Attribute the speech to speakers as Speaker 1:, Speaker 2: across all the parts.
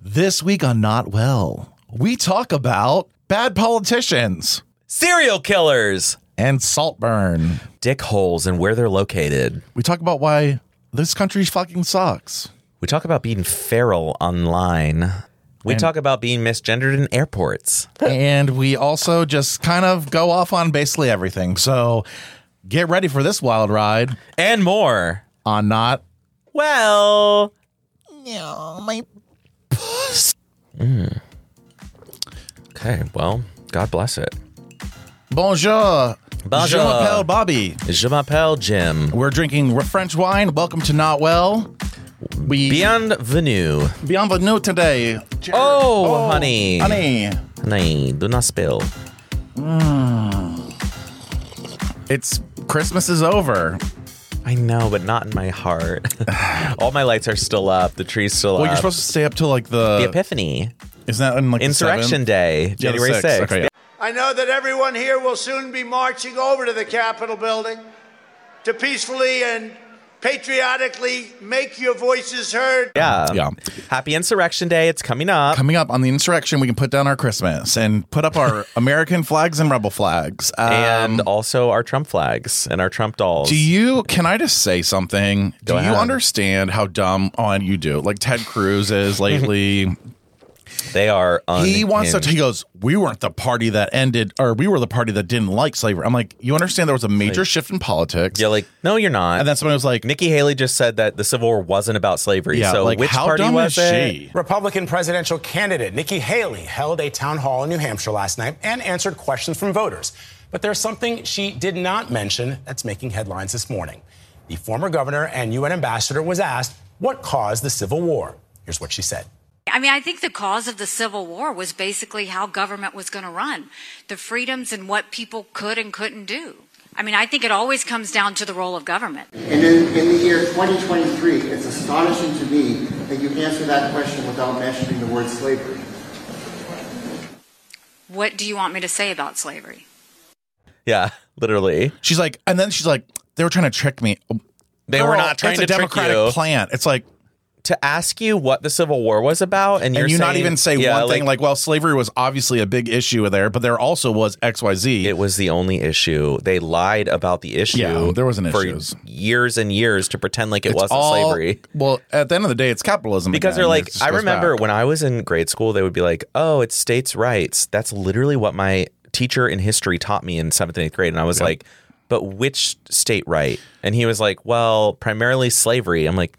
Speaker 1: This week on Not Well, we talk about bad politicians
Speaker 2: serial killers,
Speaker 1: and Saltburn.
Speaker 2: dick holes, and where they're located.
Speaker 1: We talk about why this country fucking sucks.
Speaker 2: We talk about being feral online. We
Speaker 1: And-
Speaker 2: talk about being misgendered in airports.
Speaker 1: and we also just kind of go off on basically everything. So get ready for this wild ride
Speaker 2: and more.
Speaker 1: on Not
Speaker 2: Well, okay, well, God bless it.
Speaker 1: Bonjour. Je
Speaker 2: Bonjour.
Speaker 1: m'appelle Bobby.
Speaker 2: Je m'appelle Jim.
Speaker 1: We're drinking French wine. Welcome to Not Well. We
Speaker 2: Bienvenue.
Speaker 1: bienvenue today.
Speaker 2: Oh, honey.
Speaker 1: honey.
Speaker 2: Honey, do not spill.
Speaker 1: It's Christmas is over.
Speaker 2: I know, but not in my heart. All my lights are still up. The tree's still
Speaker 1: Well,
Speaker 2: up.
Speaker 1: you're supposed to stay up till like the,
Speaker 2: the Epiphany,
Speaker 1: isn't that in like the
Speaker 2: Insurrection
Speaker 1: seventh?
Speaker 2: Day,
Speaker 1: Yeah, the
Speaker 2: January
Speaker 1: sixth.
Speaker 2: 6th.
Speaker 1: Okay, yeah.
Speaker 3: I know that everyone here will soon be marching over to the Capitol building to peacefully and patriotically make your voices heard.
Speaker 2: Yeah.
Speaker 1: Yeah.
Speaker 2: Happy Insurrection Day. It's coming up.
Speaker 1: Coming up on the insurrection, we can put down our Christmas and put up our American flags and rebel flags. Um,
Speaker 2: and also our Trump flags and our Trump dolls.
Speaker 1: Do you? Can I just say something? Do
Speaker 2: Go
Speaker 1: you
Speaker 2: ahead.
Speaker 1: understand how dumb? Oh, and you do. Like Ted Cruz is lately.
Speaker 2: they are
Speaker 1: he wants to.
Speaker 2: unhinged.
Speaker 1: He goes. We weren't the party that ended, or we were the party that didn't like slavery. I'm like, you understand there was a major shift in politics.
Speaker 2: You're like, no, you're not.
Speaker 1: and then someone was like,
Speaker 2: Nikki Haley just said that the Civil War wasn't about slavery.
Speaker 1: yeah,
Speaker 2: so
Speaker 1: like
Speaker 2: which
Speaker 1: how
Speaker 2: party
Speaker 1: dumb
Speaker 2: was
Speaker 1: is
Speaker 2: it?
Speaker 1: she?
Speaker 4: Republican presidential candidate Nikki Haley held a town hall in New Hampshire last night and answered questions from voters. But there's something she did not mention that's making headlines this morning. The former governor and UN ambassador was asked what caused the Civil War. Here's what she said.
Speaker 5: I mean, I think the cause of the Civil War was basically how government was going to run, the freedoms and what people could and couldn't do. I mean, I think it always comes down to the role of government.
Speaker 6: And in, in the year 2023, it's astonishing to me that you answer that question without mentioning the word slavery.
Speaker 5: What do you want me to say about slavery?
Speaker 2: Yeah, literally.
Speaker 1: She's like, and then she's like, they were trying to trick me.
Speaker 2: They were not trying
Speaker 1: it's
Speaker 2: to
Speaker 1: a
Speaker 2: trick
Speaker 1: democratic
Speaker 2: you.
Speaker 1: plant. It's like,
Speaker 2: To ask you what the Civil War was about, and, you're
Speaker 1: and you not
Speaker 2: saying-
Speaker 1: even say
Speaker 2: Yeah,
Speaker 1: one thing like, well, slavery was obviously a big issue there, but there also was X, Y, Z.
Speaker 2: it was the only issue. They lied about the issue.
Speaker 1: Yeah, there wasn't
Speaker 2: for
Speaker 1: issues.
Speaker 2: years and years to pretend like it
Speaker 1: It's
Speaker 2: wasn't
Speaker 1: all-
Speaker 2: slavery.
Speaker 1: Well, at the end of the day, it's capitalism again.
Speaker 2: Because they're
Speaker 1: It
Speaker 2: like,
Speaker 1: just
Speaker 2: I
Speaker 1: goes
Speaker 2: remember
Speaker 1: back.
Speaker 2: when I was in grade school, they would be like, "Oh, it's states' rights." That's literally what my teacher in history taught me in seventh and eighth grade, and I was like, "But which state right?" And he was like, "Well, primarily slavery." I'm like,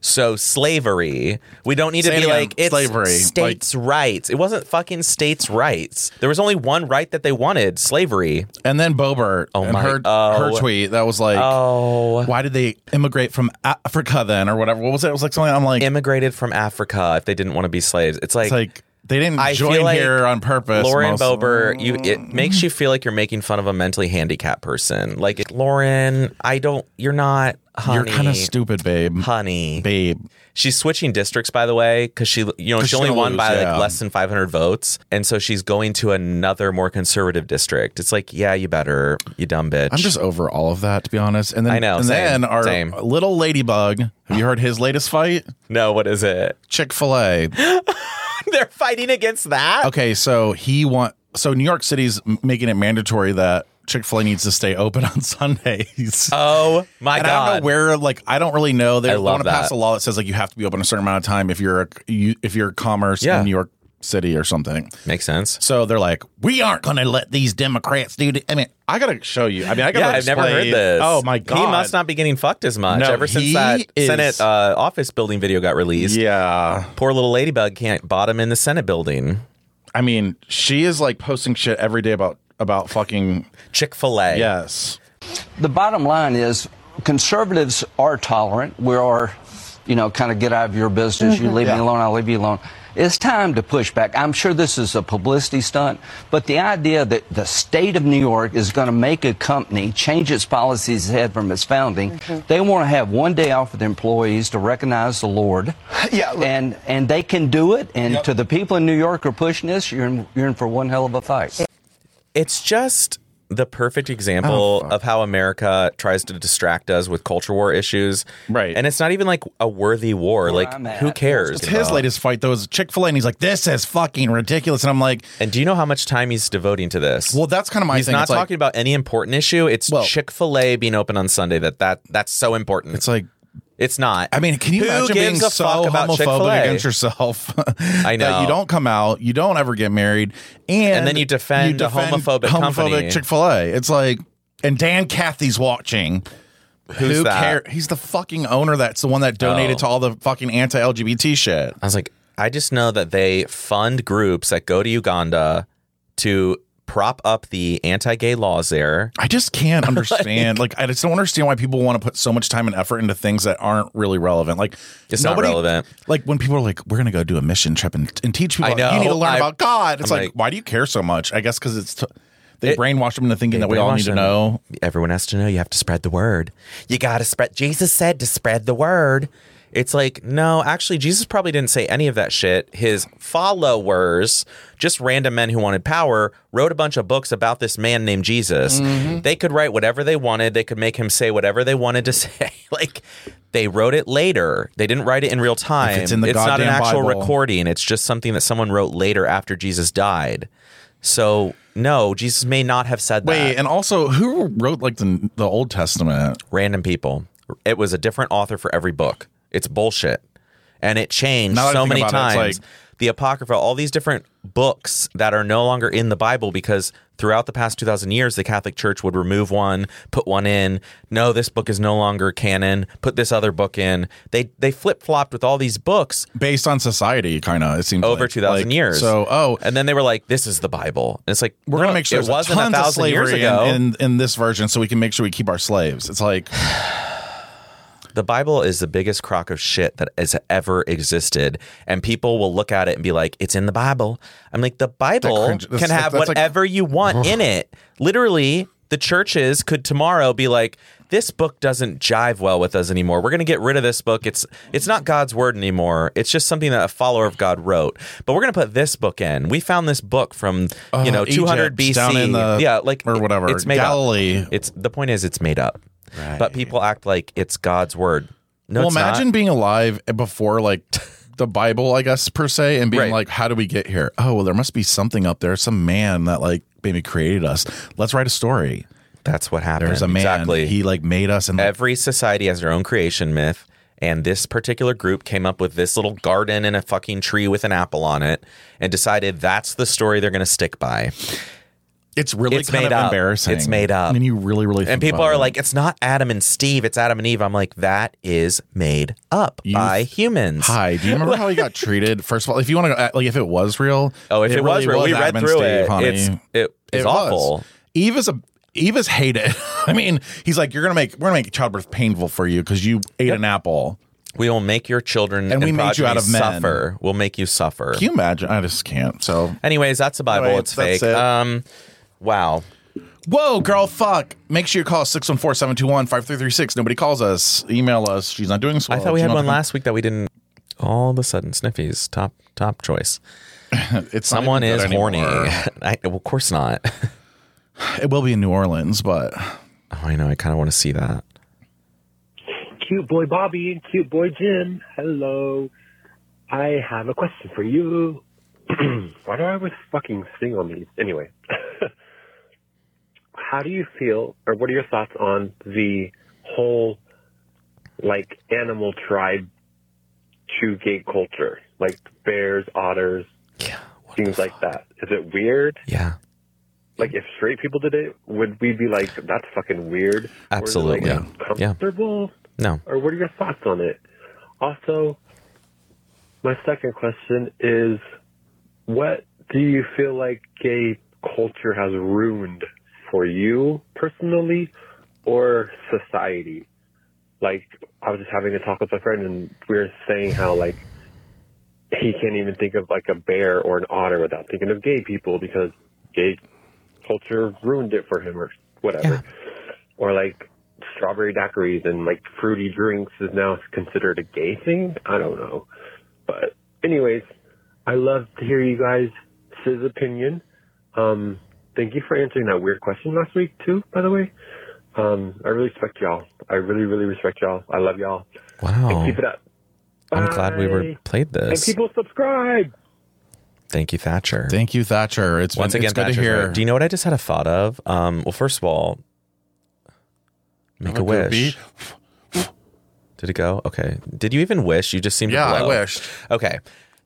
Speaker 2: "So slavery? We don't need
Speaker 1: Say it
Speaker 2: to be
Speaker 1: again.
Speaker 2: like it's
Speaker 1: Slavery.
Speaker 2: states' rights. It wasn't fucking states' rights. There was only one right that they wanted: slavery."
Speaker 1: and then Bobert and
Speaker 2: my-
Speaker 1: her
Speaker 2: oh.
Speaker 1: her tweet that was like,
Speaker 2: Oh.
Speaker 1: why did they immigrate from Africa then or whatever? What was it? It was like something. I'm like,
Speaker 2: Immigrated from Africa if they didn't want to be slaves. It's like,
Speaker 1: it's like they didn't
Speaker 2: I
Speaker 1: join
Speaker 2: feel like
Speaker 1: here on purpose.
Speaker 2: Lauren
Speaker 1: most-
Speaker 2: Boebert, you it makes you feel like you're making fun of a mentally handicapped person. Like it- Lauren, I don't. You're not. Honey,
Speaker 1: You're kind of stupid, babe.
Speaker 2: Honey,
Speaker 1: Babe,
Speaker 2: she's switching districts by the way because she, you know, she
Speaker 1: she's
Speaker 2: only
Speaker 1: gonna
Speaker 2: won
Speaker 1: lose,
Speaker 2: by
Speaker 1: yeah.
Speaker 2: like less than 500 votes, and so she's going to another more conservative district. It's like, yeah, you better, you dumb bitch.
Speaker 1: I'm just over all of that to be honest. And then
Speaker 2: I know,
Speaker 1: and
Speaker 2: same,
Speaker 1: then our
Speaker 2: same.
Speaker 1: little ladybug. Have you heard his latest fight?
Speaker 2: no. What is it?
Speaker 1: Chick Fil A.
Speaker 2: They're fighting against that.
Speaker 1: Okay, so he want so New York City's m- making it mandatory that Chick Fil A needs to stay open on Sundays.
Speaker 2: Oh my
Speaker 1: and
Speaker 2: god.
Speaker 1: I don't know where, like, I don't really know. They
Speaker 2: I love
Speaker 1: want to pass
Speaker 2: that.
Speaker 1: a law that says like you have to be open a certain amount of time if you're a, you, if you're commerce
Speaker 2: Yeah.
Speaker 1: in New York City or something.
Speaker 2: Makes sense.
Speaker 1: So they're like, we aren't going to let these Democrats do. th-" I mean, I gotta show you. I mean, I gotta.
Speaker 2: Yeah, I've never heard
Speaker 1: explain-
Speaker 2: this.
Speaker 1: Oh my god,
Speaker 2: he must not be getting fucked as much
Speaker 1: No,
Speaker 2: ever since
Speaker 1: he
Speaker 2: that
Speaker 1: is-
Speaker 2: Senate uh, office building video got released.
Speaker 1: Yeah,
Speaker 2: Poor little ladybug can't bottom in the Senate building.
Speaker 1: I mean, she is like posting shit every day about about fucking
Speaker 2: Chick Fil A.
Speaker 1: yes.
Speaker 7: the bottom line is conservatives are tolerant. We are, you know, kind of get out of your business.
Speaker 6: Mm-hmm.
Speaker 7: You leave me alone, I'll leave you alone. It's time to push back. I'm sure this is a publicity stunt, but the idea that the state of New York is going to make a company change its policies ahead from its founding,
Speaker 6: Mm-hmm.
Speaker 7: they want to have one day off for their employees to recognize the Lord.
Speaker 6: Yeah, look-
Speaker 7: And, and they can do it. And to the people in New York who are pushing this, you're in, you're in for one hell of a fight.
Speaker 2: It's just the perfect
Speaker 1: Oh,
Speaker 2: example of how America tries to distract us with culture war issues.
Speaker 1: Right.
Speaker 2: And it's not even like a worthy war.
Speaker 7: I'm
Speaker 2: like,
Speaker 7: at.
Speaker 2: who cares?
Speaker 1: It's his latest fight though is Chick Fil A, and he's like, "This is fucking ridiculous." And I'm like,
Speaker 2: And do you know how much time he's devoting to this?
Speaker 1: "Well, that's kind of my
Speaker 2: he's
Speaker 1: thing."
Speaker 2: not
Speaker 1: it's like-
Speaker 2: talking about any important issue. It's
Speaker 1: Well-
Speaker 2: Chick Fil A being open on Sunday. That that that's so important.
Speaker 1: It's like,
Speaker 2: it's not.
Speaker 1: I mean, can you
Speaker 2: Who
Speaker 1: imagine being
Speaker 2: gives a
Speaker 1: so
Speaker 2: fuck about
Speaker 1: homophobic
Speaker 2: Chick-fil-A?
Speaker 1: against yourself? I
Speaker 2: know.
Speaker 1: you don't come out, you don't ever get married, and,
Speaker 2: And then you defend a homophobic company.
Speaker 1: Chick Fil A. It's like, and Dan Cathy's watching.
Speaker 2: Who's
Speaker 1: Who
Speaker 2: that?
Speaker 1: care- He's the fucking owner. That's the one that donated
Speaker 2: Oh.
Speaker 1: to all the fucking anti-LGBT shit.
Speaker 2: I was like, I just know that they fund groups that go to Uganda to prop up the anti-gay laws there.
Speaker 1: I just can't understand. like, I just don't understand why people want to put so much time and effort into things that aren't really relevant. Like,
Speaker 2: It's not relevant.
Speaker 1: Like when people are like, "We're gonna go do a mission trip and, and teach people
Speaker 2: I know.
Speaker 1: you need to learn
Speaker 2: I-
Speaker 1: about God." It's
Speaker 2: I'm
Speaker 1: like,
Speaker 2: like-
Speaker 1: why do you care so much? I guess because it's t- they
Speaker 2: It-
Speaker 1: brainwash them into thinking that we all need to
Speaker 2: Brainwashing.
Speaker 1: know.
Speaker 2: Everyone has to know. You have to spread the word. You got to spread. Jesus said to spread the word. It's like, no, actually, Jesus probably didn't say any of that shit. His followers, just random men who wanted power, wrote a bunch of books about this man named Jesus. They could write whatever they wanted. They could make him say whatever they wanted to say. like, they wrote it later. They didn't write it in real time.
Speaker 1: in the
Speaker 2: not an
Speaker 1: goddamn
Speaker 2: actual
Speaker 1: Bible.
Speaker 2: recording. It's just something that someone wrote later after Jesus died. So, no, Jesus may not have said that
Speaker 1: Wait, and also, who wrote like the the Old Testament?
Speaker 2: random people. It was a different author for every book. It's bullshit. And it changed
Speaker 1: Now that I
Speaker 2: so
Speaker 1: think
Speaker 2: many
Speaker 1: about it,
Speaker 2: times.
Speaker 1: it's like-
Speaker 2: the Apocrypha, all these different books that are no longer in the Bible because throughout the past 2,000 years, the Catholic Church would remove one, put one in. No, this book is no longer canon. Put this other book in. They, they flip flopped with all these books
Speaker 1: Based on society, kind of it seems
Speaker 2: over
Speaker 1: like.
Speaker 2: 2,000
Speaker 1: Like,
Speaker 2: years.
Speaker 1: So, oh,
Speaker 2: And then they were like, this is the Bible. And it's like,
Speaker 1: we're
Speaker 2: no,
Speaker 1: gonna make sure
Speaker 2: it
Speaker 1: there's
Speaker 2: wasn't
Speaker 1: tons
Speaker 2: a
Speaker 1: of
Speaker 2: thousand years
Speaker 1: slavery in-
Speaker 2: ago.
Speaker 1: in, in this version, so we can make sure we keep our slaves. It's like
Speaker 2: The Bible is the biggest crock of shit that has ever existed, and people will look at it and be like, "It's in the Bible." I'm like, the Bible
Speaker 1: cringe- that's
Speaker 2: can
Speaker 1: like-
Speaker 2: have
Speaker 1: that's like-
Speaker 2: whatever you want in it. Literally, the churches could tomorrow be like, "This book doesn't jive well with us anymore. We're going to get rid of this book. It's it's not God's word anymore. It's just something that a follower of God wrote. But we're going to put this book in. We found this book from you know
Speaker 1: Uh, Egypt,
Speaker 2: 200 BC.
Speaker 1: down in the-
Speaker 2: yeah, like
Speaker 1: or whatever,
Speaker 2: It's made
Speaker 1: Galilee.
Speaker 2: Up. It's the point is it's made up. But people act like it's God's word. No,
Speaker 1: well,
Speaker 2: it's not.
Speaker 1: imagine being alive before like the Bible, I guess per se, and being
Speaker 2: Right.
Speaker 1: like, "How do we get here? Oh, well, there must be something up there, some man that like maybe created us. Let's write a story.
Speaker 2: that's what happened.
Speaker 1: There's a man.
Speaker 2: Exactly.
Speaker 1: He like made us, and like,
Speaker 2: Every society has their own creation myth, and this particular group came up with this little garden and a fucking tree with an apple on it, and decided that's the story they're going to stick by.
Speaker 1: it's really
Speaker 2: it's
Speaker 1: kind of
Speaker 2: made up.
Speaker 1: embarrassing.
Speaker 2: It's made up.
Speaker 1: I mean, you really, really.
Speaker 2: And
Speaker 1: think
Speaker 2: people
Speaker 1: about
Speaker 2: are
Speaker 1: it.
Speaker 2: like, it's not Adam and Steve, it's Adam and Eve. I'm like, that is made up
Speaker 1: You-
Speaker 2: by humans.
Speaker 1: "Hi, do you remember how you got treated? First of all, if you want to, like, if it was real,
Speaker 2: Oh, if it, was,
Speaker 1: really
Speaker 2: real, we read
Speaker 1: Adam and
Speaker 2: through
Speaker 1: Steve,
Speaker 2: it.
Speaker 1: honey.
Speaker 2: It's it is
Speaker 1: It was.
Speaker 2: awful.
Speaker 1: Eve is a Eve is hated. I mean, he's like, you're gonna make we're gonna make childbirth painful for you because you ate an apple.
Speaker 2: We will make your children
Speaker 1: And we made you out
Speaker 2: progeny
Speaker 1: of men.
Speaker 2: suffer. We'll make you suffer.
Speaker 1: Can you imagine? I just can't. So
Speaker 2: Anyways, that's the Bible.
Speaker 1: Anyway,
Speaker 2: it's
Speaker 1: that's
Speaker 2: fake.
Speaker 1: it.
Speaker 2: Um, wow.
Speaker 1: Whoa, girl, fuck. Make sure you call 614 721 5336. Nobody calls us. Email us. She's not doing so
Speaker 2: I thought we had one last week that we didn't. All of a sudden, Sniffy's top top choice.
Speaker 1: It's not
Speaker 2: Someone
Speaker 1: even
Speaker 2: is
Speaker 1: good
Speaker 2: horny.
Speaker 1: anymore.
Speaker 2: I, well, of course not. Oh,
Speaker 1: It will be in New Orleans, but
Speaker 2: I know. I kind of want to see that.
Speaker 8: cute boy Bobby and cute boy Jim. Hello. I have a question for you. Why do I always fucking sing on these? Anyway, how do you feel, or what are your thoughts on the whole, like, animal tribe chew gate culture? Like bears, otters,
Speaker 2: Yeah. What
Speaker 8: things
Speaker 2: the
Speaker 8: like that. Is it weird?
Speaker 2: fu- Yeah.
Speaker 8: Like, if straight people did it, would we be like, that's fucking weird?
Speaker 2: Absolutely.
Speaker 8: Or is it, like,
Speaker 2: Yeah.
Speaker 8: comfortable?
Speaker 2: No.
Speaker 8: or what are your thoughts on it? Also, my second question is what do you feel like gay culture has ruined for you personally or society? Like, I was just having a talk with my friend, and we were saying how, like, he can't even think of, like, a bear or an otter without thinking of gay people because gay culture ruined it for him or whatever. Or, like, strawberry daiquiris and like fruity drinks is now considered a gay thing. I don't know. But anyways, I love to hear you guys' opinion. Um, thank you for answering that weird question last week too. By the way, um, I really respect y'all. I really, really respect y'all. I love y'all.
Speaker 2: Wow.
Speaker 8: Keep it up.
Speaker 2: I'm glad we were
Speaker 8: Bye.
Speaker 2: played
Speaker 8: And
Speaker 2: this.
Speaker 8: people subscribe.
Speaker 2: Thank you, Thatcher.
Speaker 1: Thank you, Thatcher. It's
Speaker 2: Once
Speaker 1: been,
Speaker 2: again,
Speaker 1: it's good to
Speaker 2: Thatcher's
Speaker 1: hear.
Speaker 2: right. Do you know what I just had a thought of? Um, well, first of all, make a
Speaker 1: Could it
Speaker 2: wish.
Speaker 1: be?
Speaker 2: Did it go? Okay. Did you even wish? You just seemed
Speaker 1: Yeah,
Speaker 2: to
Speaker 1: I
Speaker 2: blow.
Speaker 1: wished.
Speaker 2: Okay.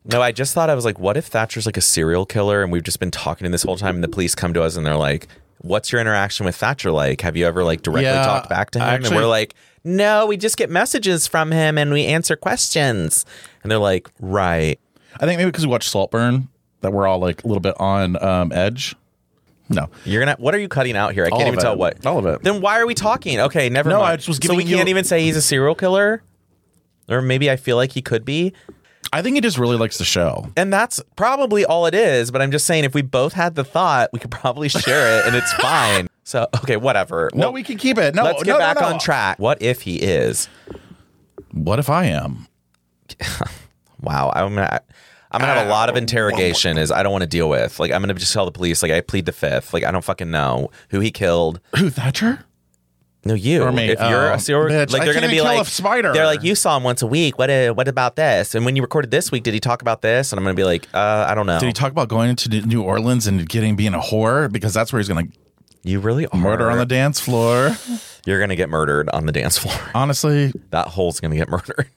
Speaker 2: No, I just thought I was like, what if Thatcher's like a serial killer and we've just been talking to him this whole time and the police come to us and they're like, What's your interaction with Thatcher like? Have you ever like directly
Speaker 1: Yeah,
Speaker 2: talked back to him?
Speaker 1: I
Speaker 2: and we're
Speaker 1: actually-
Speaker 2: like, No, we just get messages from him and we answer questions. And they're like, Right.
Speaker 1: I think maybe because we watched Saltburn that we're all like a little bit on um, edge. No,
Speaker 2: You're gonna what are you cutting out here? I
Speaker 1: All
Speaker 2: can't
Speaker 1: of
Speaker 2: even
Speaker 1: it.
Speaker 2: tell what.
Speaker 1: All of it.
Speaker 2: Then why are we talking? Okay, never
Speaker 1: No,
Speaker 2: mind.
Speaker 1: I just was
Speaker 2: so we
Speaker 1: giving you-
Speaker 2: can't even say he's a serial killer? Or maybe I feel like he could be.
Speaker 1: I think he just really likes the show.
Speaker 2: And that's probably all it is, but I'm just saying if we both had the thought, we could probably share it and it's fine. So, okay, whatever.
Speaker 1: No,
Speaker 2: Well,
Speaker 1: we can keep it. No,
Speaker 2: let's get
Speaker 1: no, no,
Speaker 2: back
Speaker 1: no.
Speaker 2: on track. What if he is?
Speaker 1: What if I am?
Speaker 2: Wow, I'm gonna I'm gonna have a lot of interrogation is I don't want to deal with. Like I'm gonna just tell the police like I plead the fifth. Like I don't fucking know who he killed.
Speaker 1: Who Thatcher?
Speaker 2: No, you.
Speaker 1: Or me.
Speaker 2: If you're
Speaker 1: Oh,
Speaker 2: a serial,
Speaker 1: bitch.
Speaker 2: like
Speaker 1: I
Speaker 2: they're gonna
Speaker 1: can't
Speaker 2: be
Speaker 1: kill
Speaker 2: like
Speaker 1: a spider.
Speaker 2: They're like you saw him once a week. What? uh, What about this? And when you recorded this week, did he talk about this? And I'm gonna be like, uh, I don't know.
Speaker 1: Did he talk about going into New Orleans and getting being a whore because that's where he's going to
Speaker 2: you really are.
Speaker 1: murder on the dance floor?
Speaker 2: You're gonna get murdered on the dance floor.
Speaker 1: Honestly,
Speaker 2: that hole's gonna get murdered.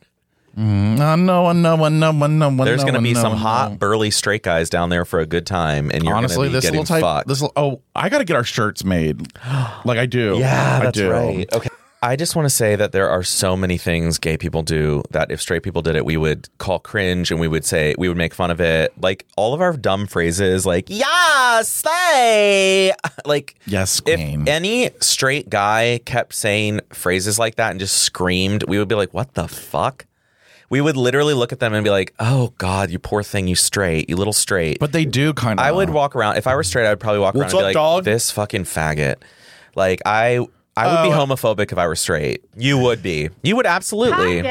Speaker 1: no, no, no, no, no, no, no.
Speaker 2: There's
Speaker 1: no,
Speaker 2: gonna be
Speaker 1: no,
Speaker 2: some
Speaker 1: no.
Speaker 2: hot burly straight guys down there for a good time, and you're
Speaker 1: Honestly,
Speaker 2: gonna be
Speaker 1: this
Speaker 2: getting
Speaker 1: little type.
Speaker 2: fucked.
Speaker 1: This little, oh, I got to get our shirts made. Like I do.
Speaker 2: yeah,
Speaker 1: I
Speaker 2: that's
Speaker 1: do.
Speaker 2: right. Okay. I just want to say that there are so many things gay people do that if straight people did it, we would call cringe and we would say we would make fun of it. Like all of our dumb phrases, like "yeah, slay," like
Speaker 1: Yes,
Speaker 2: if
Speaker 1: queen.
Speaker 2: any straight guy kept saying phrases like that and just screamed, we would be like, "What the fuck." We would literally look at them and be like, "Oh God, you poor thing, you straight, you little straight."
Speaker 1: But they do kind of.
Speaker 2: I would walk around if I were straight. I would probably walk
Speaker 1: What's
Speaker 2: around and
Speaker 1: up,
Speaker 2: be like,
Speaker 1: dog?
Speaker 2: "This fucking faggot." Like I, I would
Speaker 1: Oh.
Speaker 2: be homophobic if I were straight. You would be. You would absolutely.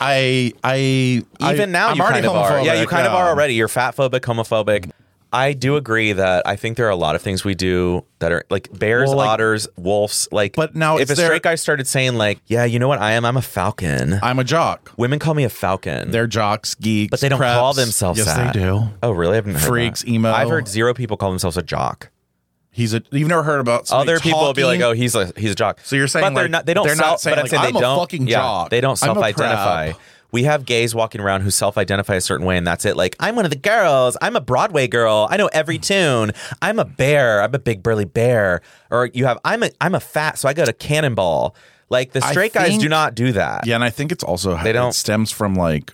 Speaker 1: I. I.
Speaker 2: Even
Speaker 1: I,
Speaker 2: now,
Speaker 1: I'm
Speaker 2: you
Speaker 1: already
Speaker 2: kind of are.
Speaker 1: homophobic, um,
Speaker 2: Yeah, you kind of are already. You're fat phobic, homophobic. I do agree that I think there are a lot of things we do that are like bears,
Speaker 1: Well, like-
Speaker 2: otters, wolves. Like,
Speaker 1: But now
Speaker 2: if
Speaker 1: it's
Speaker 2: a
Speaker 1: their-
Speaker 2: straight guy started saying like, "Yeah, you know what I am? I'm a falcon."
Speaker 1: I'm a jock.
Speaker 2: Women call me a falcon.
Speaker 1: They're jocks, geeks,
Speaker 2: but they don't
Speaker 1: preps.
Speaker 2: call themselves
Speaker 1: Yes,
Speaker 2: that.
Speaker 1: they do.
Speaker 2: Oh, really? I haven't heard
Speaker 1: Freaks,
Speaker 2: that.
Speaker 1: emo.
Speaker 2: I've heard zero people call themselves a jock.
Speaker 1: He's a. You've never heard about somebody
Speaker 2: other people will be like,
Speaker 1: talking?
Speaker 2: "Oh, he's a he's a jock."
Speaker 1: So you're saying,
Speaker 2: but they're
Speaker 1: like,
Speaker 2: not they don't
Speaker 1: they're not
Speaker 2: self,
Speaker 1: saying,
Speaker 2: but I'm
Speaker 1: like,
Speaker 2: saying they
Speaker 1: "I'm a
Speaker 2: don't
Speaker 1: fucking
Speaker 2: yeah,
Speaker 1: jock.
Speaker 2: They don't
Speaker 1: I'm a
Speaker 2: self-identify.
Speaker 1: crab."
Speaker 2: We have gays walking around who self-identify a certain way, and that's it. Like, I'm one of the girls. I'm a Broadway girl. I know every tune. I'm a bear. I'm a big burly bear. Or you have I'm a I'm a fat, so I go to Cannonball. Like the
Speaker 1: I
Speaker 2: straight guys do
Speaker 1: think-
Speaker 2: not do that.
Speaker 1: Yeah, and I think it's also
Speaker 2: "Oh, They don't-
Speaker 1: it stems from like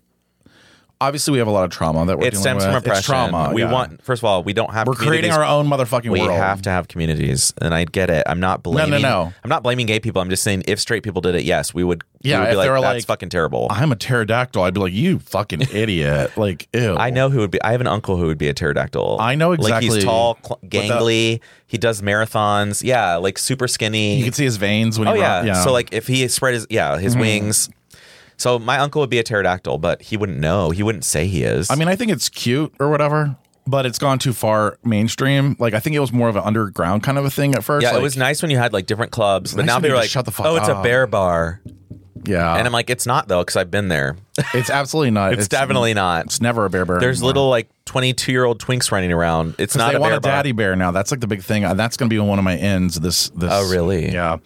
Speaker 1: obviously we have a lot of trauma that we're
Speaker 2: it
Speaker 1: dealing
Speaker 2: stems
Speaker 1: with.
Speaker 2: from
Speaker 1: It's
Speaker 2: oppression.
Speaker 1: trauma.
Speaker 2: we
Speaker 1: yeah.
Speaker 2: want first of all, we don't have
Speaker 1: we're creating
Speaker 2: communities.
Speaker 1: our own motherfucking
Speaker 2: We
Speaker 1: world.
Speaker 2: have to have communities, and I get it. I'm not blaming.
Speaker 1: no.
Speaker 2: I'm not blaming gay people. I'm just saying if straight people did it, yes, we would. we
Speaker 1: Yeah,
Speaker 2: would be
Speaker 1: if
Speaker 2: like,
Speaker 1: they were
Speaker 2: that's
Speaker 1: like-
Speaker 2: fucking terrible. I,
Speaker 1: I'm a pterodactyl. I'd be like, you fucking idiot. like, ew.
Speaker 2: know who would be. I have an uncle who would be a pterodactyl.
Speaker 1: I know
Speaker 2: Like
Speaker 1: exactly
Speaker 2: he's tall, cl-
Speaker 1: what that-
Speaker 2: gangly. he does marathons. Yeah, like super skinny.
Speaker 1: You can see his veins when
Speaker 2: oh
Speaker 1: he
Speaker 2: yeah.
Speaker 1: run-
Speaker 2: So like if he spread his yeah
Speaker 1: Mm-hmm.
Speaker 2: his wings. So my uncle would be a pterodactyl, but he wouldn't know. He wouldn't say he is.
Speaker 1: I mean, I think it's cute or whatever, but it's gone too far mainstream. Like I think it was more of an underground kind of a thing at first.
Speaker 2: yeah,
Speaker 1: like,
Speaker 2: it was nice when you had like different clubs, but
Speaker 1: nice
Speaker 2: now
Speaker 1: when
Speaker 2: people are
Speaker 1: you
Speaker 2: like,
Speaker 1: just shut the fuck
Speaker 2: "Oh, it's a
Speaker 1: up."
Speaker 2: bear bar,"
Speaker 1: Yeah.
Speaker 2: and I'm like, "It's not though, because I've been there.
Speaker 1: it's absolutely not.
Speaker 2: It's, definitely not."
Speaker 1: it's never a bear bear.
Speaker 2: There's
Speaker 1: anymore.
Speaker 2: little like 22 year old twinks running around. It's
Speaker 1: 'Cause
Speaker 2: not
Speaker 1: they
Speaker 2: a
Speaker 1: want
Speaker 2: bear
Speaker 1: a
Speaker 2: bar.
Speaker 1: daddy bear now. That's like the big thing. Uh, That's going to be one of my ends. This, this.
Speaker 2: Oh, really?
Speaker 1: Yeah.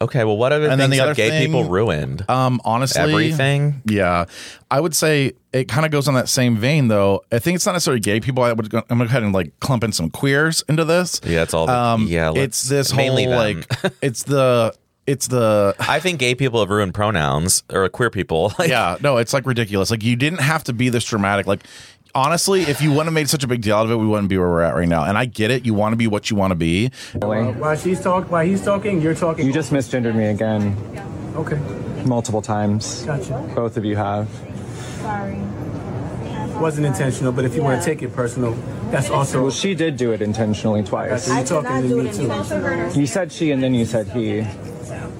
Speaker 2: Okay, well, what other
Speaker 1: And
Speaker 2: things
Speaker 1: then the
Speaker 2: have
Speaker 1: other
Speaker 2: gay
Speaker 1: thing-
Speaker 2: people ruined?
Speaker 1: Um, honestly,
Speaker 2: Everything.
Speaker 1: Yeah, I would say it kind of goes on that same vein, though. I think it's not necessarily gay people. I would go, I'm gonna go ahead and like clump in some queers into this.
Speaker 2: Yeah, it's all the-
Speaker 1: Um,
Speaker 2: yeah, let's-
Speaker 1: it's this whole
Speaker 2: mainly them.
Speaker 1: like it's the it's the
Speaker 2: I think gay people have ruined pronouns or queer people. Like,
Speaker 1: yeah no it's like ridiculous. Like you didn't have to be this dramatic. Like honestly, if you wouldn't have made such a big deal out of it, we wouldn't be where we're at right now. And I get it. You want to be what you want to be.
Speaker 9: While she's talking, while he's talking, you're talking.
Speaker 10: You just misgendered me again
Speaker 9: okay.
Speaker 10: multiple times.
Speaker 9: Gotcha.
Speaker 10: Both of you have.
Speaker 9: Wasn't intentional, but if you want to take it personal, that's also.
Speaker 10: Well, she did do it intentionally twice.
Speaker 9: Gotcha. You're talking to me too.
Speaker 10: You said she and then you said he.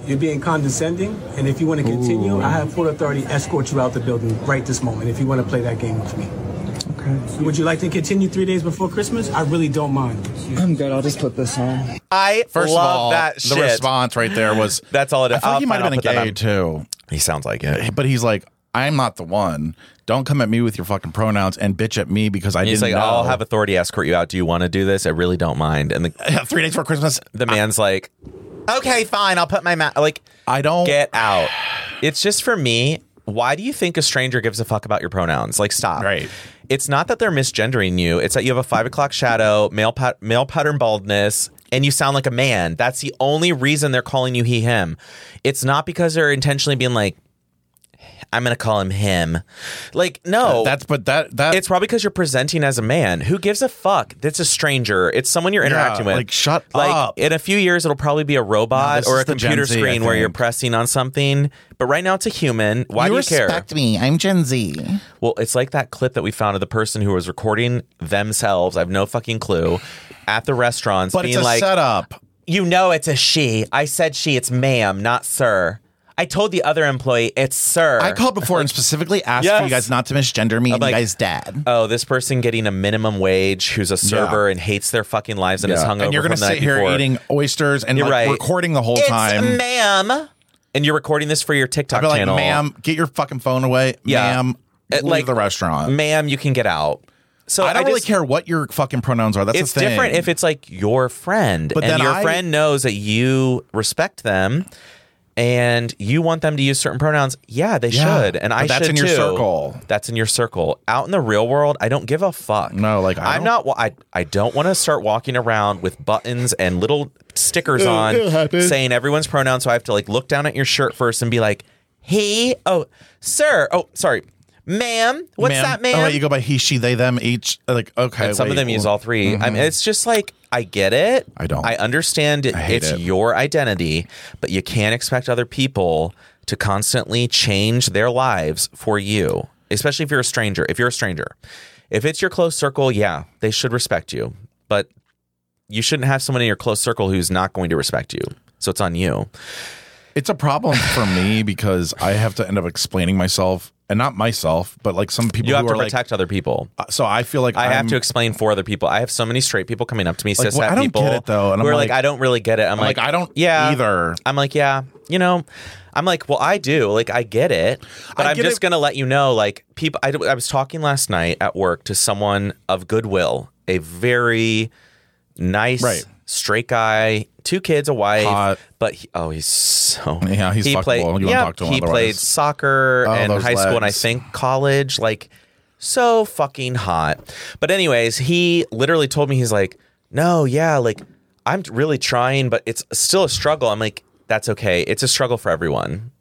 Speaker 9: You're being condescending, and if you want to continue, I have full authority to escort you out the building right this moment. If you want to play that game with me, Would you like to continue three days before Christmas? I really don't mind.
Speaker 10: I'm good. I'll just put this on.
Speaker 2: I
Speaker 1: First
Speaker 2: love
Speaker 1: of all,
Speaker 2: that
Speaker 1: the
Speaker 2: shit.
Speaker 1: response right there was
Speaker 2: That's all it
Speaker 1: I
Speaker 2: is.
Speaker 1: thought
Speaker 2: I'll
Speaker 1: he might have
Speaker 2: find-
Speaker 1: been
Speaker 2: I'll put
Speaker 1: gay too,
Speaker 2: He sounds like it.
Speaker 1: but he's like, I'm not the one. Don't come at me with your fucking pronouns and bitch at me because I
Speaker 2: And
Speaker 1: didn't
Speaker 2: he's like,
Speaker 1: know.
Speaker 2: I'll have authority escort you out. Do you want to do this? I really don't mind. And the,
Speaker 1: three days for Christmas.
Speaker 2: the man's like, okay, fine. I'll put my mask. Like,
Speaker 1: I don't.
Speaker 2: get out. It's just for me. Why do you think a stranger gives a fuck about your pronouns? Like, stop.
Speaker 1: Right.
Speaker 2: It's not that they're misgendering you. It's that you have a five o'clock shadow, male pat- male pattern baldness, and you sound like a man. That's the only reason they're calling you he him. It's not because they're intentionally being like, I'm gonna call him him. Like, no,
Speaker 1: that's but that that
Speaker 2: it's probably because you're presenting as a man. Who gives a fuck? That's a stranger. It's someone you're interacting with.
Speaker 1: like, shut up.
Speaker 2: In a few years, it'll probably be a robot
Speaker 1: No, this
Speaker 2: or
Speaker 1: is
Speaker 2: a
Speaker 1: the Gen
Speaker 2: computer
Speaker 1: Z, I
Speaker 2: screen where you're
Speaker 1: think.
Speaker 2: pressing on something. But right now, it's a human. Why do you care?
Speaker 1: me. I'm Gen Z.
Speaker 2: Well, it's like that clip that we found of the person who was recording themselves. I have no fucking clue. At the restaurants,
Speaker 1: But
Speaker 2: being
Speaker 1: it's a
Speaker 2: like,
Speaker 1: setup.
Speaker 2: "You know, it's a she. I said she. It's ma'am, not sir." I told the other employee, "It's sir."
Speaker 1: I called before and specifically asked for
Speaker 2: Yes.
Speaker 1: you guys not to misgender me. and
Speaker 2: like-
Speaker 1: you guys dad.
Speaker 2: oh, this person getting a minimum wage who's a server and hates their fucking lives and is hungover.
Speaker 1: and you're
Speaker 2: going
Speaker 1: gonna
Speaker 2: to
Speaker 1: sit here
Speaker 2: before.
Speaker 1: eating oysters and
Speaker 2: You're
Speaker 1: like,
Speaker 2: right.
Speaker 1: recording the whole
Speaker 2: it's
Speaker 1: time.
Speaker 2: ma'am. And you're recording this for your
Speaker 1: I'd
Speaker 2: TikTok
Speaker 1: be like,
Speaker 2: channel,
Speaker 1: ma'am, get your fucking phone away,
Speaker 2: Yeah.
Speaker 1: ma'am.
Speaker 2: Uh,
Speaker 1: leave
Speaker 2: like,
Speaker 1: the restaurant.
Speaker 2: ma'am. You can get out. So
Speaker 1: I don't really
Speaker 2: just-
Speaker 1: care what your fucking pronouns are. That's
Speaker 2: It's
Speaker 1: the thing.
Speaker 2: different if it's like your friend,
Speaker 1: But
Speaker 2: and
Speaker 1: then
Speaker 2: your
Speaker 1: I-
Speaker 2: friend knows that you respect them, and you want them to use certain pronouns. Yeah, they
Speaker 1: Yeah,
Speaker 2: should, and
Speaker 1: but
Speaker 2: I
Speaker 1: that's
Speaker 2: should
Speaker 1: in your
Speaker 2: too.
Speaker 1: circle.
Speaker 2: That's in your circle. Out in the real world, I don't give a fuck.
Speaker 1: No, like, I
Speaker 2: am
Speaker 1: don't-
Speaker 2: not. wa- I I don't want to start walking around with buttons and little stickers on saying everyone's pronouns. So I have to like look down at your shirt first and be like, "He, oh, sir, oh, sorry." Ma'am, what's
Speaker 1: Ma'am.
Speaker 2: that, ma'am?
Speaker 1: Oh, wait, you go by he, she, they, them, each. Like, okay.
Speaker 2: and some
Speaker 1: wait,
Speaker 2: of them use
Speaker 1: well,
Speaker 2: all 3 I mean, it's just like I get it.
Speaker 1: Mm-hmm. I don't.
Speaker 2: I understand it,
Speaker 1: hate
Speaker 2: it's
Speaker 1: it.
Speaker 2: your identity, but you can't expect other people to constantly change their lives for you, especially if you're a stranger. If you're a stranger, if it's your close circle, yeah, they should respect you, but you shouldn't have someone in your close circle who's not going to respect you. So it's on you.
Speaker 1: It's a problem for me because I have to end up explaining myself, and not myself, but like some people
Speaker 2: You have
Speaker 1: who
Speaker 2: to
Speaker 1: are like-
Speaker 2: protect other people.
Speaker 1: so I feel like
Speaker 2: I
Speaker 1: I'm,
Speaker 2: have to explain for other people. I have so many straight people coming up to me,
Speaker 1: Like,
Speaker 2: cis
Speaker 1: well, I don't
Speaker 2: people.
Speaker 1: get it, though, and
Speaker 2: who
Speaker 1: I'm
Speaker 2: are like,
Speaker 1: like-
Speaker 2: I don't really get it. I'm,
Speaker 1: like, I don't
Speaker 2: yeah
Speaker 1: either.
Speaker 2: I'm like, yeah, you know, I'm like, well, I do. Like, I get it, but
Speaker 1: I
Speaker 2: I'm
Speaker 1: get
Speaker 2: just
Speaker 1: it.
Speaker 2: gonna let you know. Like, people, I, I was talking last night at work to someone of goodwill, a very nice,
Speaker 1: Right.
Speaker 2: straight guy, two kids, a wife,
Speaker 1: Hot.
Speaker 2: but he, oh, he's so
Speaker 1: Yeah, he's
Speaker 2: he
Speaker 1: fuckable.
Speaker 2: played.
Speaker 1: You wouldn't
Speaker 2: yeah,
Speaker 1: talk to him
Speaker 2: he
Speaker 1: otherwise.
Speaker 2: played soccer
Speaker 1: Oh,
Speaker 2: and
Speaker 1: those
Speaker 2: high school, and I
Speaker 1: legs.
Speaker 2: think college. Like, so fucking hot. But anyways, he literally told me he's like, no, yeah, like I'm really trying, but it's still a struggle. I'm like, that's okay. It's a struggle for everyone.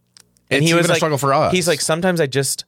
Speaker 2: And
Speaker 1: It's even a struggle for us.
Speaker 2: He's like, sometimes I just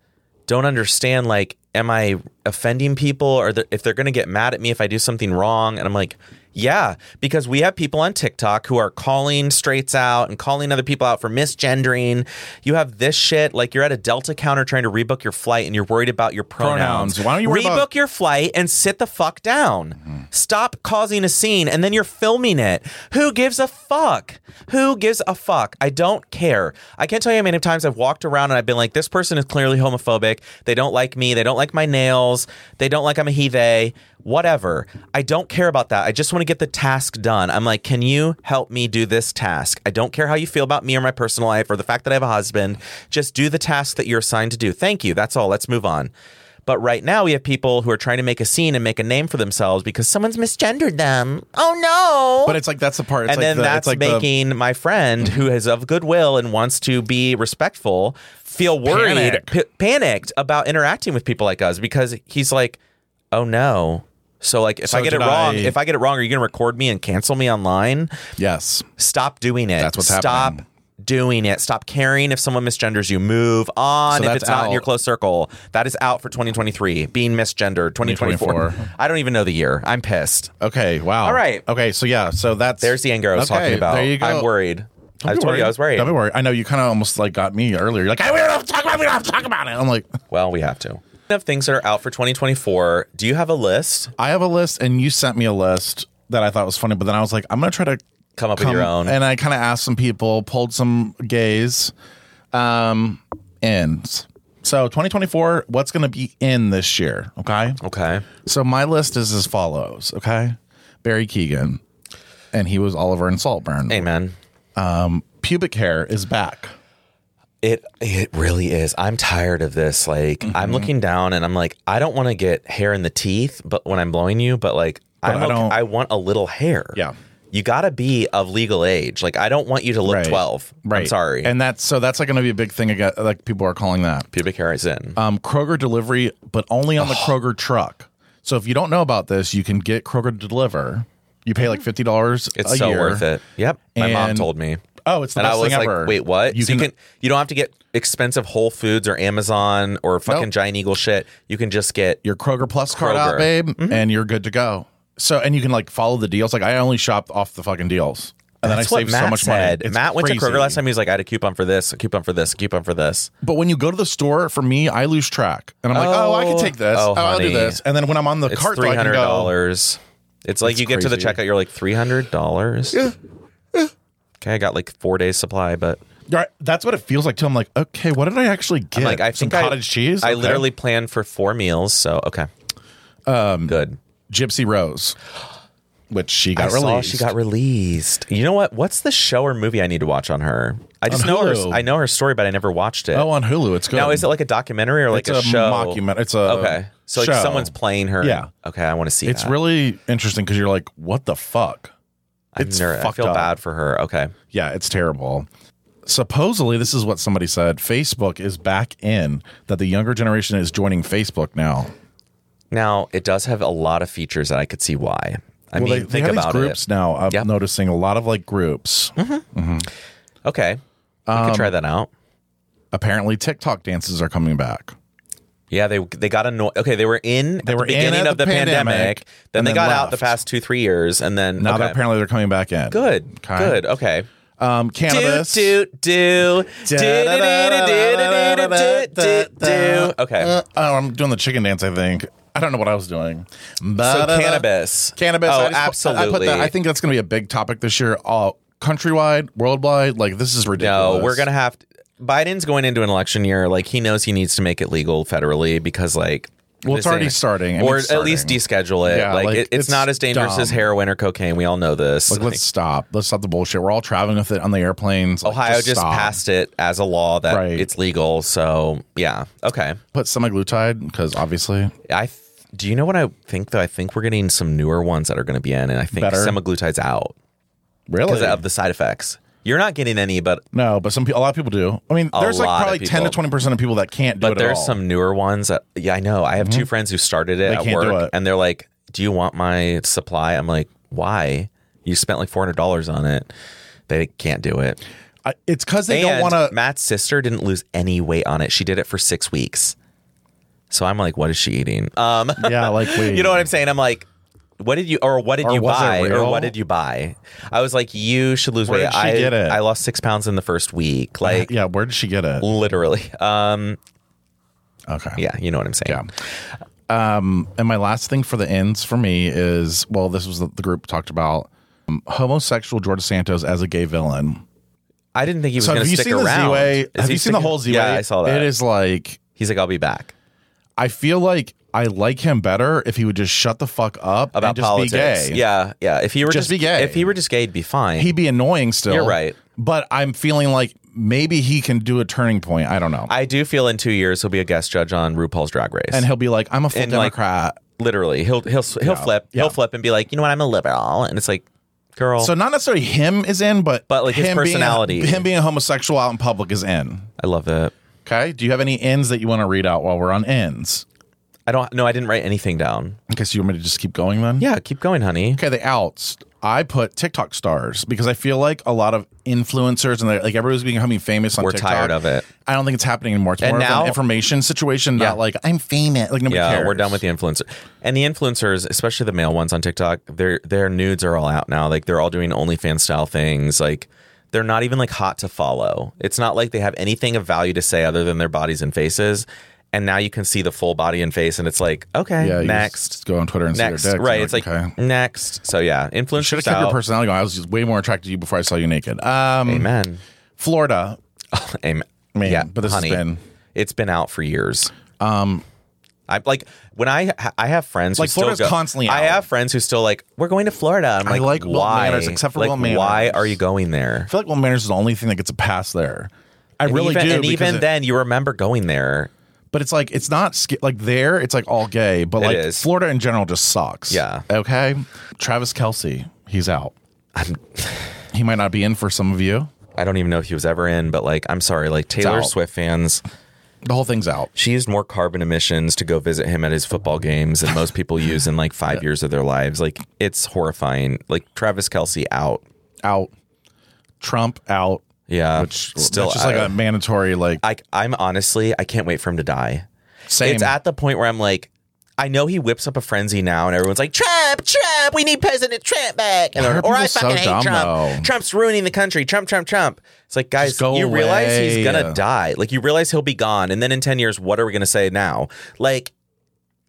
Speaker 2: don't understand. Like, am I offending people, or the, if they're going to get mad at me if I do something wrong? And I'm like, yeah, because we have people on TikTok who are calling straights out and calling other people out for misgendering. You have this shit. Like, you're at a Delta counter trying to rebook your flight, and you're worried about your pronouns.
Speaker 1: Pronouns. Why don't you worry
Speaker 2: rebook
Speaker 1: about-
Speaker 2: your flight and sit the fuck down? Stop causing a scene, and then you're filming it. Who gives a fuck? Who gives a fuck? I don't care. I can't tell you how many times I've walked around and I've been like, this person is clearly homophobic. They don't like me. They don't like my nails. They don't like I'm a he they. Whatever. I don't care about that. I just want to get the task done. I'm like, can you help me do this task? I don't care how you feel about me or my personal life or the fact that I have a husband. Just do the task that you're assigned to do. Thank you. That's all. Let's move on. But right now, we have people who are trying to make a scene and make a name for themselves because someone's misgendered them. Oh no!
Speaker 1: But it's like that's the part. It's
Speaker 2: and
Speaker 1: like
Speaker 2: then
Speaker 1: the,
Speaker 2: that's
Speaker 1: it's like the- Mm-hmm.
Speaker 2: making my friend who is of goodwill and wants to be respectful feel worried,
Speaker 1: Panic.
Speaker 2: p- panicked about interacting with people like us because he's like, oh no. So like, if
Speaker 1: So
Speaker 2: I get it
Speaker 1: did
Speaker 2: wrong,
Speaker 1: I-
Speaker 2: if I get it wrong, are you going to record me and cancel me online?
Speaker 1: yes.
Speaker 2: Stop doing it.
Speaker 1: That's what's
Speaker 2: Stop
Speaker 1: happening.
Speaker 2: doing it. Stop caring if someone misgenders you. Move on
Speaker 1: So
Speaker 2: if
Speaker 1: that's
Speaker 2: it's not in
Speaker 1: out.
Speaker 2: your close circle. That is out for 2023. Being misgendered 2024.
Speaker 1: 2024.
Speaker 2: I don't even know the year. I'm pissed.
Speaker 1: Okay. Wow.
Speaker 2: All right.
Speaker 1: Okay. So yeah. So that's
Speaker 2: There's the anger I was
Speaker 1: Okay,
Speaker 2: talking about.
Speaker 1: There you go.
Speaker 2: I'm worried. I told you I was worried.
Speaker 1: Don't be worried. I know you kind of almost like got me earlier. You're like, I we don't have to talk about. it, We don't have to talk about it. I'm like,
Speaker 2: Well, we have to. Speaking Of things that are out for 2024. Do you have a list?
Speaker 1: I have a list, and you sent me a list that I thought was funny, but then I was like, I'm gonna try to
Speaker 2: Come up with your own.
Speaker 1: And I kind of asked some people, pulled some gays, um, ends. um, So 2024, what's going to be in this year? Okay.
Speaker 2: Okay.
Speaker 1: So my list is as follows. Okay. Barry Keegan, and he was Oliver in Saltburn. Um,
Speaker 2: Amen.
Speaker 1: Pubic hair is back.
Speaker 2: It it really is. I'm tired of this. Like I'm
Speaker 1: Mm-hmm.
Speaker 2: looking down and I'm like, I don't want to get hair in the teeth, but when I'm blowing you, but like I'm
Speaker 1: I
Speaker 2: I,
Speaker 1: don't-
Speaker 2: I want a little hair.
Speaker 1: Yeah.
Speaker 2: You gotta be of legal age. Like I don't want you to look
Speaker 1: Right.
Speaker 2: twelve.
Speaker 1: Right.
Speaker 2: I'm sorry.
Speaker 1: And that's so that's like going to be a big thing. Again, like people are calling that.
Speaker 2: pubic hair is in.
Speaker 1: um, Kroger delivery, but only on the Kroger truck. So if you don't know about this, you can get Kroger to deliver. You pay like fifty dollars.
Speaker 2: it's so worth it. Yep. My mom
Speaker 1: And-
Speaker 2: told me.
Speaker 1: Oh, it's the
Speaker 2: and I
Speaker 1: best
Speaker 2: was
Speaker 1: thing
Speaker 2: like,
Speaker 1: ever.
Speaker 2: wait, what?
Speaker 1: You
Speaker 2: so
Speaker 1: can,
Speaker 2: you can you don't have to get expensive Whole Foods or Amazon or fucking
Speaker 1: Nope.
Speaker 2: Giant Eagle shit. You can just get
Speaker 1: your Kroger Plus card out,
Speaker 2: Kroger. Mm-hmm.
Speaker 1: babe, and you're good to go. So and you can like follow the deals. Like I only shop off the fucking deals, and
Speaker 2: That's
Speaker 1: then I
Speaker 2: what
Speaker 1: save
Speaker 2: Matt
Speaker 1: so much
Speaker 2: said.
Speaker 1: money. It's
Speaker 2: Matt went to
Speaker 1: crazy.
Speaker 2: Kroger last time. He was like, "I had a coupon for this, a coupon for this, a coupon for this."
Speaker 1: But when you go to the store, for me, I lose track, and I'm like, oh, I can
Speaker 2: Oh.
Speaker 1: take this. Oh,
Speaker 2: Oh,
Speaker 1: I'll do
Speaker 2: honey.
Speaker 1: this. And then when I'm on the
Speaker 2: It's
Speaker 1: cart, though,
Speaker 2: three
Speaker 1: I can
Speaker 2: hundred
Speaker 1: go.
Speaker 2: dollars. It's like
Speaker 1: That's
Speaker 2: you get to the
Speaker 1: crazy.
Speaker 2: checkout, you're like three hundred dollars. Okay, I got like four days supply, but
Speaker 1: Right. That's what it feels like. Too. I'm like, okay, what did I actually get?
Speaker 2: I'm like I
Speaker 1: Some
Speaker 2: think I-
Speaker 1: cottage cheese.
Speaker 2: I
Speaker 1: Okay.
Speaker 2: literally planned for four meals, so okay, um, good.
Speaker 1: Gypsy Rose, which she got
Speaker 2: I saw
Speaker 1: released.
Speaker 2: she got released. You know what? What's the show or movie I need to watch on her? I just
Speaker 1: On
Speaker 2: know her.
Speaker 1: Hulu.
Speaker 2: I know her story, but I never watched it.
Speaker 1: oh, on Hulu. It's good.
Speaker 2: now is it like a documentary or like
Speaker 1: It's a
Speaker 2: show?
Speaker 1: mockument- it's a
Speaker 2: okay. So like
Speaker 1: show.
Speaker 2: someone's playing her.
Speaker 1: Yeah.
Speaker 2: Okay, I want to see.
Speaker 1: It's
Speaker 2: that.
Speaker 1: really interesting because you're like, what the fuck?
Speaker 2: I'm
Speaker 1: It's
Speaker 2: ner- I
Speaker 1: fucked
Speaker 2: feel
Speaker 1: up.
Speaker 2: bad for her. Okay.
Speaker 1: Yeah, it's terrible. Supposedly, this is what somebody said. Facebook is back in that the younger generation is joining Facebook now.
Speaker 2: Now it does have a lot of features that I could see why. I mean,
Speaker 1: they,
Speaker 2: think
Speaker 1: they have
Speaker 2: about
Speaker 1: these groups
Speaker 2: it.
Speaker 1: now. I'm
Speaker 2: Yep. Hmm?
Speaker 1: noticing a lot of like groups.
Speaker 2: Okay, we could
Speaker 1: Um,
Speaker 2: try that out.
Speaker 1: Apparently, TikTok dances are coming back.
Speaker 2: Yeah, they they got annoyed. Okay, they were in they at
Speaker 1: were
Speaker 2: the
Speaker 1: in
Speaker 2: beginning
Speaker 1: at
Speaker 2: of
Speaker 1: the
Speaker 2: the, pandemic,
Speaker 1: pandemic,
Speaker 2: then
Speaker 1: and
Speaker 2: they
Speaker 1: then
Speaker 2: got out the
Speaker 1: left.
Speaker 2: past two three years, and then
Speaker 1: Now
Speaker 2: okay.
Speaker 1: that apparently they're coming back in.
Speaker 2: good,
Speaker 1: Okay.
Speaker 2: good, okay.
Speaker 1: Um,
Speaker 2: Do
Speaker 1: cannabis.
Speaker 2: do do do do do do do do do. Okay,
Speaker 1: Uh, oh, I'm doing the chicken dance. I think I don't know what I was doing.
Speaker 2: so
Speaker 1: Ba-da-da.
Speaker 2: cannabis,
Speaker 1: Uh, cannabis.
Speaker 2: Oh,
Speaker 1: I just put- I
Speaker 2: absolutely.
Speaker 1: put that. I think that's going to be a big topic this year. All countrywide, worldwide. Like this is ridiculous.
Speaker 2: No, we're gonna have to, Biden's going into an election year. Like he knows he needs to make it legal federally because like.
Speaker 1: Well, it's
Speaker 2: this
Speaker 1: already
Speaker 2: ain't-
Speaker 1: starting. I mean,
Speaker 2: or
Speaker 1: it's
Speaker 2: at least deschedule it.
Speaker 1: Yeah,
Speaker 2: like,
Speaker 1: like,
Speaker 2: it- it's,
Speaker 1: it's
Speaker 2: not as dangerous
Speaker 1: dumb.
Speaker 2: as heroin or cocaine. We all know this.
Speaker 1: Like, let's stop. Let's stop the bullshit. We're all traveling with it on the airplanes. Like,
Speaker 2: Ohio just,
Speaker 1: stop.
Speaker 2: passed it as a law that
Speaker 1: Right.
Speaker 2: it's legal. So yeah, okay.
Speaker 1: Put semaglutide because obviously
Speaker 2: I th- do you know what I think though? I think we're getting some newer ones that are going to be in, and I think
Speaker 1: Better.
Speaker 2: semaglutide's out
Speaker 1: really
Speaker 2: because of the side effects. You're not getting any, but
Speaker 1: no, but some pe- a lot of people do. I mean,
Speaker 2: A
Speaker 1: there's
Speaker 2: lot
Speaker 1: like
Speaker 2: of
Speaker 1: probably ten to
Speaker 2: people.
Speaker 1: twenty percent of people that can't do it.
Speaker 2: but
Speaker 1: at
Speaker 2: there's
Speaker 1: all. Mm-hmm.
Speaker 2: some newer ones that yeah, I know. I have two friends who started it
Speaker 1: They
Speaker 2: at
Speaker 1: can't do
Speaker 2: work,
Speaker 1: it.
Speaker 2: and they're like, "Do you want my supply?" I'm like, "Why? You spent like four hundred dollars on it." They can't do it.
Speaker 1: I, it's because they don't
Speaker 2: and
Speaker 1: want to.
Speaker 2: Matt's sister didn't lose any weight on it. She did it for six weeks. So I'm like, what is she eating? Um,
Speaker 1: Yeah, like we.
Speaker 2: you know what I'm saying? I'm like, what did you or what did
Speaker 1: Or
Speaker 2: you
Speaker 1: was it
Speaker 2: buy or
Speaker 1: real?
Speaker 2: what did you buy? I was like, you should lose
Speaker 1: Where
Speaker 2: weight.
Speaker 1: did she
Speaker 2: I
Speaker 1: get it? Uh-huh.
Speaker 2: I lost six pounds in the first week, like
Speaker 1: Yeah, where did she get it?
Speaker 2: literally. Um,
Speaker 1: Okay.
Speaker 2: yeah, you know what I'm saying.
Speaker 1: Um, and my last thing for the ends for me is well, this was the, the group talked about um, homosexual George Santos as a gay villain.
Speaker 2: I didn't think he was
Speaker 1: So
Speaker 2: going
Speaker 1: have
Speaker 2: to
Speaker 1: you
Speaker 2: stick
Speaker 1: seen the
Speaker 2: around.
Speaker 1: Z way?
Speaker 2: Is
Speaker 1: Have
Speaker 2: he
Speaker 1: you seen the
Speaker 2: sticking-
Speaker 1: whole Z way?
Speaker 2: Yeah, I saw that.
Speaker 1: It is like
Speaker 2: He's like, I'll be back.
Speaker 1: I feel like I like him better if he would just shut the fuck up
Speaker 2: About
Speaker 1: and just
Speaker 2: politics.
Speaker 1: be gay.
Speaker 2: Yeah, yeah. If he were
Speaker 1: Just
Speaker 2: just,
Speaker 1: be gay.
Speaker 2: If he were just gay, he'd be fine.
Speaker 1: he'd be annoying still.
Speaker 2: You're right.
Speaker 1: but I'm feeling like maybe he can do a turning point. I don't know.
Speaker 2: I do feel in two years he'll be a guest judge on RuPaul's Drag Race,
Speaker 1: and he'll be like, I'm a full
Speaker 2: And, like,
Speaker 1: Democrat.
Speaker 2: literally he'll he'll he'll flip
Speaker 1: Yeah.
Speaker 2: he'll flip and be like, you know what, I'm a liberal, and it's like, girl,
Speaker 1: so not necessarily him is in, but
Speaker 2: But, like, his
Speaker 1: him being a-
Speaker 2: personality.
Speaker 1: him being a homosexual out in public is in.
Speaker 2: I love it.
Speaker 1: Okay. Do you have any ends that you want to read out while we're on ends?
Speaker 2: I don't no, I didn't write anything down.
Speaker 1: Okay, so you want me to just keep going then?
Speaker 2: Yeah, keep going, honey.
Speaker 1: Okay, the outs. I put TikTok stars because I feel like a lot of influencers and like everybody's becoming famous on
Speaker 2: We're
Speaker 1: TikTok.
Speaker 2: tired of it.
Speaker 1: I don't think it's happening anymore. It's
Speaker 2: And
Speaker 1: more of
Speaker 2: now-
Speaker 1: an information situation,
Speaker 2: Yeah.
Speaker 1: not like I'm famous. Like nobody
Speaker 2: Yeah,
Speaker 1: cares.
Speaker 2: we're done with the influencer. And the influencers, especially the male ones on TikTok, their their nudes are all out now. Like they're all doing OnlyFans style things. Like they're not even like hot to follow. It's not like they have anything of value to say other than their bodies and faces. And now you can see the full body and face, and it's like, okay,
Speaker 1: yeah, you
Speaker 2: next.
Speaker 1: just go on Twitter and
Speaker 2: Next,
Speaker 1: see their dicks.
Speaker 2: right?
Speaker 1: You're
Speaker 2: It's like
Speaker 1: okay.
Speaker 2: next. So yeah, influencers
Speaker 1: should have kept your
Speaker 2: out.
Speaker 1: personality going. I was just way more attracted to you before I saw you naked. Um,
Speaker 2: Amen.
Speaker 1: Florida,
Speaker 2: Amen.
Speaker 1: man,
Speaker 2: yeah,
Speaker 1: but this
Speaker 2: honey.
Speaker 1: has been Um,
Speaker 2: It's been out for years. I like when I I have friends
Speaker 1: Like,
Speaker 2: who still
Speaker 1: Florida's
Speaker 2: go,
Speaker 1: constantly
Speaker 2: I
Speaker 1: out.
Speaker 2: have friends who still like we're going to Florida. I'm
Speaker 1: I
Speaker 2: like,
Speaker 1: like Will
Speaker 2: why?
Speaker 1: Manners, except for
Speaker 2: like,
Speaker 1: Will Manners.
Speaker 2: why are you going there?
Speaker 1: I feel like Will Manners is the only thing that gets a pass there. I really
Speaker 2: even,
Speaker 1: do.
Speaker 2: And
Speaker 1: because
Speaker 2: even
Speaker 1: it-
Speaker 2: then, you remember going there.
Speaker 1: but it's like it's not sk- like there. It's like all gay, but
Speaker 2: It
Speaker 1: like
Speaker 2: is.
Speaker 1: Florida in general just sucks.
Speaker 2: Yeah.
Speaker 1: Okay. Travis Kelsey, he's out.
Speaker 2: I'm,
Speaker 1: He might not be in for some of you.
Speaker 2: I don't even know if he was ever in, but like, I'm sorry, like Taylor
Speaker 1: out.
Speaker 2: Swift fans,
Speaker 1: The whole thing's out.
Speaker 2: she used more carbon emissions to go visit him at his football games than most people use in like five years of their lives. Like, it's horrifying. Like Travis Kelsey out.
Speaker 1: Out. Trump out.
Speaker 2: Yeah,
Speaker 1: Which
Speaker 2: still
Speaker 1: still that's just like
Speaker 2: I-
Speaker 1: a mandatory like
Speaker 2: I, I'm honestly, I can't wait for him to die.
Speaker 1: same.
Speaker 2: It's at the point where I'm like, I know he whips up a frenzy now, and everyone's like, Trump, Trump, we need President Trump back. And
Speaker 1: Why
Speaker 2: they're
Speaker 1: are
Speaker 2: like, or
Speaker 1: people
Speaker 2: I
Speaker 1: so
Speaker 2: fucking hate
Speaker 1: dumb,
Speaker 2: Trump.
Speaker 1: though?
Speaker 2: Trump's ruining the country. Trump, Trump, Trump. It's like, guys,
Speaker 1: Just go
Speaker 2: you realize
Speaker 1: away.
Speaker 2: he's gonna die. Like, you realize he'll be gone, and then in ten years, what are we gonna say now? Like,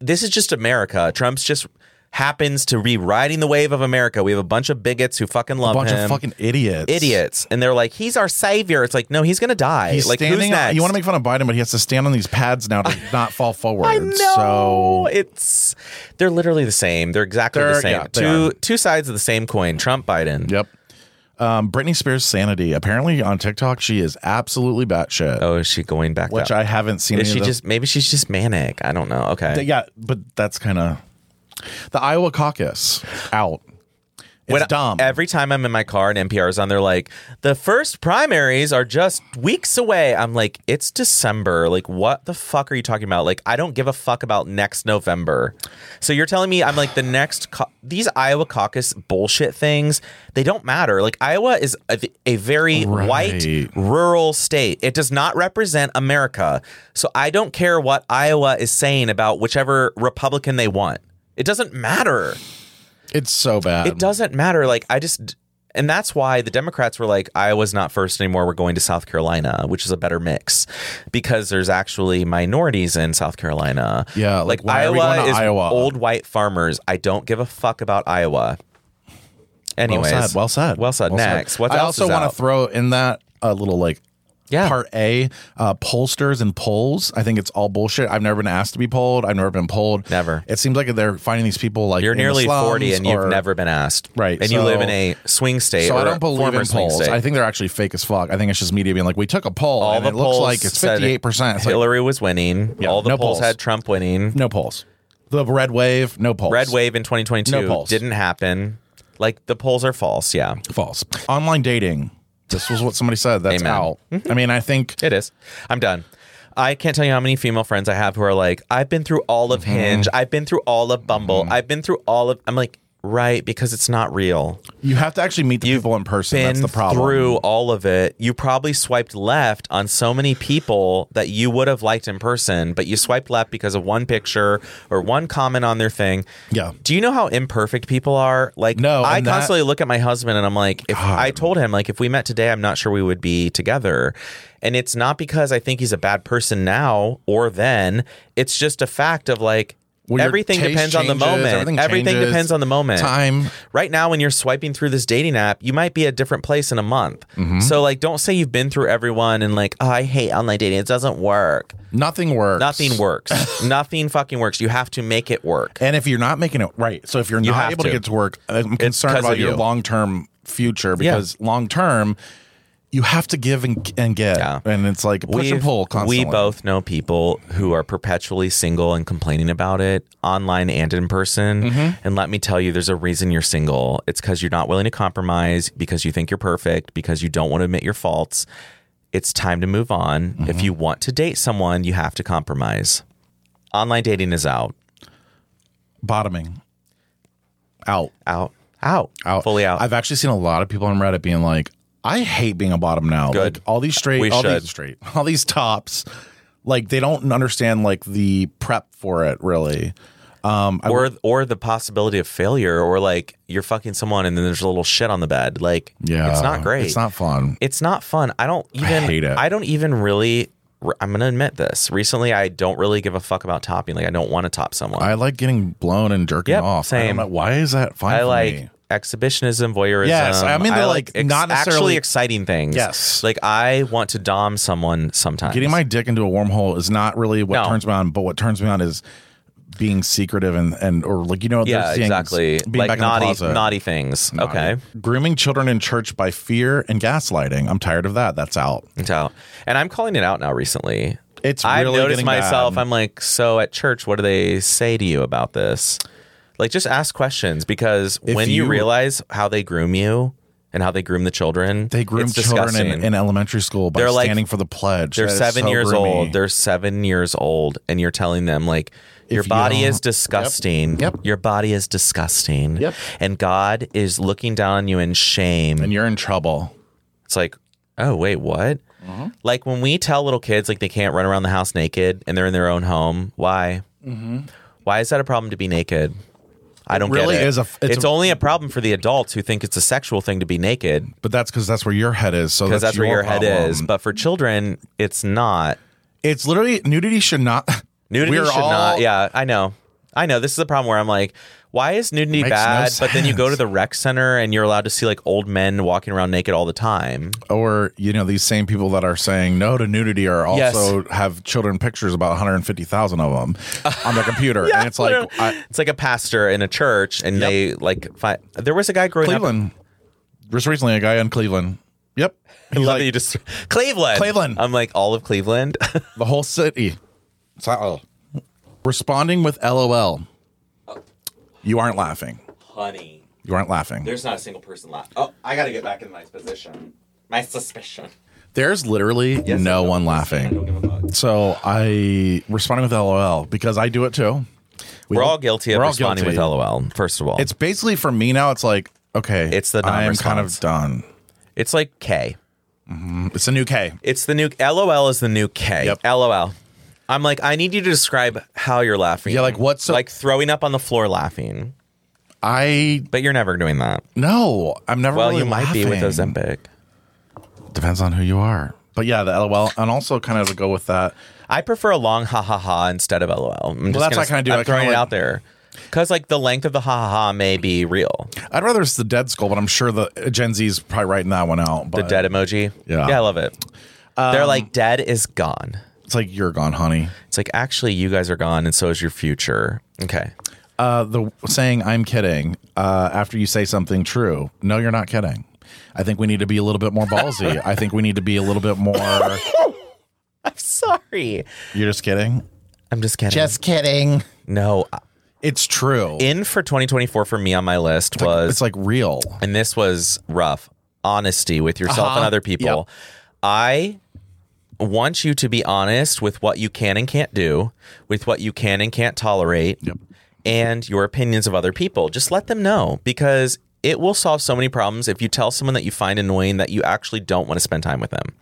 Speaker 2: this is just America. Trump's just happens to be riding the wave of America. We have a bunch of bigots who fucking love
Speaker 1: a bunch
Speaker 2: him.
Speaker 1: of fucking idiots.
Speaker 2: idiots, and they're like, he's our savior. It's like, no, he's gonna die.
Speaker 1: He's
Speaker 2: like,
Speaker 1: standing.
Speaker 2: who's next?
Speaker 1: you want to make fun of Biden, but he has to stand on these pads now to not fall forward.
Speaker 2: I know.
Speaker 1: So
Speaker 2: it's they're literally the same. They're exactly the
Speaker 1: They're-
Speaker 2: same.
Speaker 1: yeah, they
Speaker 2: two
Speaker 1: are.
Speaker 2: two sides of the same coin. Trump, Biden.
Speaker 1: Yep. Um, Britney Spears' sanity. Apparently on TikTok, she is absolutely batshit,
Speaker 2: Oh, is she going back?
Speaker 1: which
Speaker 2: up?
Speaker 1: I haven't seen.
Speaker 2: Is
Speaker 1: any
Speaker 2: she
Speaker 1: of those-
Speaker 2: just maybe she's just manic? I don't know. Okay.
Speaker 1: Yeah, but that's kind of the Iowa caucus out. It's
Speaker 2: When I-
Speaker 1: dumb.
Speaker 2: Every time I'm in my car and NPR's on, they're like, the first primaries are just weeks away. I'm like, it's December. Like, what the fuck are you talking about? Like, I don't give a fuck about next November. So you're telling me I'm like, the next, cau- these Iowa caucus bullshit things, they don't matter. Like, Iowa is a, a very
Speaker 1: Right.
Speaker 2: white, rural state. It does not represent America. So I don't care what Iowa is saying about whichever Republican they want. It doesn't matter.
Speaker 1: it's so bad.
Speaker 2: It doesn't matter. Like I just, and that's why the Democrats were like, Iowa's not first anymore. We're going to South Carolina, which is a better mix because there's actually minorities in South Carolina.
Speaker 1: Yeah, like,
Speaker 2: like,
Speaker 1: why are we
Speaker 2: Iowa
Speaker 1: going to
Speaker 2: is
Speaker 1: Iowa?
Speaker 2: old white farmers. I don't give a fuck about Iowa. Anyways,
Speaker 1: well said. Well said.
Speaker 2: Well said. Next, what
Speaker 1: I
Speaker 2: else
Speaker 1: also
Speaker 2: is
Speaker 1: wanna
Speaker 2: out?
Speaker 1: throw in that a little like
Speaker 2: Yeah.
Speaker 1: part A uh, pollsters and polls. I think it's all bullshit. I've never been asked to be polled. I've never been polled.
Speaker 2: Never.
Speaker 1: It seems like they're finding these people like
Speaker 2: You're
Speaker 1: in the
Speaker 2: nearly
Speaker 1: slums
Speaker 2: forty and
Speaker 1: or-
Speaker 2: you've never been asked,
Speaker 1: Right,
Speaker 2: And you
Speaker 1: so-
Speaker 2: live in a swing state.
Speaker 1: So
Speaker 2: or
Speaker 1: I don't
Speaker 2: a
Speaker 1: believe
Speaker 2: former
Speaker 1: in
Speaker 2: swing
Speaker 1: polls.
Speaker 2: State.
Speaker 1: I think they're actually fake as fuck. I think it's just media being like, we took a poll
Speaker 2: all
Speaker 1: and
Speaker 2: the
Speaker 1: it looks
Speaker 2: polls
Speaker 1: like it's
Speaker 2: said
Speaker 1: 58. percent
Speaker 2: Hillary was winning.
Speaker 1: Yeah,
Speaker 2: all the
Speaker 1: no
Speaker 2: polls
Speaker 1: polls.
Speaker 2: had Trump winning.
Speaker 1: no polls. The red wave, no polls.
Speaker 2: Red wave in 2022
Speaker 1: No polls.
Speaker 2: didn't happen. Like the polls are false. Yeah,
Speaker 1: false. Online dating. This was what somebody said. That's
Speaker 2: Amen.
Speaker 1: out. I mean, I think
Speaker 2: it is. I'm done. I can't tell you how many female friends I have who are like, I've been through all
Speaker 1: Mm-hmm.
Speaker 2: of Hinge. I've been through all of Bumble. I've been through all of. I'm like, right, because it's not real.
Speaker 1: you have to actually meet the people in person.
Speaker 2: Been
Speaker 1: That's the problem.
Speaker 2: through all of it. You probably swiped left on so many people that you would have liked in person, but you swiped left because of one picture or one comment on their thing.
Speaker 1: Yeah.
Speaker 2: Do you know how imperfect people are? Like,
Speaker 1: No,
Speaker 2: I
Speaker 1: and that-
Speaker 2: constantly look at my husband and I'm like, if I told him, like, if we met today, I'm not sure we would be together. And it's not because I think he's a bad person now or then. It's just a fact of like,
Speaker 1: Well, your
Speaker 2: everything
Speaker 1: taste
Speaker 2: depends on the
Speaker 1: changes,
Speaker 2: moment.
Speaker 1: everything changes,
Speaker 2: depends on the moment.
Speaker 1: time.
Speaker 2: Right now, when you're swiping through this dating app, you might be a different place in a month. So, like, don't say you've been through everyone and like, oh, I hate online dating. It doesn't work.
Speaker 1: Nothing works.
Speaker 2: Nothing works. Nothing fucking works. You have to make it work.
Speaker 1: And if you're not making it right, so if you're
Speaker 2: You
Speaker 1: not
Speaker 2: have
Speaker 1: able to.
Speaker 2: to.
Speaker 1: get to work, I'm concerned
Speaker 2: 'cause
Speaker 1: about
Speaker 2: of
Speaker 1: your
Speaker 2: you.
Speaker 1: long term future because long term, you have to give and, and get,
Speaker 2: Yeah.
Speaker 1: and it's like push and
Speaker 2: We've-
Speaker 1: pull constantly.
Speaker 2: We both know people who are perpetually single and complaining about it online and in person.
Speaker 1: Mm-hmm.
Speaker 2: And let me tell you, there's a reason you're single. It's because you're not willing to compromise, because you think you're perfect, because you don't want to admit your faults. It's time to move on.
Speaker 1: Mm-hmm.
Speaker 2: If you want to date someone, you have to compromise. Online dating is out,
Speaker 1: bottoming out.
Speaker 2: out, out,
Speaker 1: out.
Speaker 2: fully out.
Speaker 1: I've actually seen a lot of people on Reddit being like, "I hate being a bottom now.
Speaker 2: Good.
Speaker 1: Like, all these straight,
Speaker 2: We
Speaker 1: all
Speaker 2: should.
Speaker 1: these straight, all these tops, like they don't understand like the prep for it really." Um, I,
Speaker 2: or, or the possibility of failure, or like you're fucking someone and then there's a little shit on the bed. Like,
Speaker 1: yeah,
Speaker 2: it's not great.
Speaker 1: It's not fun.
Speaker 2: it's not fun. I don't even
Speaker 1: hate it.
Speaker 2: I don't even really I'm going to admit this. Recently I don't really give a fuck about topping. Like I don't want to top someone.
Speaker 1: I like getting blown and jerking
Speaker 2: Yep,
Speaker 1: off. I don't
Speaker 2: same.
Speaker 1: know- why is that fine?
Speaker 2: I
Speaker 1: for
Speaker 2: like
Speaker 1: me?
Speaker 2: exhibitionism, voyeurism.
Speaker 1: Yes, I mean, they're, like, not necessarily-
Speaker 2: actually exciting things.
Speaker 1: Yes.
Speaker 2: like I want to dom someone sometimes.
Speaker 1: Getting my dick into a wormhole is not really what
Speaker 2: No.
Speaker 1: turns me on, but what turns me on is being secretive and, and or like you know
Speaker 2: yeah,
Speaker 1: there's things-
Speaker 2: exactly. Like
Speaker 1: in the
Speaker 2: naughty,
Speaker 1: closet.
Speaker 2: naughty things. Okay,
Speaker 1: grooming children in church by fear and gaslighting. I'm tired of that. That's out.
Speaker 2: it's out, and I'm calling it out now. Recently,
Speaker 1: It's
Speaker 2: I've
Speaker 1: really
Speaker 2: noticed
Speaker 1: getting bad.
Speaker 2: myself. I'm like, so at church, what do they say to you about this? Like, just ask questions because
Speaker 1: If
Speaker 2: when you,
Speaker 1: you-
Speaker 2: realize how they groom you and how they groom the children,
Speaker 1: They groom
Speaker 2: it's
Speaker 1: children
Speaker 2: disgusting.
Speaker 1: in, in elementary school by
Speaker 2: They're like-
Speaker 1: standing for the pledge.
Speaker 2: They're
Speaker 1: That is
Speaker 2: seven
Speaker 1: so
Speaker 2: years
Speaker 1: groomy.
Speaker 2: old. They're seven years old, and you're telling them like your
Speaker 1: you
Speaker 2: body
Speaker 1: don't-
Speaker 2: is disgusting.
Speaker 1: Yep, yep.
Speaker 2: Your body is disgusting.
Speaker 1: Yep.
Speaker 2: And God is looking down on you in shame.
Speaker 1: and you're in trouble.
Speaker 2: it's like, oh wait, what?
Speaker 1: Mm-hmm.
Speaker 2: Like when we tell little kids like they can't run around the house naked and they're in their own home. Why? Why is that a problem to be naked? I don't
Speaker 1: Mm-hmm. really
Speaker 2: get it.
Speaker 1: is a-
Speaker 2: It's,
Speaker 1: it's a-
Speaker 2: only a problem for the adults who think it's a sexual thing to be naked
Speaker 1: But that's because that's where your head is. So
Speaker 2: because that's, where your head
Speaker 1: problem.
Speaker 2: is. But for children, it's not.
Speaker 1: it's literally nudity should not.
Speaker 2: Nudity
Speaker 1: we're
Speaker 2: should
Speaker 1: all-
Speaker 2: not. Yeah, I know. I know. This is a problem where I'm like, why is nudity
Speaker 1: Makes no
Speaker 2: bad? but then you go to
Speaker 1: sense.
Speaker 2: the rec center and you're allowed to see like old men walking around naked all the time.
Speaker 1: Or you know these same people that are saying no to nudity are
Speaker 2: Yes.
Speaker 1: also have children pictures about 150,000 of them on their computer, and it's like I,
Speaker 2: it's like a pastor in a church, and
Speaker 1: Yep.
Speaker 2: they like. Fi- there was a guy growing up.
Speaker 1: Cleveland. Just recently, a guy in Cleveland. Yep,
Speaker 2: I
Speaker 1: He's
Speaker 2: love
Speaker 1: like,
Speaker 2: that you just Cleveland.
Speaker 1: Cleveland.
Speaker 2: I'm like all of Cleveland.
Speaker 1: the whole city. It's not- oh. Responding with LOL. You aren't laughing.
Speaker 2: Honey,
Speaker 1: You aren't laughing.
Speaker 2: there's not a single person left. Oh, I got to get back in my position. My suspicion.
Speaker 1: There's literally no one laughing.
Speaker 2: give a fuck.
Speaker 1: So I responding with LOL because I do it too. We
Speaker 2: We're
Speaker 1: all-
Speaker 2: all guilty of
Speaker 1: we're all
Speaker 2: responding
Speaker 1: guilty.
Speaker 2: with LOL. First of all,
Speaker 1: It's basically for me now. It's like okay,
Speaker 2: It's the
Speaker 1: I am kind of
Speaker 2: non-response.
Speaker 1: done.
Speaker 2: it's like K.
Speaker 1: It's a new K.
Speaker 2: It's the new LOL is the new K.
Speaker 1: Yep.
Speaker 2: LOL. I'm like, I need you to describe how you're laughing.
Speaker 1: Yeah, like, what's so-
Speaker 2: like throwing up on the floor laughing,
Speaker 1: I
Speaker 2: but you're never doing that.
Speaker 1: no, I'm never.
Speaker 2: Well,
Speaker 1: really
Speaker 2: you might be with
Speaker 1: laughing.
Speaker 2: Ozempic.
Speaker 1: Depends on who you are. But yeah, the LOL, and also kind of to go with that.
Speaker 2: I prefer a long ha ha ha instead of LOL. I'm just
Speaker 1: that's what I
Speaker 2: gonna,
Speaker 1: kinda do.
Speaker 2: I'm
Speaker 1: I kinda
Speaker 2: throwing it
Speaker 1: like-
Speaker 2: out there because like the length of the ha ha ha may be real.
Speaker 1: I'd rather it's the dead skull, but I'm sure the Gen Z's probably writing that one out. But
Speaker 2: The dead emoji.
Speaker 1: Uh, Yeah. Um,
Speaker 2: yeah, I love it. They're like dead is gone.
Speaker 1: It's like you're gone, honey.
Speaker 2: It's like actually you guys are gone, and so is your future. Okay.
Speaker 1: Uh, the saying "I'm kidding" uh, after you say something true. No, you're not kidding. I think we need to be a little bit more ballsy. I think we need to be a little bit more.
Speaker 2: I'm sorry.
Speaker 1: You're just kidding.
Speaker 2: I'm just kidding.
Speaker 1: kidding.
Speaker 2: no. uh,
Speaker 1: It's true.
Speaker 2: In for 2024 for me on my list was
Speaker 1: it's like real.
Speaker 2: and this was rough honesty with yourself
Speaker 1: Uh-huh.
Speaker 2: and other people. I want you to be honest with what you can and can't do, with what you can and can't tolerate, and your opinions of other people. Just let them know because it will solve so many problems if you tell someone that you find annoying that you actually don't want to spend time with them.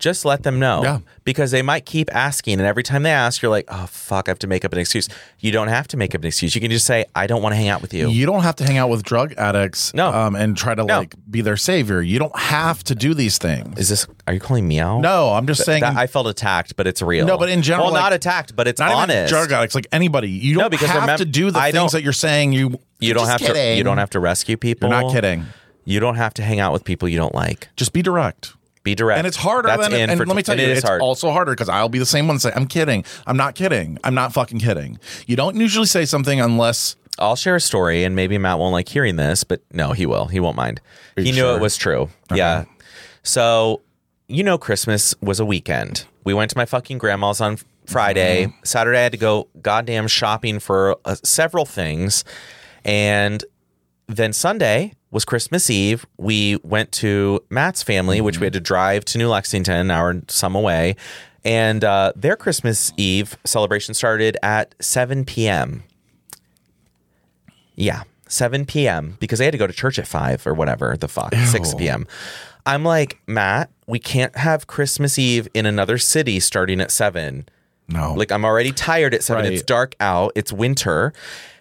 Speaker 2: Just let them know
Speaker 1: Yeah.
Speaker 2: because they might keep asking. And every time they ask, you're like, oh, fuck, I have to make up an excuse. You don't have to make up an excuse. You can just say, I don't want to hang out with you.
Speaker 1: You don't have to hang out with drug addicts
Speaker 2: No.
Speaker 1: um, and try to
Speaker 2: No.
Speaker 1: like be their savior. You don't have to do these things.
Speaker 2: Is this, are you calling me out?
Speaker 1: No, I'm just saying.
Speaker 2: That- I felt attacked, but it's real.
Speaker 1: No, but in general,
Speaker 2: well, not
Speaker 1: like-
Speaker 2: attacked, but it's
Speaker 1: not even
Speaker 2: honest.
Speaker 1: drug addicts, like anybody. You
Speaker 2: No,
Speaker 1: don't
Speaker 2: because
Speaker 1: have
Speaker 2: remem-
Speaker 1: to do the
Speaker 2: I don't-
Speaker 1: things that you're saying. You
Speaker 2: you don't have to. You don't have to rescue people.
Speaker 1: You're not kidding.
Speaker 2: You don't have to hang out with people you don't like.
Speaker 1: Just be direct.
Speaker 2: Be direct.
Speaker 1: And it's harder
Speaker 2: That's
Speaker 1: than.
Speaker 2: in
Speaker 1: And
Speaker 2: for-
Speaker 1: let me tell
Speaker 2: and
Speaker 1: you,
Speaker 2: it is
Speaker 1: it's
Speaker 2: hard.
Speaker 1: also harder because I'll be the same one. Say, I'm kidding. I'm not kidding. I'm not fucking kidding. You don't usually say something unless
Speaker 2: I'll share a story, and maybe Matt won't like hearing this, but no, he will. He won't mind. He knew
Speaker 1: sure?
Speaker 2: it was true. Yeah. So, you know, Christmas was a weekend. We went to my fucking grandma's on Friday. Saturday, I had to go goddamn shopping for uh, several things. And then Sunday was Christmas Eve. We went to Matt's family, which we had to drive to New Lexington, an hour and some away. And uh, their Christmas Eve celebration started at 7 p.m. Yeah, 7 p.m. because they had to go to church at 5 or whatever the fuck, 6 p.m. I'm like, Matt, we can't have Christmas Eve in another city starting at 7.
Speaker 1: no.
Speaker 2: Like, I'm already tired at 7. It's
Speaker 1: Right.
Speaker 2: dark out, it's winter.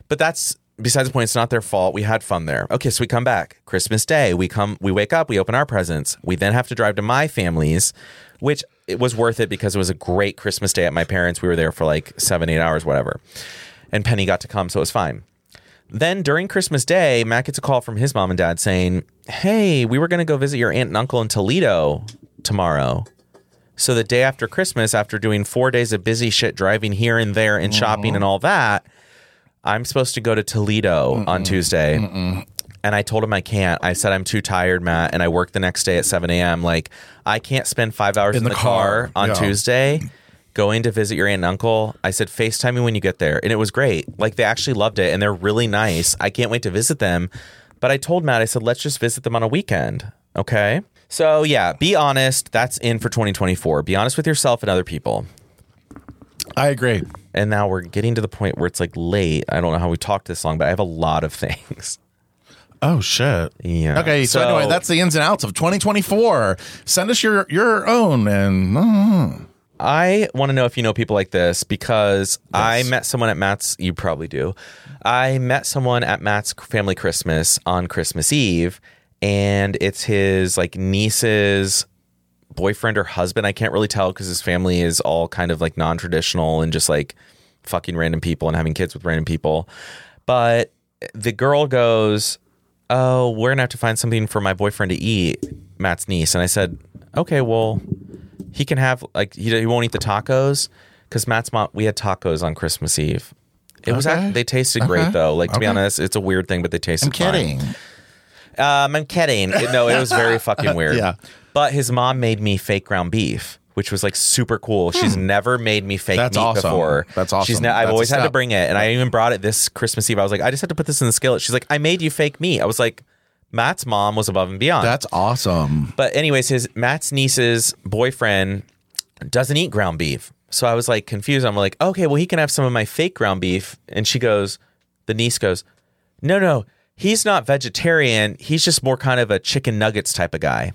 Speaker 2: But that's besides the point, it's not their fault. We had fun there. Okay, so we come back Christmas Day. We come, we wake up, we open our presents. We then have to drive to my family's, which it was worth it because it was a great Christmas day at my parents. We were there for like seven, eight hours, whatever. And Penny got to come, so it was fine. Then during Christmas Day, Matt gets a call from his mom and dad saying, Hey, we were going to go visit your aunt and uncle in Toledo tomorrow. So the day after Christmas, after doing four days of busy shit driving here and there and shopping and all that, I'm supposed to go to Toledo on Tuesday. And I told him I can't. I said I'm too tired, Matt, and I work the next day at 7 a.m. Like I can't spend five hours in, the, car, on
Speaker 1: yeah.
Speaker 2: Tuesday going to visit your aunt and uncle. I said FaceTime me when you get there, and it was great. Like they actually loved it, and they're really nice. I can't wait to visit them. But I told Matt, I said let's just visit them on a weekend, okay? So yeah, be honest. That's in for 2024. Be honest with yourself and other people
Speaker 1: I agree.
Speaker 2: and now we're getting to the point where it's like late. I don't know how we talked this long, but I have a lot of things.
Speaker 1: Oh shit.
Speaker 2: Yeah.
Speaker 1: Okay, so,
Speaker 2: So-
Speaker 1: anyway, that's the ins and outs of 2024. Send us your your own and mm,
Speaker 2: I want to know if you know people like this because I met someone at Matt's. You probably do. I met someone at Matt's family Christmas on Christmas Eve, and it's his like niece's boyfriend or husband. I can't really tell because his family is all kind of like non traditional and just like fucking random people and having kids with random people. But the girl goes, Oh, we're going to have to find something for my boyfriend to eat, Matt's niece. And I said, Okay, well, he can have, like, he, he won't eat the tacos because Matt's mom, we had tacos on Christmas Eve. It was,
Speaker 1: Okay. Uh-huh.
Speaker 2: act- they tasted great though. Like, to be honest, it's a weird thing, but they tasted
Speaker 1: I'm kidding.
Speaker 2: Fine. Um, I'm kidding. It- No, it was very fucking weird.
Speaker 1: Yeah.
Speaker 2: But his mom made me fake ground beef, which was like super cool. She's never made me fake
Speaker 1: Hmm. That's
Speaker 2: meat
Speaker 1: awesome.
Speaker 2: before.
Speaker 1: That's
Speaker 2: She's
Speaker 1: awesome.
Speaker 2: ne- I've
Speaker 1: That's a
Speaker 2: always had to
Speaker 1: step.
Speaker 2: bring it, and I even brought it this Christmas Eve. I was like, I just had to put this in the skillet. She's like, I made you fake meat. I was like, Matt's mom was above and beyond.
Speaker 1: That's awesome.
Speaker 2: But anyways, his Matt's niece's boyfriend doesn't eat ground beef. So I was like confused. I'm like, okay, well he can have some of my fake ground beef. And she goes, the niece goes, no, no, he's not vegetarian. He's just more kind of a chicken nuggets type of guy.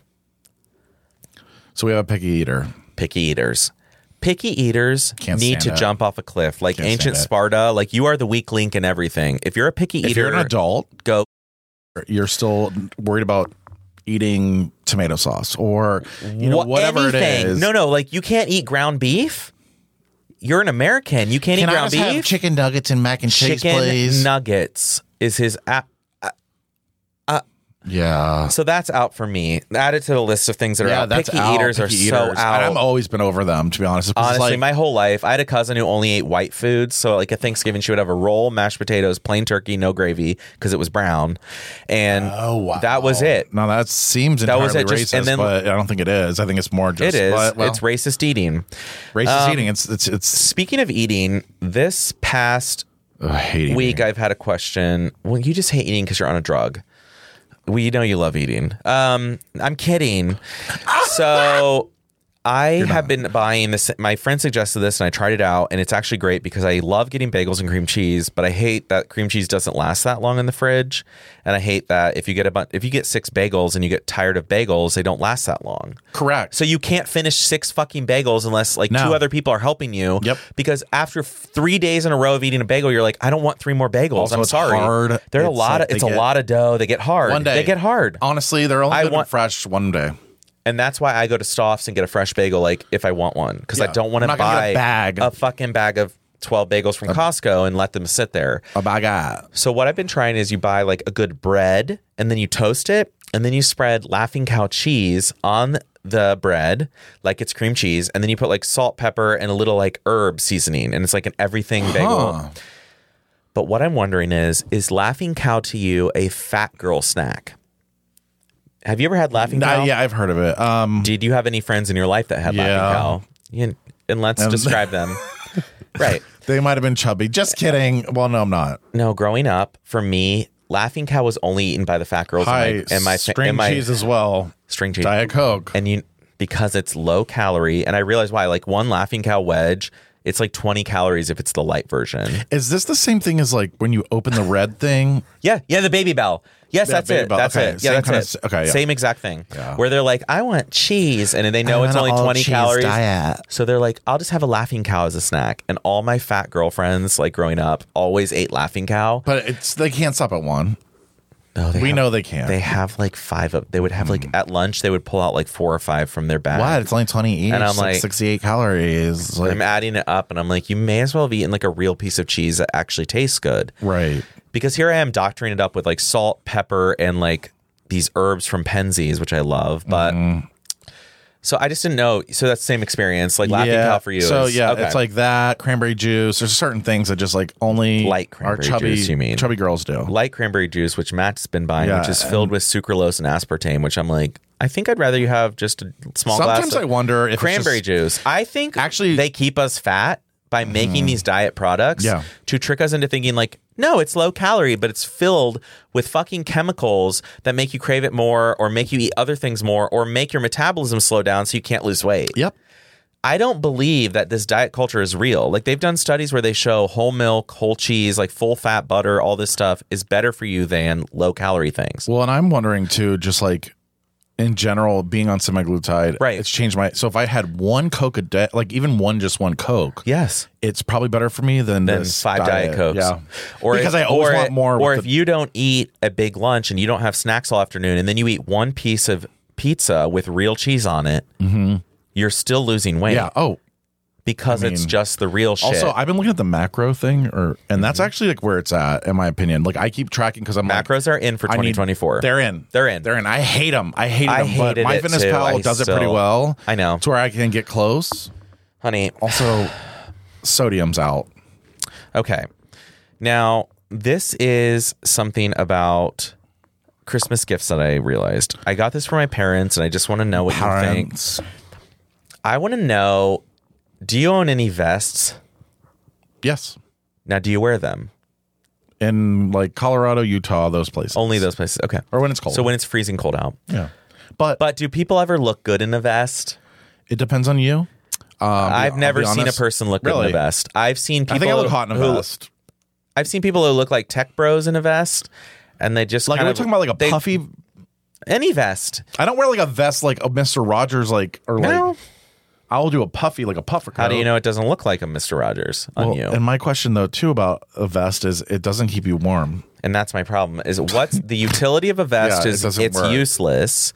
Speaker 1: So we have a picky eater.
Speaker 2: Picky eaters. Picky eaters
Speaker 1: Can't
Speaker 2: need
Speaker 1: stand
Speaker 2: to
Speaker 1: it.
Speaker 2: jump off a cliff, like
Speaker 1: Can't stand
Speaker 2: ancient
Speaker 1: it.
Speaker 2: Sparta. Like you are the weak link in everything. If you're a picky
Speaker 1: If
Speaker 2: eater,
Speaker 1: you're an adult,
Speaker 2: go
Speaker 1: you're still worried about eating tomato sauce or you know
Speaker 2: Wha-
Speaker 1: whatever it
Speaker 2: anything.
Speaker 1: is.
Speaker 2: No, no, like you can't eat ground beef. You're an American. You can't
Speaker 1: Can I
Speaker 2: eat ground
Speaker 1: just
Speaker 2: beef.
Speaker 1: have chicken nuggets and mac and cheese,
Speaker 2: chicken
Speaker 1: please?
Speaker 2: nuggets is his app.
Speaker 1: yeah.
Speaker 2: So that's out for me. Add it to the list of things that are
Speaker 1: Yeah,
Speaker 2: out.
Speaker 1: that's
Speaker 2: picky
Speaker 1: out.
Speaker 2: eaters
Speaker 1: Picky
Speaker 2: are so
Speaker 1: eaters.
Speaker 2: out.
Speaker 1: And I've always been over them, to be honest. It's
Speaker 2: Honestly,
Speaker 1: like,
Speaker 2: my whole life, I had a cousin who only ate white food. So, like at Thanksgiving, she would have a roll, mashed potatoes, plain turkey, no gravy, because it was brown, and
Speaker 1: Oh,
Speaker 2: that was it.
Speaker 1: no, that seems
Speaker 2: That
Speaker 1: entirely
Speaker 2: was it,
Speaker 1: racist,
Speaker 2: just- and then-
Speaker 1: but I don't think it is. I think it's more just
Speaker 2: it is.
Speaker 1: but, well,
Speaker 2: it's um, racist eating.
Speaker 1: racist eating. It's it's it's
Speaker 2: Speaking of eating, this past
Speaker 1: Ugh, hating.
Speaker 2: week I've had a question. Well, you just hate eating because you're on a drug. We know you love eating. Um, I'm kidding. So I have been buying this. My friend suggested this, and I tried it out, and it's actually great because I love getting bagels and cream cheese, but I hate that cream cheese doesn't last that long in the fridge, and I hate that if you get a bun- if you get six bagels and you get tired of bagels, they don't last that long.
Speaker 1: correct.
Speaker 2: So you can't finish six fucking bagels unless like
Speaker 1: No.
Speaker 2: two other people are helping you.
Speaker 1: Yep.
Speaker 2: Because after f- three days in a row of eating a bagel, you're like, I don't want three more bagels.
Speaker 1: Also,
Speaker 2: I'm
Speaker 1: it's
Speaker 2: sorry.
Speaker 1: hard.
Speaker 2: There are a
Speaker 1: It's
Speaker 2: lot.
Speaker 1: like
Speaker 2: of,
Speaker 1: they
Speaker 2: it's a
Speaker 1: get-
Speaker 2: lot of dough. They get hard.
Speaker 1: one day
Speaker 2: they get hard,
Speaker 1: Honestly, they're only
Speaker 2: I
Speaker 1: good and
Speaker 2: want-
Speaker 1: fresh one day.
Speaker 2: and that's why I go to Stoff's and get a fresh bagel, like if I want one, because I
Speaker 1: Yeah.
Speaker 2: don't want
Speaker 1: I'm
Speaker 2: to
Speaker 1: not gonna
Speaker 2: buy
Speaker 1: get a bag. Uh,
Speaker 2: fucking bag of twelve bagels from Costco and let them sit there.
Speaker 1: Oh my god.
Speaker 2: So what I've been trying is you buy like a good bread and then you toast it and then you spread laughing cow cheese on the bread like it's cream cheese and then you put like salt, pepper and a little like herb seasoning and it's like an everything bagel. But what I'm wondering is is laughing cow to you a fat girl snack? Have you ever had laughing cow?
Speaker 1: Nah, yeah, I've heard of it. Um,
Speaker 2: Did you have any friends in your life that had
Speaker 1: Yeah.
Speaker 2: laughing cow? You- and let's describe them. right.
Speaker 1: they might have been chubby. Just kidding. Well, no, I'm not.
Speaker 2: No, growing up for me, Laughing Cow was only eaten by the fat girls in my-
Speaker 1: Hi,
Speaker 2: in my fa-
Speaker 1: string
Speaker 2: in my,
Speaker 1: cheese as well.
Speaker 2: string cheese,
Speaker 1: Diet Coke.
Speaker 2: and you because it's low calorie. And I realized why. Like one Laughing Cow wedge, it's like twenty calories if it's the light version.
Speaker 1: Is this the same thing as like when you open the red thing?
Speaker 2: Yeah, yeah, the baby bell. Yes,
Speaker 1: Yeah,
Speaker 2: that's
Speaker 1: Baby
Speaker 2: it.
Speaker 1: Bell.
Speaker 2: That's
Speaker 1: Okay,
Speaker 2: it.
Speaker 1: same
Speaker 2: Yeah,
Speaker 1: kinda
Speaker 2: that's
Speaker 1: s-
Speaker 2: it.
Speaker 1: okay, yeah.
Speaker 2: Same exact thing. Where they're like, I want cheese, and they know
Speaker 1: I
Speaker 2: it's
Speaker 1: want
Speaker 2: only
Speaker 1: an
Speaker 2: twenty
Speaker 1: all-cheese
Speaker 2: calories.
Speaker 1: diet.
Speaker 2: So they're like, I'll just have a laughing cow as a snack. And all my fat girlfriends, like growing up, always ate laughing cow.
Speaker 1: But it's they can't stop at one.
Speaker 2: No, they
Speaker 1: We
Speaker 2: have-
Speaker 1: know they can't.
Speaker 2: They have like five of. They would have like at lunch. They would pull out like four or five from their bag.
Speaker 1: Hmm. What? It's only twenty each.
Speaker 2: And I'm
Speaker 1: It's like,
Speaker 2: like-
Speaker 1: sixty-eight calories. Like,
Speaker 2: I'm adding it up, and I'm like, you may as well have eaten like a real piece of cheese that actually tastes good.
Speaker 1: right.
Speaker 2: because here I am doctoring it up with like salt, pepper, and like these herbs from Penzies, which I love. But so I just didn't know. So that's the same experience, like laughing
Speaker 1: Mm-hmm. yeah.
Speaker 2: cow for you.
Speaker 1: So
Speaker 2: is-
Speaker 1: yeah,
Speaker 2: okay.
Speaker 1: it's like that cranberry juice. There's certain things that just like only
Speaker 2: Light
Speaker 1: our
Speaker 2: cranberry
Speaker 1: chubby
Speaker 2: juice, you mean.
Speaker 1: chubby girls do.
Speaker 2: light cranberry juice, which Matt's been buying,
Speaker 1: Yeah,
Speaker 2: which is filled with sucralose and aspartame, which I'm like, I think I'd rather you have just a small glass.
Speaker 1: Sometimes
Speaker 2: of
Speaker 1: I wonder if it's
Speaker 2: cranberry
Speaker 1: just-
Speaker 2: juice. I think
Speaker 1: Actually- Mm-hmm.
Speaker 2: actually they keep us fat by making these diet products
Speaker 1: Yeah.
Speaker 2: to trick us into thinking like, no, it's low calorie, but it's filled with fucking chemicals that make you crave it more, or make you eat other things more, or make your metabolism slow down so you can't lose weight.
Speaker 1: Yep.
Speaker 2: I don't believe that this diet culture is real. Like they've done studies where they show whole milk, whole cheese, like full fat butter, all this stuff is better for you than low calorie things.
Speaker 1: Well, and I'm wondering too, just like in general, being on semaglutide,
Speaker 2: Right.
Speaker 1: It's changed my. So if I had one Coke a day, like even one, just one Coke,
Speaker 2: Yes.
Speaker 1: it's probably better for me than,
Speaker 2: Than
Speaker 1: this
Speaker 2: five diet, cokes,
Speaker 1: Yeah,
Speaker 2: or
Speaker 1: because
Speaker 2: if-
Speaker 1: I always
Speaker 2: or
Speaker 1: want more.
Speaker 2: Or
Speaker 1: with
Speaker 2: if
Speaker 1: the-
Speaker 2: you don't eat a big lunch and you don't have snacks all afternoon, and then you eat one piece of pizza with real cheese on it, you're still losing weight.
Speaker 1: Mm-hmm. yeah. Oh,
Speaker 2: because
Speaker 1: I mean-
Speaker 2: it's just the real shit. Mm-hmm.
Speaker 1: also, I've been looking at the macro thing, or and that's actually like where it's at, in my opinion. Like I keep tracking because I'm like,
Speaker 2: macros are in for
Speaker 1: I need-
Speaker 2: 2024.
Speaker 1: they're in.
Speaker 2: They're in.
Speaker 1: They're in. I hate them. I hated
Speaker 2: I
Speaker 1: them. But
Speaker 2: hated
Speaker 1: my
Speaker 2: it
Speaker 1: fitness
Speaker 2: too.
Speaker 1: pal
Speaker 2: I
Speaker 1: does it pretty
Speaker 2: still-
Speaker 1: well.
Speaker 2: I know.
Speaker 1: It's where I can get close.
Speaker 2: honey.
Speaker 1: Also, sodium's out.
Speaker 2: Okay. Now, this is something about Christmas gifts that I realized. I got this for my parents and I just want to know what you think.
Speaker 1: Parents.
Speaker 2: I want to know do you own any vests?
Speaker 1: Yes.
Speaker 2: Now, do you wear them?
Speaker 1: In like Colorado, Utah, those places.
Speaker 2: Only those places. Okay.
Speaker 1: Or when it's cold.
Speaker 2: So when it's freezing cold out.
Speaker 1: Yeah. But,
Speaker 2: But do people ever look good in a vest?
Speaker 1: it depends on you. Um,
Speaker 2: I've
Speaker 1: I'll
Speaker 2: never
Speaker 1: be
Speaker 2: seen a
Speaker 1: honest.
Speaker 2: person look good in
Speaker 1: Really?
Speaker 2: a vest. I've seen people
Speaker 1: I think I look hot in a
Speaker 2: who-
Speaker 1: vest.
Speaker 2: I've seen people who look like tech bros in a vest and they just
Speaker 1: Like,
Speaker 2: kind
Speaker 1: are we
Speaker 2: of-
Speaker 1: talking about like a
Speaker 2: they-
Speaker 1: puffy?
Speaker 2: any vest.
Speaker 1: I don't wear like a vest like a Mister Rogers like or like.
Speaker 2: No.
Speaker 1: I'll do a puffy like a puffer.
Speaker 2: How do you
Speaker 1: coat.
Speaker 2: know it doesn't look like a Mr. Rogers on
Speaker 1: Well,
Speaker 2: you?
Speaker 1: And my question though too about a vest is it doesn't keep you warm.
Speaker 2: and that's my problem is what's the utility of a vest
Speaker 1: Yeah, it
Speaker 2: is
Speaker 1: doesn't
Speaker 2: it's
Speaker 1: work.
Speaker 2: useless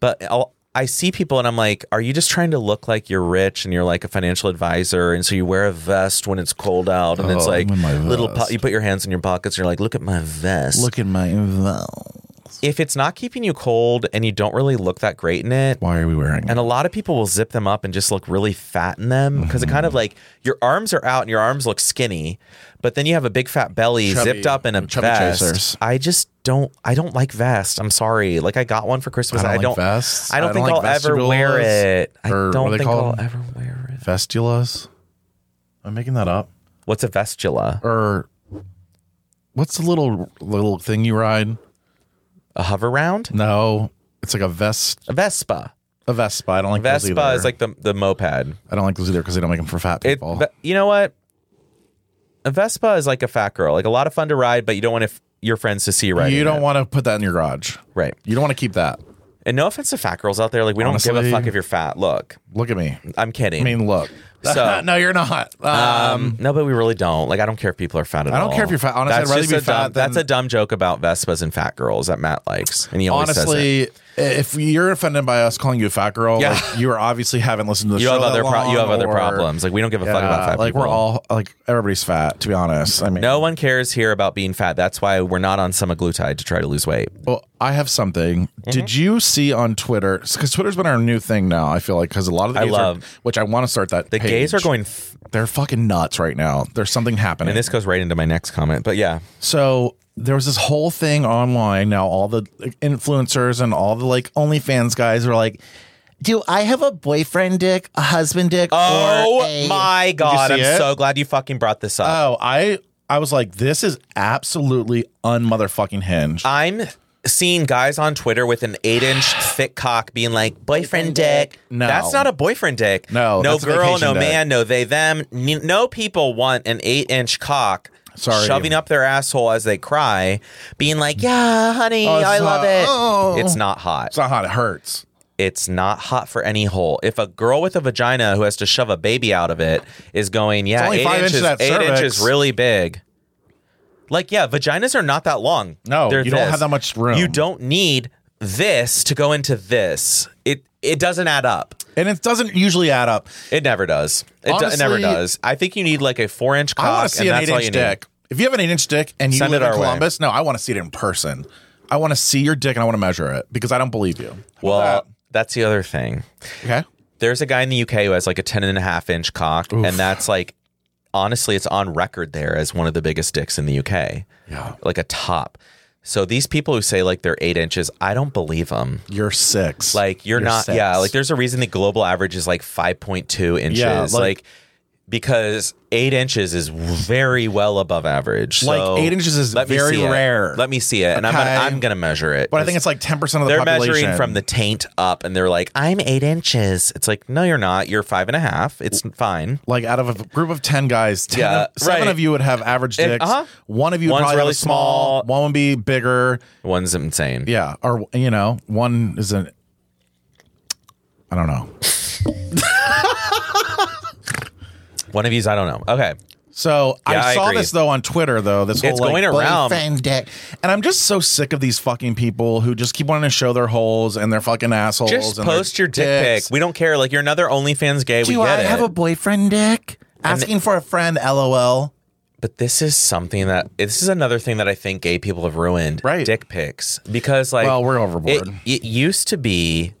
Speaker 2: but I'll, i see people and i'm like are you just trying to look like you're rich and you're like a financial advisor and so you wear a vest when it's cold out and it's
Speaker 1: Oh,
Speaker 2: like
Speaker 1: I'm in my
Speaker 2: little po-
Speaker 1: vest.
Speaker 2: you put your hands in your pockets and you're like look at my vest
Speaker 1: at my
Speaker 2: if it's not keeping you cold and you don't really look that great in it
Speaker 1: Why are we wearing? it?
Speaker 2: and a lot of people will zip them up and just look really fat in them because it
Speaker 1: Mm-hmm.
Speaker 2: kind of like your arms are out and your arms look skinny, but then you have a big fat belly
Speaker 1: Chubby-
Speaker 2: zipped up in a
Speaker 1: chubby
Speaker 2: vest.
Speaker 1: chasers.
Speaker 2: I just don't. I don't like vest. I'm sorry. Like I got one for Christmas.
Speaker 1: I
Speaker 2: I
Speaker 1: don't
Speaker 2: don't.
Speaker 1: like vests.
Speaker 2: I don't
Speaker 1: I don't
Speaker 2: think
Speaker 1: like
Speaker 2: I'll ever wear
Speaker 1: vestibules,
Speaker 2: it.
Speaker 1: or
Speaker 2: I
Speaker 1: what are
Speaker 2: don't
Speaker 1: they
Speaker 2: think
Speaker 1: called?
Speaker 2: I'll ever wear it.
Speaker 1: Vestulas. I'm making that up.
Speaker 2: What's a vestula?
Speaker 1: Or what's the little little thing you ride?
Speaker 2: A hover round?
Speaker 1: No, it's like a vest.
Speaker 2: A Vespa.
Speaker 1: A Vespa. I don't like those
Speaker 2: Vespa
Speaker 1: either.
Speaker 2: is like the the moped.
Speaker 1: I don't like those either because they don't make them for fat
Speaker 2: It,
Speaker 1: people.
Speaker 2: but you know what? A Vespa is like a fat girl. Like a lot of fun to ride, but you don't want if your friends to see you riding
Speaker 1: you don't
Speaker 2: it.
Speaker 1: want to put that in your garage.
Speaker 2: Right.
Speaker 1: You don't want to keep that.
Speaker 2: And no offense to fat girls out there, like we don't give
Speaker 1: Honestly.
Speaker 2: a fuck if you're fat. Look,
Speaker 1: Look at me.
Speaker 2: I'm kidding.
Speaker 1: I mean, look.
Speaker 2: So-
Speaker 1: no, you're not. Um,
Speaker 2: um, no, but we really don't. Like, I don't care if people are fat at all.
Speaker 1: I don't care if you're fat. Honestly,
Speaker 2: That's
Speaker 1: I'd rather
Speaker 2: just
Speaker 1: be
Speaker 2: a
Speaker 1: fat
Speaker 2: dumb-
Speaker 1: than-
Speaker 2: That's a dumb joke about Vespas and fat girls that Matt likes, and he always says it.
Speaker 1: honestly, if you're offended by us calling you a fat girl,
Speaker 2: Yeah.
Speaker 1: like, you are obviously haven't listened to the
Speaker 2: You
Speaker 1: show.
Speaker 2: have
Speaker 1: that
Speaker 2: other pro-
Speaker 1: long,
Speaker 2: you have other
Speaker 1: or-
Speaker 2: problems. Like we don't give a
Speaker 1: Yeah,
Speaker 2: fuck about fat
Speaker 1: like
Speaker 2: people.
Speaker 1: we're all like everybody's fat. To be honest, I mean,
Speaker 2: No one cares here about being fat. That's why we're not on semaglutide to try to lose weight.
Speaker 1: Well, I have something. Did you see on Twitter? Because Twitter's been our new thing now. I feel like because a lot of the
Speaker 2: I
Speaker 1: gays
Speaker 2: love-
Speaker 1: are, which I want to start that.
Speaker 2: The
Speaker 1: page.
Speaker 2: gays are going, f-
Speaker 1: They're fucking nuts right now. There's something happening.
Speaker 2: and this goes right into my next comment. But yeah,
Speaker 1: So there was this whole thing online. Now all the like, influencers and all the like OnlyFans guys are like, "Do I have a boyfriend dick, a husband dick?"
Speaker 2: oh
Speaker 1: or a-"
Speaker 2: my god,
Speaker 1: see
Speaker 2: I'm
Speaker 1: it?
Speaker 2: so glad you fucking brought this up.
Speaker 1: Oh, I I was like, this is absolutely unmotherfucking hinge.
Speaker 2: I'm seeing guys on Twitter with an eight inch thick cock being like boyfriend dick.
Speaker 1: No.
Speaker 2: that's not a boyfriend dick.
Speaker 1: No,
Speaker 2: no
Speaker 1: that's a
Speaker 2: girl,
Speaker 1: vacation
Speaker 2: no
Speaker 1: dick.
Speaker 2: man, no they them. N- No people want an eight inch cock.
Speaker 1: Sorry.
Speaker 2: Shoving up their asshole as they cry, being like, "Yeah, honey,
Speaker 1: Oh, it's
Speaker 2: I love
Speaker 1: hot.
Speaker 2: it."
Speaker 1: Oh.
Speaker 2: It's not hot
Speaker 1: it's not hot. It hurts.
Speaker 2: it's not hot for any hole. If a girl with a vagina who has to shove a baby out of it is going, yeah,
Speaker 1: only
Speaker 2: eight,
Speaker 1: five
Speaker 2: inches,
Speaker 1: inches at
Speaker 2: eight
Speaker 1: cervix.
Speaker 2: inches really big. Like, yeah, vaginas are not that long.
Speaker 1: No,
Speaker 2: They're
Speaker 1: you don't
Speaker 2: this.
Speaker 1: have that much room.
Speaker 2: You don't need this to go into this. It it doesn't add up.
Speaker 1: And it doesn't usually add up.
Speaker 2: It never does. It, do- it
Speaker 1: Honestly-
Speaker 2: never does. I think you need like a four inch cock.
Speaker 1: I want to see
Speaker 2: and
Speaker 1: an
Speaker 2: that's
Speaker 1: eight
Speaker 2: all you
Speaker 1: inch
Speaker 2: need.
Speaker 1: dick. If you have an eight inch dick and you
Speaker 2: Send
Speaker 1: live
Speaker 2: it
Speaker 1: in
Speaker 2: our way.
Speaker 1: Columbus, no, I want to see it in person. I want to see your dick and I want to measure it because I don't believe you.
Speaker 2: Well, that's the other thing.
Speaker 1: Okay.
Speaker 2: There's a guy in the UK who has like a 10 and a half inch cock, and that's like, honestly, it's on record there as one of the biggest dicks in the UK.
Speaker 1: Yeah.
Speaker 2: Like a top. So these people who say like they're eight inches, I don't believe them.
Speaker 1: You're six.
Speaker 2: Like you're, not,
Speaker 1: six.
Speaker 2: yeah. Like there's a reason the global average is like 5.2 inches.
Speaker 1: Yeah,
Speaker 2: like,
Speaker 1: like-
Speaker 2: because eight inches is very well above average.
Speaker 1: Like,
Speaker 2: So
Speaker 1: eight inches is
Speaker 2: let me
Speaker 1: very
Speaker 2: see it.
Speaker 1: rare.
Speaker 2: Let me see it, and I'm gonna,
Speaker 1: Okay.
Speaker 2: I'm gonna measure it.
Speaker 1: But I
Speaker 2: 'cause
Speaker 1: think it's like 10% of the
Speaker 2: they're
Speaker 1: population.
Speaker 2: measuring from the taint up, and they're like, "I'm eight inches." It's like, no, you're not. You're five and a half. It's fine.
Speaker 1: like out of a group of 10 guys, 10
Speaker 2: Yeah,
Speaker 1: of- seven
Speaker 2: right.
Speaker 1: of you would have average
Speaker 2: And-
Speaker 1: dicks.
Speaker 2: uh-huh.
Speaker 1: One of you would
Speaker 2: One's
Speaker 1: probably have
Speaker 2: really
Speaker 1: a small,
Speaker 2: small.
Speaker 1: one would be bigger.
Speaker 2: One's insane.
Speaker 1: Yeah. Or, you know, one is an, I don't know.
Speaker 2: One of these, I don't know. Okay,
Speaker 1: So
Speaker 2: Yeah, I
Speaker 1: I saw
Speaker 2: agree.
Speaker 1: this though on Twitter though this whole
Speaker 2: It's
Speaker 1: like,
Speaker 2: going around.
Speaker 1: boyfriend dick, and I'm just so sick of these fucking people who just keep wanting to show their holes and their fucking assholes.
Speaker 2: just
Speaker 1: and their
Speaker 2: post your dick pic.
Speaker 1: dicks.
Speaker 2: We don't care. Like you're another OnlyFans gay.
Speaker 1: Do
Speaker 2: we
Speaker 1: I
Speaker 2: get it.
Speaker 1: have a boyfriend dick? Asking for a friend, lol.
Speaker 2: but this is something that this is another thing that I think gay people have ruined.
Speaker 1: Right.
Speaker 2: Dick pics. Because like
Speaker 1: Well, we're overboard.
Speaker 2: It, it used to be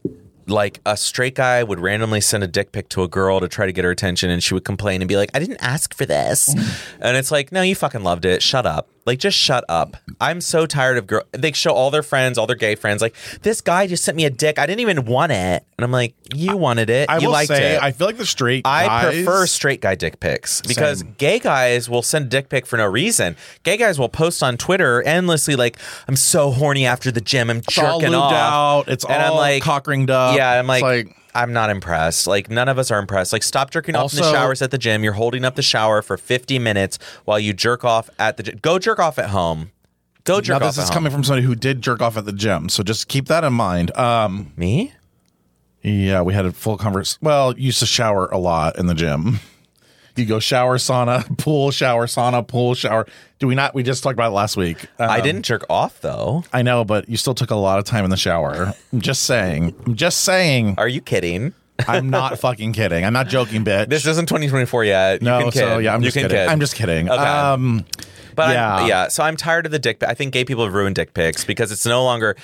Speaker 2: like a straight guy would randomly send a dick pic to a girl to try to get her attention and she would complain and be like, I didn't ask for this. and it's like, no, you fucking loved it. Shut up. Like just shut up. I'm so tired of girl they show all their friends, all their gay friends, like, this guy just sent me a dick. I didn't even want it. And I'm like, you wanted it.
Speaker 1: I
Speaker 2: you
Speaker 1: will
Speaker 2: liked
Speaker 1: say,
Speaker 2: it.
Speaker 1: I feel like the straight.
Speaker 2: I
Speaker 1: guys-
Speaker 2: prefer straight guy dick pics because gay guys will send dick pic for no reason. Gay guys will post on Twitter endlessly like, "I'm so horny after the gym, I'm
Speaker 1: It's all
Speaker 2: jerking
Speaker 1: lubed
Speaker 2: off."
Speaker 1: out. It's
Speaker 2: And
Speaker 1: all
Speaker 2: I'm like,
Speaker 1: cock ringed up.
Speaker 2: yeah, I'm
Speaker 1: It's
Speaker 2: like, I'm not impressed. Like none of us are impressed. Like stop jerking off in the
Speaker 1: Also-
Speaker 2: showers at the gym. You're holding up the shower for 50 minutes while you jerk off at the gym. Go jerk off at home. Go jerk
Speaker 1: now
Speaker 2: off.
Speaker 1: this is
Speaker 2: at
Speaker 1: coming from somebody who did jerk off at the gym, so just keep that in mind. Um,
Speaker 2: home. me.
Speaker 1: yeah, we had a full converse. Well, you used to shower a lot in the gym. You go shower, sauna, pool, shower, sauna, pool, shower. Do we not? We just talked about it last week. Um,
Speaker 2: I didn't jerk off though.
Speaker 1: I know, but you still took a lot of time in the shower. I'm just saying. I'm just saying.
Speaker 2: Are you kidding?
Speaker 1: I'm not fucking kidding. I'm not joking, bitch.
Speaker 2: This isn't 2024 yet. You
Speaker 1: no,
Speaker 2: can kid.
Speaker 1: so yeah, I'm
Speaker 2: you
Speaker 1: just
Speaker 2: can
Speaker 1: kidding.
Speaker 2: kid.
Speaker 1: I'm just kidding.
Speaker 2: Okay.
Speaker 1: Um,
Speaker 2: But yeah,
Speaker 1: Yeah.
Speaker 2: I'm, yeah. So I'm tired of the dick. pic. I think gay people have ruined dick pics because it's no longer.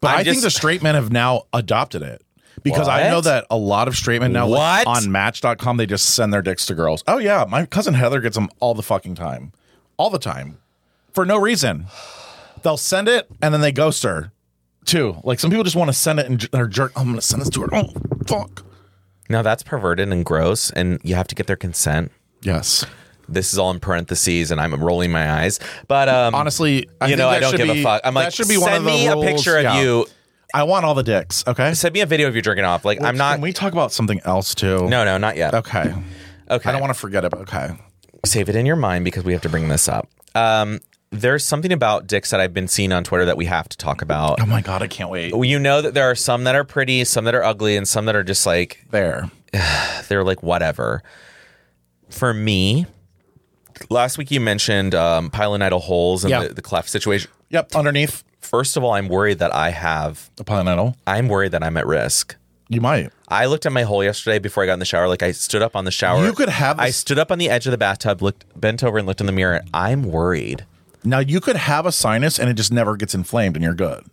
Speaker 1: but
Speaker 2: I'm
Speaker 1: i think
Speaker 2: just-
Speaker 1: the straight men have now adopted it because I know
Speaker 2: What?
Speaker 1: that a lot of straight men now like,
Speaker 2: What?
Speaker 1: on Match.com they just send their dicks to girls. Oh yeah, my cousin Heather gets them all the fucking time, all the time, for no reason. They'll send it and then they ghost her too. Like some people just want to send it and j- they're jerk. I'm gonna send this to her. Oh fuck.
Speaker 2: no, that's perverted and gross, and you have to get their consent.
Speaker 1: Yes.
Speaker 2: This is all in parentheses, and I'm rolling my eyes. But um,
Speaker 1: Honestly, I
Speaker 2: you
Speaker 1: think
Speaker 2: know, I
Speaker 1: that
Speaker 2: don't
Speaker 1: should
Speaker 2: give
Speaker 1: be-
Speaker 2: a fuck. I'm
Speaker 1: that
Speaker 2: like,
Speaker 1: should be
Speaker 2: send
Speaker 1: one of the
Speaker 2: me
Speaker 1: rules,
Speaker 2: a picture of
Speaker 1: yeah.
Speaker 2: you.
Speaker 1: I want all the dicks. Okay.
Speaker 2: Send me a video of you drinking off. Like I'm not.
Speaker 1: Can we talk about something else too?
Speaker 2: no, no, not yet.
Speaker 1: Okay.
Speaker 2: Okay.
Speaker 1: I don't want to forget it. But okay.
Speaker 2: save it in your mind because we have to bring this up. Um, there's something about dicks that I've been seeing on Twitter that we have to talk about.
Speaker 1: Oh my god, I can't wait.
Speaker 2: Well, You know that there are some that are pretty, some that are ugly, and some that are just like
Speaker 1: There.
Speaker 2: they're like whatever. For me, last week you mentioned um, pilonidal holes and
Speaker 1: Yeah.
Speaker 2: the, the cleft situation.
Speaker 1: Yep. Underneath
Speaker 2: First of all, I'm worried that I have.
Speaker 1: the pilonidal.
Speaker 2: I'm worried that I'm at risk.
Speaker 1: You might.
Speaker 2: I looked at my hole yesterday before I got in the shower. Like I stood up on the shower.
Speaker 1: You could have a-
Speaker 2: I stood up on the edge of the bathtub, looked, bent over, and looked in the mirror. I'm worried.
Speaker 1: Now you could have a sinus and it just never gets inflamed and you're good.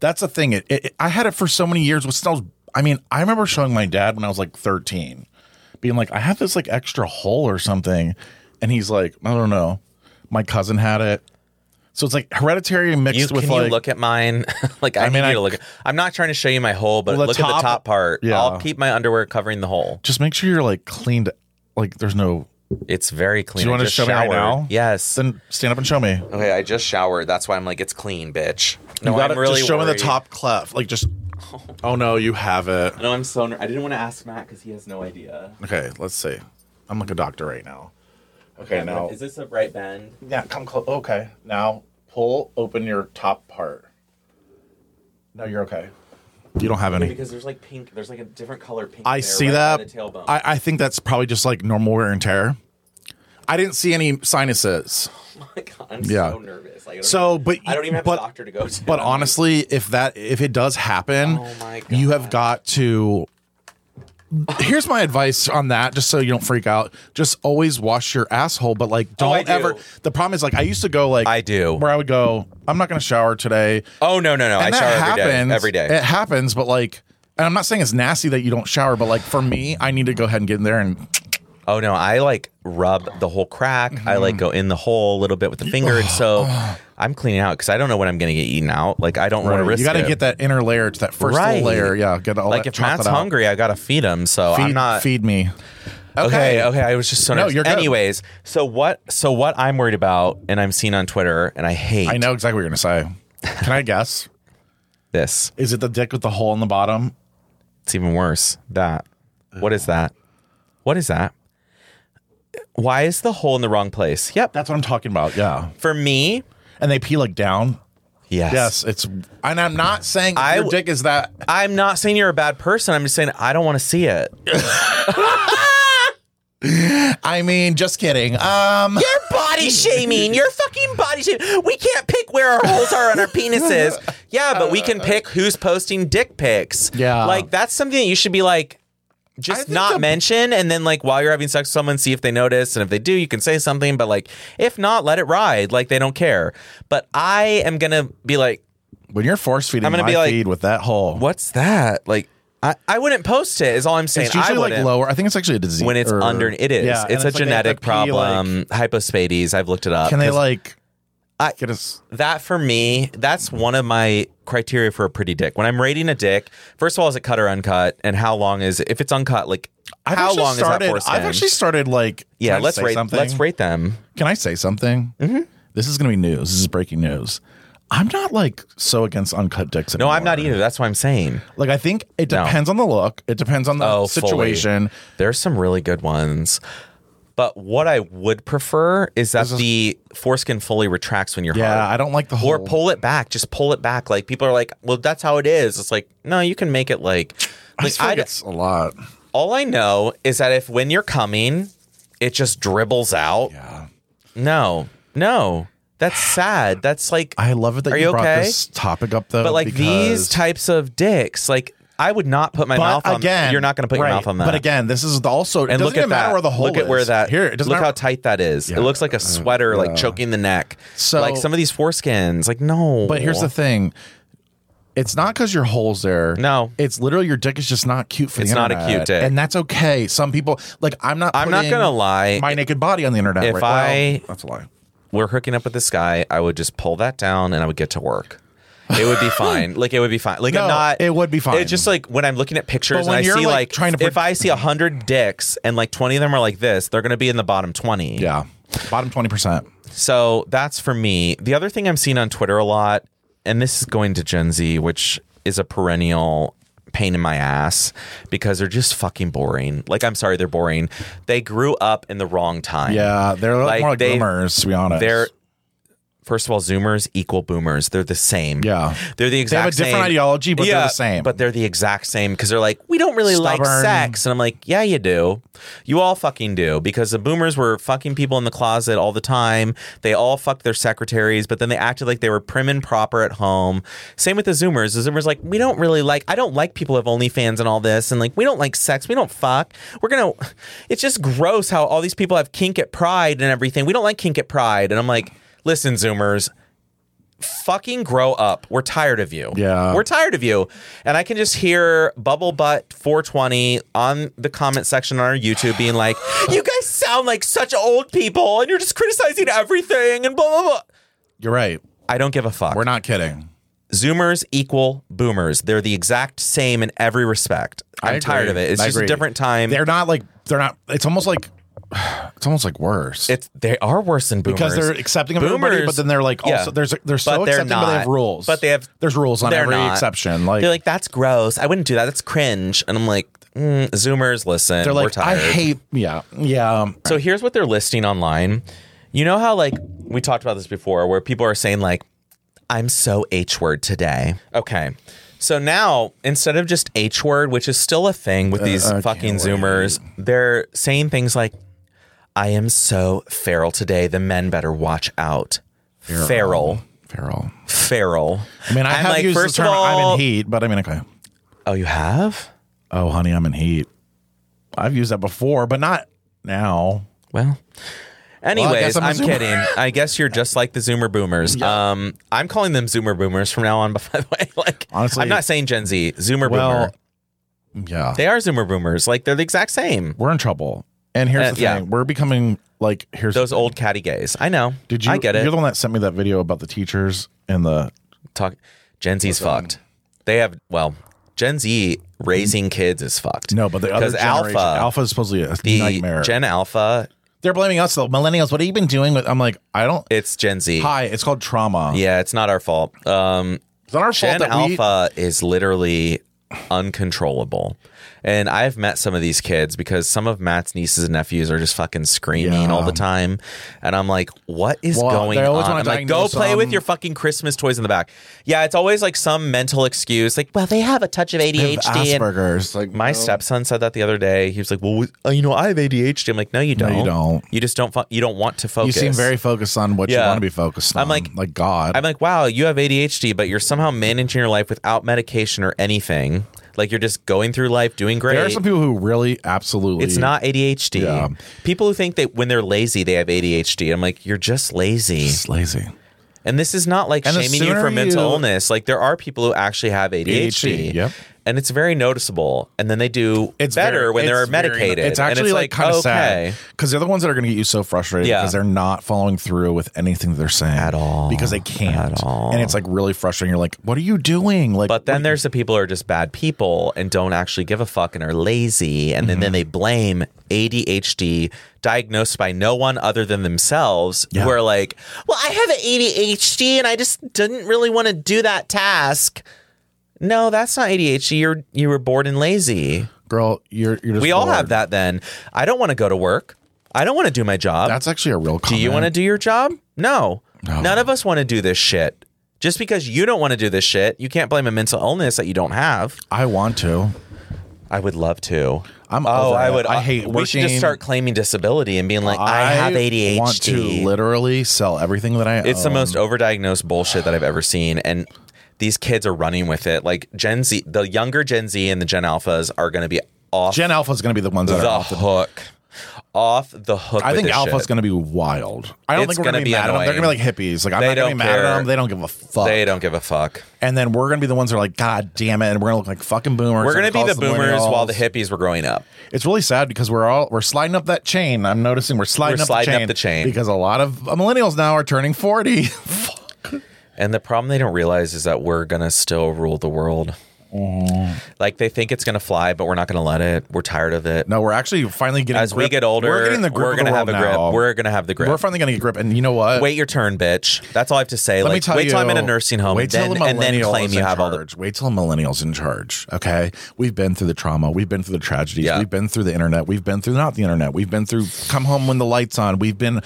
Speaker 1: That's the thing. It, it, I had it for so many years. Which I was, I mean, I remember showing my dad when I was like 13, being like, I have this like extra hole or something, and he's like, I don't know. My cousin had it, so it's like hereditary
Speaker 2: You
Speaker 1: mixed
Speaker 2: can
Speaker 1: with
Speaker 2: you
Speaker 1: like.
Speaker 2: look at mine? like I,
Speaker 1: I mean, I-
Speaker 2: need you to look. At, I'm not trying to show you my hole, but
Speaker 1: Well, the
Speaker 2: look at the
Speaker 1: top-
Speaker 2: top part.
Speaker 1: yeah.
Speaker 2: I'll keep my underwear covering the hole.
Speaker 1: just make sure you're like cleaned. Like there's no.
Speaker 2: It's very clean.
Speaker 1: Do you
Speaker 2: I
Speaker 1: want to
Speaker 2: just
Speaker 1: show me right
Speaker 2: showered.
Speaker 1: now?
Speaker 2: Yes.
Speaker 1: Then stand up and show me.
Speaker 2: Okay, I just showered. That's why I'm like, it's clean, bitch. No,
Speaker 1: you got
Speaker 2: I'm
Speaker 1: it.
Speaker 2: really
Speaker 1: just show me
Speaker 2: worried.
Speaker 1: the top cleft. Like just. Oh no, you have it.
Speaker 2: No, I'm so. ner- I didn't want to ask Matt because he has no idea.
Speaker 1: Okay, let's see. I'm like a doctor right now. Okay, now
Speaker 2: Is this a right bend?
Speaker 1: yeah, come close. Okay, now pull open your top part. No, you're okay. You don't have any.
Speaker 2: Because there's like pink. There's like a different color pink.
Speaker 1: I
Speaker 2: there
Speaker 1: see
Speaker 2: right by
Speaker 1: that.
Speaker 2: The tailbone.
Speaker 1: I, I think that's probably just like normal wear and tear. I didn't see any sinuses.
Speaker 2: Like, I'm
Speaker 1: Yeah.
Speaker 2: so nervous. Like, I don't
Speaker 1: So,
Speaker 2: even-
Speaker 1: but
Speaker 2: I don't even have
Speaker 1: but,
Speaker 2: a doctor to go to.
Speaker 1: But
Speaker 2: I'm like,
Speaker 1: honestly, if that if it does happen,
Speaker 2: Oh my
Speaker 1: you have
Speaker 2: God.
Speaker 1: got to here's my advice on that, just so you don't freak out. Just always wash your asshole, but like
Speaker 2: Oh, I
Speaker 1: don't
Speaker 2: do.
Speaker 1: ever. The problem is like I used to go like
Speaker 2: I do.
Speaker 1: where I would go. I'm not going to shower today.
Speaker 2: Oh no, no, no! I
Speaker 1: And that
Speaker 2: shower every day.
Speaker 1: happens-
Speaker 2: Every day.
Speaker 1: It happens, but like, and I'm not saying it's nasty that you don't shower, but like for me, I need to go ahead and get in there and
Speaker 2: Oh no, I like rub the whole crack. I
Speaker 1: Mm-hmm.
Speaker 2: like go in the hole a little bit with the finger, and so I'm cleaning out because I don't know when I'm going to get eaten out. Like I don't want to risk.
Speaker 1: you got to
Speaker 2: it.
Speaker 1: get that inner layer to that first little
Speaker 2: Right.
Speaker 1: layer. Yeah, get all
Speaker 2: like
Speaker 1: that,
Speaker 2: if
Speaker 1: chop
Speaker 2: Matt's
Speaker 1: that out.
Speaker 2: hungry, I gotta feed him. So
Speaker 1: feed,
Speaker 2: I'm not.
Speaker 1: feed me.
Speaker 2: Okay, okay. I was just so
Speaker 1: No,
Speaker 2: nervous.
Speaker 1: you're good.
Speaker 2: Anyways, so what? So what I'm worried about, and I'm seen on Twitter, and I hate.
Speaker 1: I know exactly what you're gonna say. Can I guess?
Speaker 2: this.
Speaker 1: Is it the dick with the hole in the bottom?
Speaker 2: It's even worse. That. What is that? What is that? Why is the hole in the wrong place? Yep.
Speaker 1: That's what I'm talking about. Yeah,
Speaker 2: For me,
Speaker 1: and they pee like down.
Speaker 2: yes.
Speaker 1: Yes, it's. And I'm not saying if
Speaker 2: I-
Speaker 1: your dick is that.
Speaker 2: I'm not saying you're a bad person. I'm just saying I don't want to see it.
Speaker 1: I mean, just kidding. Um,
Speaker 2: You're body shaming. You're fucking body shaming. We can't pick where our holes are on our penises. Yeah, but we can pick who's posting dick pics.
Speaker 1: Yeah.
Speaker 2: Like that's something that you should be like
Speaker 1: I
Speaker 2: just
Speaker 1: think
Speaker 2: not
Speaker 1: the-
Speaker 2: mention and then like while you're having sex with someone see if they notice and if they do you can say something but like if not let it ride like they don't care. But I am going to be like
Speaker 1: when you're force feeding
Speaker 2: I'm gonna
Speaker 1: my
Speaker 2: be like,
Speaker 1: feed with that hole,
Speaker 2: what's that? Like I, I wouldn't post it is all I'm saying.
Speaker 1: It's usually
Speaker 2: I
Speaker 1: like
Speaker 2: wouldn't.
Speaker 1: lower. I think it's actually a disease
Speaker 2: when it's
Speaker 1: or-
Speaker 2: under it is.
Speaker 1: Yeah, and
Speaker 2: it's a
Speaker 1: like they have to
Speaker 2: genetic
Speaker 1: pee, like-
Speaker 2: problem. Hypospades. I've looked it up.
Speaker 1: can they
Speaker 2: 'cause
Speaker 1: like?
Speaker 2: I-
Speaker 1: get us.
Speaker 2: that for me, that's one of my criteria for a pretty dick. When I'm rating a dick, first of all, is it cut or uncut, and how long is it? If it's uncut, like
Speaker 1: I've
Speaker 2: how
Speaker 1: actually
Speaker 2: long
Speaker 1: started,
Speaker 2: is that foreskin?
Speaker 1: I've actually started like.
Speaker 2: yeah,
Speaker 1: trying to
Speaker 2: let's
Speaker 1: say
Speaker 2: rate.
Speaker 1: Something.
Speaker 2: Let's rate them.
Speaker 1: Can I say something? Mm-hmm. This is going to be news. This is breaking news. I'm not like so against uncut dicks.
Speaker 2: No,
Speaker 1: Anymore.
Speaker 2: I'm not either. That's what I'm saying.
Speaker 1: Like I think it
Speaker 2: No.
Speaker 1: depends on the look. It depends on the
Speaker 2: Oh, fully.
Speaker 1: situation.
Speaker 2: There's some really good ones. But what I would prefer is that the foreskin fully retracts when you're
Speaker 1: Yeah,
Speaker 2: hard.
Speaker 1: I don't like the whole.
Speaker 2: or pull it back. Just pull it back. Like people are like, well, that's how it is. It's like, no, you can make it like.
Speaker 1: I just feel
Speaker 2: like I
Speaker 1: like it's a lot.
Speaker 2: all I know is that if when you're coming, it just dribbles out.
Speaker 1: Yeah.
Speaker 2: No, no, that's sad. That's like,
Speaker 1: I love it that
Speaker 2: Are
Speaker 1: you,
Speaker 2: you
Speaker 1: brought
Speaker 2: okay?
Speaker 1: this topic up though.
Speaker 2: but like
Speaker 1: because-
Speaker 2: these types of dicks, like I would not put my mouth on. you're not going to put
Speaker 1: right,
Speaker 2: your mouth on that.
Speaker 1: But again, this is the- also. It
Speaker 2: and
Speaker 1: doesn't
Speaker 2: look
Speaker 1: even
Speaker 2: at
Speaker 1: matter
Speaker 2: that.
Speaker 1: where the hole
Speaker 2: look at where
Speaker 1: is.
Speaker 2: that.
Speaker 1: here. It doesn't
Speaker 2: look
Speaker 1: matter,
Speaker 2: how tight that is.
Speaker 1: Yeah, Uh,
Speaker 2: It looks like a sweater, like choking the neck.
Speaker 1: So-
Speaker 2: like some of these foreskins, like no.
Speaker 1: But here's the thing. It's not because your hole's there.
Speaker 2: No.
Speaker 1: it's literally your dick is just not cute for
Speaker 2: It's
Speaker 1: the
Speaker 2: not
Speaker 1: internet.
Speaker 2: a cute dick.
Speaker 1: and that's okay. Some people like I'm not.
Speaker 2: I'm not
Speaker 1: putting
Speaker 2: gonna lie.
Speaker 1: My naked body on the internet.
Speaker 2: If
Speaker 1: right? Well,
Speaker 2: I-
Speaker 1: that's a lie.
Speaker 2: we're hooking up with this guy, I would just pull that down and I would get to work. It would be fine. Like it would be fine. Like
Speaker 1: No,
Speaker 2: I'm not.
Speaker 1: it would be fine.
Speaker 2: It's just like when I'm looking at
Speaker 1: But
Speaker 2: pictures and
Speaker 1: when
Speaker 2: I
Speaker 1: you're,
Speaker 2: see
Speaker 1: like,
Speaker 2: like,
Speaker 1: trying to
Speaker 2: if
Speaker 1: pro-
Speaker 2: I see hundred dicks and like twenty of them are like this, they're going to be in the bottom twenty.
Speaker 1: Yeah, bottom twenty percent.
Speaker 2: So that's for me. The other thing I'm seeing on Twitter a lot, and this is going to Gen Z, which is a perennial pain in my ass because they're just fucking boring. Like I'm sorry, they're boring. They grew up in the wrong time.
Speaker 1: Yeah, they're
Speaker 2: Like,
Speaker 1: more like
Speaker 2: they-
Speaker 1: boomers. To be honest,
Speaker 2: They're first of all, Zoomers equal Boomers. They're the same.
Speaker 1: Yeah.
Speaker 2: they're the
Speaker 1: They have a
Speaker 2: exact.
Speaker 1: different
Speaker 2: same.
Speaker 1: ideology, but they're the same.
Speaker 2: But they're the exact same because they're like, we don't really
Speaker 1: Stubborn.
Speaker 2: like sex, and I'm like, yeah, you do. You all fucking do because the Boomers were fucking people in the closet all the time. They all fucked their secretaries, but then they acted like they were prim and proper at home. Same with the Zoomers. The Zoomers like, we don't really like. I don't like people who have OnlyFans and all this, and like, we don't like sex. We don't fuck. We're gonna. It's just gross how all these people have kink at Pride and everything. We don't like kink at Pride, and I'm like, listen, Zoomers fucking grow up. We're tired of you.
Speaker 1: Yeah.
Speaker 2: We're tired of you. And I can just hear Bubble Butt 420 on the comment section on our YouTube being like, you guys sound like such old people and you're just criticizing everything and blah, blah, blah.
Speaker 1: you're right.
Speaker 2: I don't give a fuck.
Speaker 1: We're not kidding.
Speaker 2: Zoomers equal boomers. They're the exact same in every respect.
Speaker 1: I
Speaker 2: I'm tired of
Speaker 1: agree.
Speaker 2: it. It's
Speaker 1: I
Speaker 2: just
Speaker 1: agree.
Speaker 2: a different time.
Speaker 1: They're not like they're not. It's almost like it's almost like worse.
Speaker 2: it's they are worse than boomers
Speaker 1: because they're accepting of everybody, but then they're like
Speaker 2: yeah.
Speaker 1: also there's they're so
Speaker 2: But
Speaker 1: accepting, but they have rules.
Speaker 2: But they have
Speaker 1: there's rules on
Speaker 2: they're
Speaker 1: every
Speaker 2: not.
Speaker 1: exception. Like
Speaker 2: they're like that's gross. I wouldn't do that. That's cringe. And I'm like, mm, Zoomers, listen.
Speaker 1: they're
Speaker 2: we're
Speaker 1: like I
Speaker 2: tired.
Speaker 1: hate yeah yeah. um,
Speaker 2: So here's what they're listing online. You know how like we talked about this before, where people are saying like, "I'm so H word today." Okay. So now instead of just H word, which is still a thing with these
Speaker 1: Uh, I
Speaker 2: fucking
Speaker 1: can't wait.
Speaker 2: Zoomers, they're saying things like, "I am so feral today. The men better watch out." Feral,
Speaker 1: Feral.
Speaker 2: feral.
Speaker 1: I mean, I
Speaker 2: I'm
Speaker 1: have
Speaker 2: like,
Speaker 1: used
Speaker 2: first
Speaker 1: the term
Speaker 2: of all,
Speaker 1: "I'm in heat," but I mean, okay.
Speaker 2: Oh, you have?
Speaker 1: Oh, honey, I'm in heat. I've used that before, but not now.
Speaker 2: Well, anyways,
Speaker 1: guess I'm a
Speaker 2: I'm,
Speaker 1: Zoomer.
Speaker 2: kidding. I guess you're just like the Zoomer boomers. Um, I'm calling them Zoomer boomers from now on. By the way, like
Speaker 1: Honestly-
Speaker 2: I'm not saying Gen Z. Zoomer boomer.
Speaker 1: Well, yeah.
Speaker 2: They are Zoomer boomers. Like they're the exact same.
Speaker 1: We're in trouble. And here's
Speaker 2: Uh,
Speaker 1: the thing.
Speaker 2: yeah.
Speaker 1: We're becoming like here's
Speaker 2: Those old catty gays. I know.
Speaker 1: Did you
Speaker 2: I get it.
Speaker 1: You're the one that sent me that video about the teachers and the
Speaker 2: Talk. Gen Z's fucked. They have well, Gen Z raising kids is fucked.
Speaker 1: No, but the other
Speaker 2: because
Speaker 1: generation,
Speaker 2: Alpha,
Speaker 1: Alpha is supposedly a
Speaker 2: the
Speaker 1: nightmare.
Speaker 2: Gen Alpha,
Speaker 1: They're blaming us, the millennials. What have you been doing? With, I'm like, I don't.
Speaker 2: it's Gen Z.
Speaker 1: Hi, it's called trauma.
Speaker 2: Yeah, it's not our fault. Um,
Speaker 1: it's not our fault
Speaker 2: Gen
Speaker 1: that we.
Speaker 2: Alpha is literally uncontrollable. And I've met some of these kids because some of Matt's nieces and nephews are just fucking screaming
Speaker 1: Yeah.
Speaker 2: all the time. And I'm like, what is
Speaker 1: Well,
Speaker 2: going
Speaker 1: they always
Speaker 2: on?
Speaker 1: wanna
Speaker 2: I'm like, go
Speaker 1: diagnose
Speaker 2: play
Speaker 1: some-
Speaker 2: with your fucking Christmas toys in the back. Yeah, it's always like some mental excuse. Like, well, they have a touch of
Speaker 1: have
Speaker 2: ADHD. and-
Speaker 1: Asperger's. Like
Speaker 2: My
Speaker 1: no.
Speaker 2: stepson said that the other day. He was like, "Well, uh, you know, I have ADHD." I'm like, "No, you
Speaker 1: No,
Speaker 2: don't.
Speaker 1: you don't.
Speaker 2: You just don't. Fu- you don't want to
Speaker 1: You
Speaker 2: focus."
Speaker 1: seem very focused on what you
Speaker 2: Yeah.
Speaker 1: want to be focused on.
Speaker 2: I'm like-
Speaker 1: like God.
Speaker 2: I'm like, "Wow, you have ADHD, but you're somehow managing your life without medication or anything. Like you're just going through life doing great."
Speaker 1: there are some people who really absolutely.
Speaker 2: it's not ADHD.
Speaker 1: Yeah.
Speaker 2: People who think that when they're lazy, they have ADHD. I'm like, "You're just lazy."
Speaker 1: It's lazy.
Speaker 2: And this is not like
Speaker 1: And the
Speaker 2: shaming you
Speaker 1: sooner
Speaker 2: for mental
Speaker 1: you-
Speaker 2: illness. Like there are people who actually have ADHD.
Speaker 1: ADHD, yep.
Speaker 2: And it's very noticeable. And then they do
Speaker 1: It's
Speaker 2: better
Speaker 1: very-
Speaker 2: when they're
Speaker 1: it's very-
Speaker 2: medicated.
Speaker 1: it's actually
Speaker 2: and it's
Speaker 1: like, kind of
Speaker 2: okay.
Speaker 1: sad because they're the ones that are going to get you so frustrated
Speaker 2: Yeah.
Speaker 1: because they're not following through with anything that they're saying
Speaker 2: At all.
Speaker 1: because they can't
Speaker 2: At all.
Speaker 1: and it's like really frustrating. You're like, what are you doing? Like,
Speaker 2: But
Speaker 1: what are
Speaker 2: then
Speaker 1: you-
Speaker 2: there's the people who are just bad people and don't actually give a fuck and are lazy. And then,
Speaker 1: Mm-hmm.
Speaker 2: then they blame ADHD diagnosed by no one other than themselves
Speaker 1: Yeah.
Speaker 2: who are like, well, I have ADHD and I just didn't really want to do that task. No, that's not ADHD. You're you were bored and lazy.
Speaker 1: girl, you're you're just
Speaker 2: we all
Speaker 1: bored.
Speaker 2: have that then. I don't want to go to work. I don't want to do my job.
Speaker 1: That's actually a real.
Speaker 2: do
Speaker 1: Comment.
Speaker 2: you want to do your job? No.
Speaker 1: No.
Speaker 2: None of us want to do this shit. Just because you don't want to do this shit, you can't blame a mental illness that you don't have.
Speaker 1: I want to.
Speaker 2: I would love to.
Speaker 1: I'm
Speaker 2: Oh,
Speaker 1: over
Speaker 2: I
Speaker 1: it.
Speaker 2: would.
Speaker 1: I hate
Speaker 2: We should
Speaker 1: working.
Speaker 2: just start claiming disability and being like, I, have ADHD.
Speaker 1: Want to literally sell everything that I own.
Speaker 2: It's the most overdiagnosed bullshit that I've ever seen, and these kids are running with it. Like Gen Z, the younger Gen Z and the Gen Alphas are going to be off
Speaker 1: Gen Alpha is going to be the ones that
Speaker 2: the
Speaker 1: are off the
Speaker 2: hook, off the hook.
Speaker 1: I
Speaker 2: with
Speaker 1: think
Speaker 2: this
Speaker 1: Alpha's
Speaker 2: shit.
Speaker 1: going to be wild. I don't
Speaker 2: It's
Speaker 1: think we're going to
Speaker 2: gonna
Speaker 1: be,
Speaker 2: be
Speaker 1: mad at them. They're going
Speaker 2: annoying.
Speaker 1: to be like hippies. Like I'm
Speaker 2: They
Speaker 1: not going to
Speaker 2: don't
Speaker 1: be mad at
Speaker 2: care.
Speaker 1: them. They don't give a fuck.
Speaker 2: They don't give a fuck.
Speaker 1: And then we're going to be the ones that are like, God damn it! And we're going to look like fucking boomers.
Speaker 2: We're
Speaker 1: and
Speaker 2: going to be
Speaker 1: call
Speaker 2: the
Speaker 1: us
Speaker 2: boomers while the
Speaker 1: millennials.
Speaker 2: hippies were growing up.
Speaker 1: It's really sad because we're all we're sliding up that chain. I'm noticing we're sliding,
Speaker 2: We're sliding
Speaker 1: up,
Speaker 2: up
Speaker 1: the chain
Speaker 2: the chain.
Speaker 1: because a lot of uh, millennials now are turning forty.
Speaker 2: And the problem they don't realize is that we're going to still rule the world.
Speaker 1: Mm.
Speaker 2: Like they think it's going to fly, but we're not going to let it. We're tired of it.
Speaker 1: no, we're actually finally getting
Speaker 2: As we
Speaker 1: grip-
Speaker 2: get older,
Speaker 1: We're getting the grip.
Speaker 2: we're
Speaker 1: of
Speaker 2: going to
Speaker 1: the
Speaker 2: have the
Speaker 1: world
Speaker 2: grip.
Speaker 1: now.
Speaker 2: We're going to have the grip.
Speaker 1: We're finally going to get grip. And you know what?
Speaker 2: wait your turn, bitch. That's all I have to say.
Speaker 1: Let
Speaker 2: like,
Speaker 1: me tell
Speaker 2: wait
Speaker 1: you.
Speaker 2: till I'm in a nursing home
Speaker 1: Wait till
Speaker 2: and,
Speaker 1: a
Speaker 2: then, and then
Speaker 1: millennial
Speaker 2: claim
Speaker 1: is
Speaker 2: you
Speaker 1: in
Speaker 2: have all the.
Speaker 1: charge. Wait till a millennials in charge. Okay, we've been through the trauma. We've been through the tragedies.
Speaker 2: Yeah.
Speaker 1: We've been through the internet. We've been through not the internet. We've been through come home when the lights on. We've been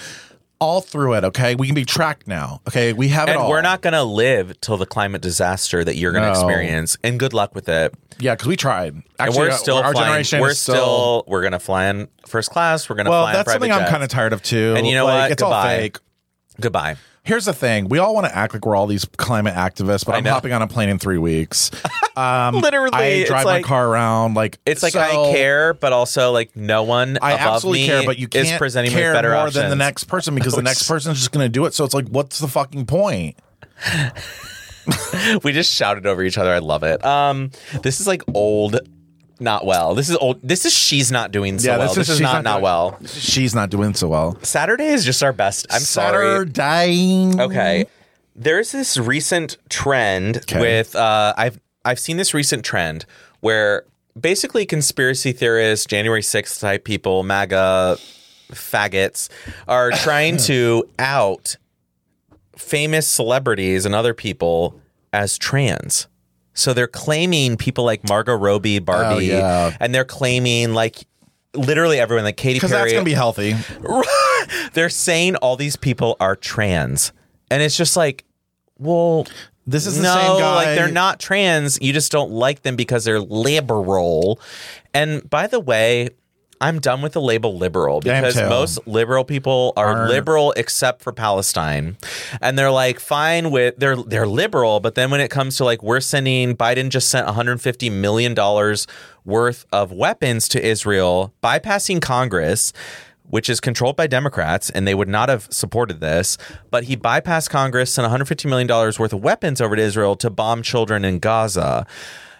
Speaker 1: all through it. Okay, we can be tracked now. Okay, we have it
Speaker 2: And
Speaker 1: all.
Speaker 2: we're not going to live till the climate disaster that you're going to
Speaker 1: No.
Speaker 2: experience. And good luck with it.
Speaker 1: Yeah, because we tried.
Speaker 2: And
Speaker 1: Actually,
Speaker 2: we're
Speaker 1: uh,
Speaker 2: still
Speaker 1: our
Speaker 2: flying.
Speaker 1: generation.
Speaker 2: we're
Speaker 1: is still.
Speaker 2: still we're going to fly in first class. We're going to
Speaker 1: Well,
Speaker 2: fly in
Speaker 1: that's
Speaker 2: private
Speaker 1: something I'm
Speaker 2: jets.
Speaker 1: kind of tired of too.
Speaker 2: And you know
Speaker 1: like,
Speaker 2: what?
Speaker 1: It's all
Speaker 2: Goodbye.
Speaker 1: fake.
Speaker 2: Goodbye.
Speaker 1: Here's the thing: we all want to act like we're all these climate activists, but
Speaker 2: I
Speaker 1: I'm
Speaker 2: know.
Speaker 1: hopping on a plane in three weeks. Um,
Speaker 2: Literally,
Speaker 1: I
Speaker 2: it's
Speaker 1: drive my
Speaker 2: like-
Speaker 1: car around. Like
Speaker 2: It's like
Speaker 1: so-
Speaker 2: I care, but also like no one
Speaker 1: I
Speaker 2: above
Speaker 1: absolutely
Speaker 2: me
Speaker 1: care, but you can't
Speaker 2: is presenting me
Speaker 1: care
Speaker 2: with better
Speaker 1: more
Speaker 2: options
Speaker 1: than the next person because the
Speaker 2: Which-
Speaker 1: next person's just going to do it. So it's like, what's the fucking point?
Speaker 2: we just shouted over each other. I love it. Um, this is like old, not well. This is old. This is she's not doing so well. This, is,
Speaker 1: she's
Speaker 2: not not
Speaker 1: doing-
Speaker 2: well.
Speaker 1: She's not doing so well.
Speaker 2: Saturday is just our best. I'm sorry.
Speaker 1: Saturday.
Speaker 2: Okay.
Speaker 1: Mm-hmm.
Speaker 2: There's this recent trend with uh, I've I've seen this recent trend where basically conspiracy theorists, January 6th type people, MAGA faggots are trying to out famous celebrities and other people as trans. So they're claiming people like Margot Robbie, Barbie,
Speaker 1: Oh, yeah.
Speaker 2: and they're claiming like literally everyone like Katy
Speaker 1: Because
Speaker 2: Perry.
Speaker 1: that's going to be healthy.
Speaker 2: they're saying all these people are trans, and it's just like, well,
Speaker 1: This is the
Speaker 2: no,
Speaker 1: same guy.
Speaker 2: like they're not trans. You just don't like them because they're liberal. And by the way, I'm done with the label liberal
Speaker 1: Yeah, I'm
Speaker 2: because
Speaker 1: too.
Speaker 2: most liberal people are
Speaker 1: Aren't.
Speaker 2: liberal except for Palestine. And they're like fine with they're they're liberal, but then when it comes to like we're sending Biden just sent 150 million dollars worth of weapons to Israel, bypassing Congress, which is controlled by Democrats and they would not have supported this, but he bypassed Congress sent 150 million dollars worth of weapons over to Israel to bomb children in Gaza.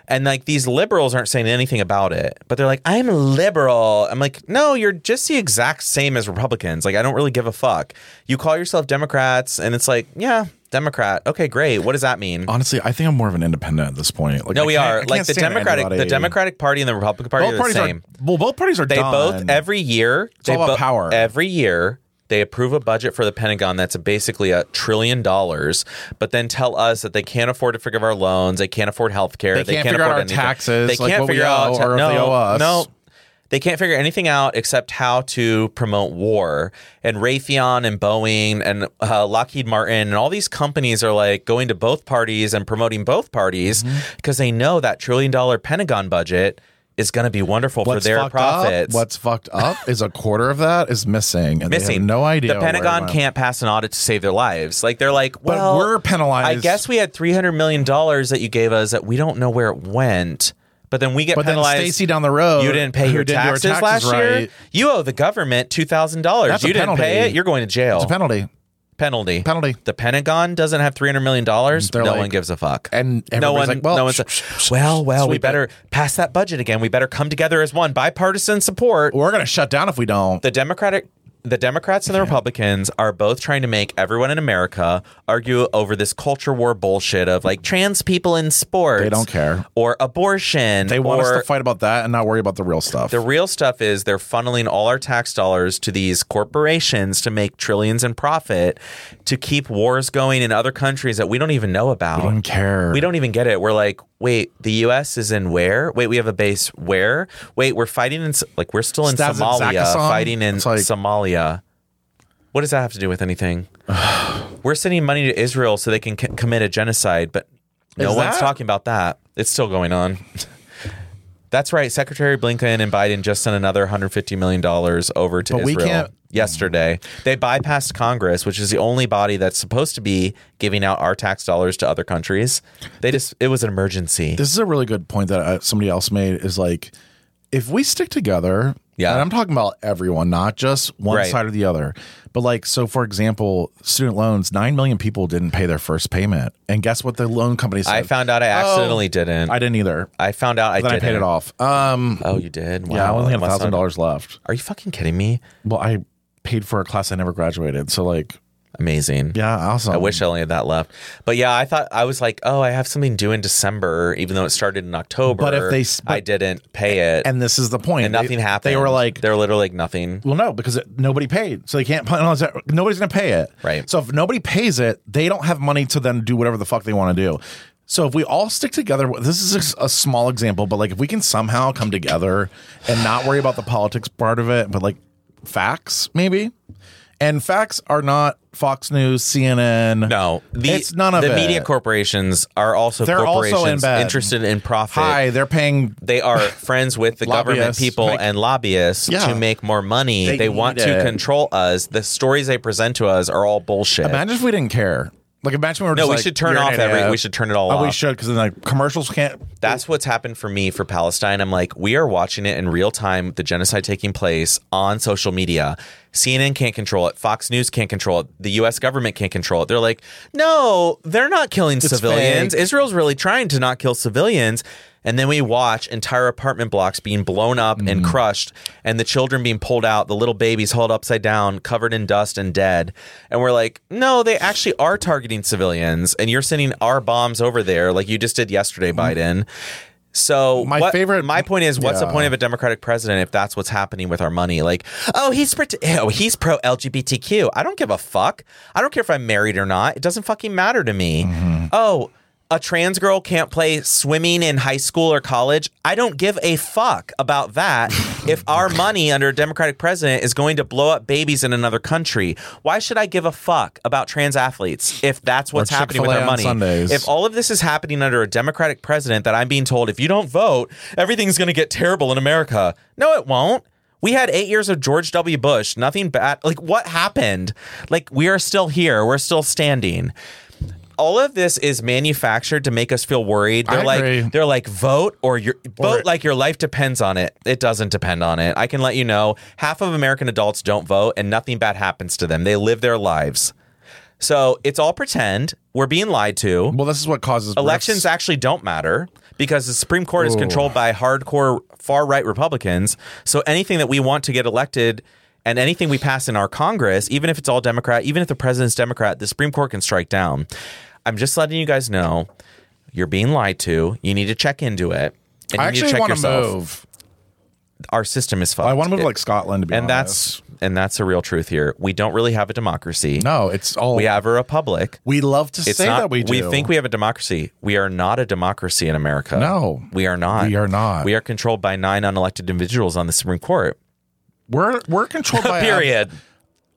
Speaker 2: And like these liberals aren't saying anything about it, but they're like, I'm liberal. I'm like, no, you're just the exact same as Republicans. Like, I don't really give a fuck. You call yourself Democrats, and it's like, yeah, Democrat. Okay, great. What does that mean?
Speaker 1: Honestly, Oh, I think I'm more of an independent at this point. Like,
Speaker 2: no,
Speaker 1: I
Speaker 2: we
Speaker 1: can't- I
Speaker 2: are
Speaker 1: can't
Speaker 2: like the
Speaker 1: stand
Speaker 2: Democratic, the
Speaker 1: anybody.
Speaker 2: Democratic Party and the Republican Party
Speaker 1: Both
Speaker 2: are the
Speaker 1: parties
Speaker 2: same.
Speaker 1: are well. Both parties are
Speaker 2: They both
Speaker 1: done.
Speaker 2: every year they
Speaker 1: all about power.
Speaker 2: Every year they approve a budget for the Pentagon that's basically a trillion dollars, but then tell us that they can't afford to forgive our loans, they can't afford health care,
Speaker 1: They can't figure out
Speaker 2: afford
Speaker 1: our
Speaker 2: anything.
Speaker 1: taxes,
Speaker 2: they
Speaker 1: like
Speaker 2: can't
Speaker 1: what we
Speaker 2: figure out
Speaker 1: owe or if
Speaker 2: no,
Speaker 1: they owe us.
Speaker 2: no. They can't figure anything out except how to promote war. And Raytheon and Boeing and uh, Lockheed Martin and all these companies are like going to both parties and promoting both parties
Speaker 1: Mm-hmm.
Speaker 2: because they know that trillion dollar Pentagon budget is going to be wonderful
Speaker 1: What's
Speaker 2: for their
Speaker 1: fucked up-
Speaker 2: profits.
Speaker 1: what's fucked up is a quarter of that is missing. And They have
Speaker 2: missing?
Speaker 1: no idea.
Speaker 2: The
Speaker 1: where
Speaker 2: Pentagon
Speaker 1: my-
Speaker 2: can't pass an audit to save their lives. Like they're like, well,
Speaker 1: we're penalized.
Speaker 2: I guess we had three hundred million dollars that you gave us that we don't know where it went. But then we get
Speaker 1: But then
Speaker 2: penalized.
Speaker 1: Stacey down the road,
Speaker 2: you didn't pay
Speaker 1: who
Speaker 2: your
Speaker 1: didn't do her
Speaker 2: taxes, last
Speaker 1: taxes
Speaker 2: year.
Speaker 1: right-
Speaker 2: You owe the government two thousand dollars.
Speaker 1: That's a
Speaker 2: You didn't pay
Speaker 1: penalty.
Speaker 2: it. You're going to jail.
Speaker 1: It's a penalty.
Speaker 2: penalty.
Speaker 1: Penalty.
Speaker 2: The Pentagon doesn't have three hundred million dollars. No
Speaker 1: They're like-
Speaker 2: one gives a fuck.
Speaker 1: and
Speaker 2: no
Speaker 1: everybody's
Speaker 2: one.
Speaker 1: like, well,
Speaker 2: no one's.
Speaker 1: sh-
Speaker 2: like,
Speaker 1: sh- sh-
Speaker 2: well, well, we
Speaker 1: sweep it."
Speaker 2: better pass that budget again. We better come together as one, bipartisan support
Speaker 1: We're gonna shut down if we don't.
Speaker 2: the Democratic the Democrats and the Republicans are both trying to make everyone in America argue over this culture war bullshit of like trans people in sports.
Speaker 1: They don't care.
Speaker 2: Or abortion.
Speaker 1: They want us
Speaker 2: or-
Speaker 1: to fight about that and not worry about the real stuff.
Speaker 2: The real stuff is they're funneling all our tax dollars to these corporations to make trillions in profit to keep wars going in other countries that we don't even know about.
Speaker 1: We don't care.
Speaker 2: We don't even get it. We're like, wait, the U.S. is in where? Wait, we have a base where? Wait, we're fighting in S- like we're still in
Speaker 1: Stabs in
Speaker 2: Somalia,
Speaker 1: Zakasan?
Speaker 2: fighting in
Speaker 1: It's like-
Speaker 2: Somalia. What does that have to do with anything? we're sending money to Israel so they can c- commit a genocide, but no
Speaker 1: Is
Speaker 2: one's
Speaker 1: that-
Speaker 2: talking about that. It's still going on. That's right. Secretary Blinken and Biden just sent another $150 million over to
Speaker 1: But we
Speaker 2: Israel
Speaker 1: can't-
Speaker 2: yesterday. They bypassed Congress, which is the only body that's supposed to be giving out our tax dollars to other countries. They just, it was an emergency.
Speaker 1: this is a really good point that uh, somebody else made is like if we stick together
Speaker 2: Yeah.
Speaker 1: and i'm talking about everyone not just one
Speaker 2: Right.
Speaker 1: side or the other but like so for example student loans 9 million people didn't pay their first payment and guess what the loan company said
Speaker 2: I found out I accidentally
Speaker 1: Oh,
Speaker 2: didn't.
Speaker 1: i
Speaker 2: I,
Speaker 1: didn't either
Speaker 2: found out I
Speaker 1: then
Speaker 2: didn't.
Speaker 1: i paid it off um
Speaker 2: Oh, you did? Wow.
Speaker 1: yeah i only had
Speaker 2: It must have-
Speaker 1: $1000 left
Speaker 2: Are you fucking kidding me?
Speaker 1: well i paid for a class i never graduated so like
Speaker 2: Amazing.
Speaker 1: yeah awesome
Speaker 2: I wish I only had that left. But yeah, I thought I was like, oh, I have something due in December, even though it started in October.
Speaker 1: But if they s-
Speaker 2: I didn't pay it, and,
Speaker 1: and this is the point They-
Speaker 2: nothing happened.
Speaker 1: they were like
Speaker 2: they're literally like nothing.
Speaker 1: Well, no, because it, nobody paid, so they can't. penalize that- Nobody's going to pay it,
Speaker 2: Right.
Speaker 1: So if nobody pays it, they don't have money to then do whatever the fuck they want to do. So if we all stick together, this is a, a small example, but like if we can somehow come together and not worry about the politics part of it, but like facts maybe, and facts are not Fox News, CNN.
Speaker 2: No, the,
Speaker 1: it's none of
Speaker 2: the
Speaker 1: it.
Speaker 2: media corporations are also
Speaker 1: They're also in
Speaker 2: corporations
Speaker 1: bed.
Speaker 2: interested in profit.
Speaker 1: Hi, they're paying.
Speaker 2: They are friends with the government
Speaker 1: Lobbyists.
Speaker 2: people
Speaker 1: Like-
Speaker 2: and lobbyists
Speaker 1: Yeah.
Speaker 2: to make more money. They,
Speaker 1: They
Speaker 2: want
Speaker 1: need
Speaker 2: to
Speaker 1: it.
Speaker 2: control us. The stories they present to us are all bullshit.
Speaker 1: Imagine if we didn't care. Like imagine we were
Speaker 2: No,
Speaker 1: just
Speaker 2: we
Speaker 1: like,
Speaker 2: should turn
Speaker 1: you're an
Speaker 2: off every-
Speaker 1: idiot.
Speaker 2: we should turn it all
Speaker 1: Oh, we
Speaker 2: off.
Speaker 1: should because then like commercials can't.
Speaker 2: That's what's happened for me for Palestine. I'm like, we are watching it in real time, the genocide taking place on social media. CNN can't control it. Fox News can't control it. The U.S. government can't control it. They're like, no, they're not killing civilians.
Speaker 1: fake.
Speaker 2: Israel's really trying to not kill civilians. And then we watch entire apartment blocks being blown up and
Speaker 1: Mm-hmm.
Speaker 2: crushed, and the children being pulled out, the little babies hauled upside down, covered in dust and dead. And we're like, no, they actually are targeting civilians, and you're sending our bombs over there, like you just did yesterday, Biden. So
Speaker 1: Mm-hmm. My
Speaker 2: what-
Speaker 1: favorite-
Speaker 2: my point is, what's the
Speaker 1: Yeah.
Speaker 2: point of a Democratic president if that's what's happening with our money? Like, oh, he's pro, oh, he's pro LGBTQ. I don't give a fuck. I don't care if I'm married or not. It doesn't fucking matter to me.
Speaker 1: Mm-hmm.
Speaker 2: Oh, a trans girl can't play swimming in high school or college. I don't give a fuck about that. if our money under a Democratic president is going to blow up babies in another country, why should I give a fuck about trans athletes if that's what's happening with
Speaker 1: Chick-fil-A
Speaker 2: our
Speaker 1: on
Speaker 2: money?
Speaker 1: Sundays.
Speaker 2: If all of this is happening under a Democratic president that I'm being told if you don't vote, everything's going to get terrible in America. No, it won't. We had eight years of George W. Bush. Nothing bad. Like what happened? Like we are still here. We're still standing. All of this is manufactured to make us feel worried. They're
Speaker 1: I
Speaker 2: like
Speaker 1: agree.
Speaker 2: they're like vote or your vote like your life depends on it. It doesn't depend on it. I can let you know half of American adults don't vote and nothing bad happens to them. They live their lives. So it's all pretend. We're being lied to.
Speaker 1: Well, this is what causes
Speaker 2: Elections
Speaker 1: rifts.
Speaker 2: actually don't matter because the Supreme Court is
Speaker 1: Ooh.
Speaker 2: controlled by hardcore far right Republicans. So anything that we want to get elected and anything we pass in our Congress, even if it's all Democrat, even if the president's Democrat, the Supreme Court can strike down. I'm just letting you guys know you're being lied to. You need to check into it. And
Speaker 1: I
Speaker 2: you need to
Speaker 1: actually
Speaker 2: check
Speaker 1: want to
Speaker 2: yourself.
Speaker 1: move.
Speaker 2: Our system is fucked.
Speaker 1: I want to move to
Speaker 2: It-
Speaker 1: like Scotland to be
Speaker 2: and
Speaker 1: honest.
Speaker 2: that's and that's the real truth here. We don't really have a democracy.
Speaker 1: no, it's all
Speaker 2: We have a republic.
Speaker 1: We love to
Speaker 2: It's
Speaker 1: say
Speaker 2: not,
Speaker 1: that we do.
Speaker 2: think we have a democracy. We are not a democracy in America.
Speaker 1: No.
Speaker 2: we are not.
Speaker 1: We are not.
Speaker 2: We are controlled by nine unelected individuals on the Supreme Court.
Speaker 1: we're we're controlled by
Speaker 2: Period.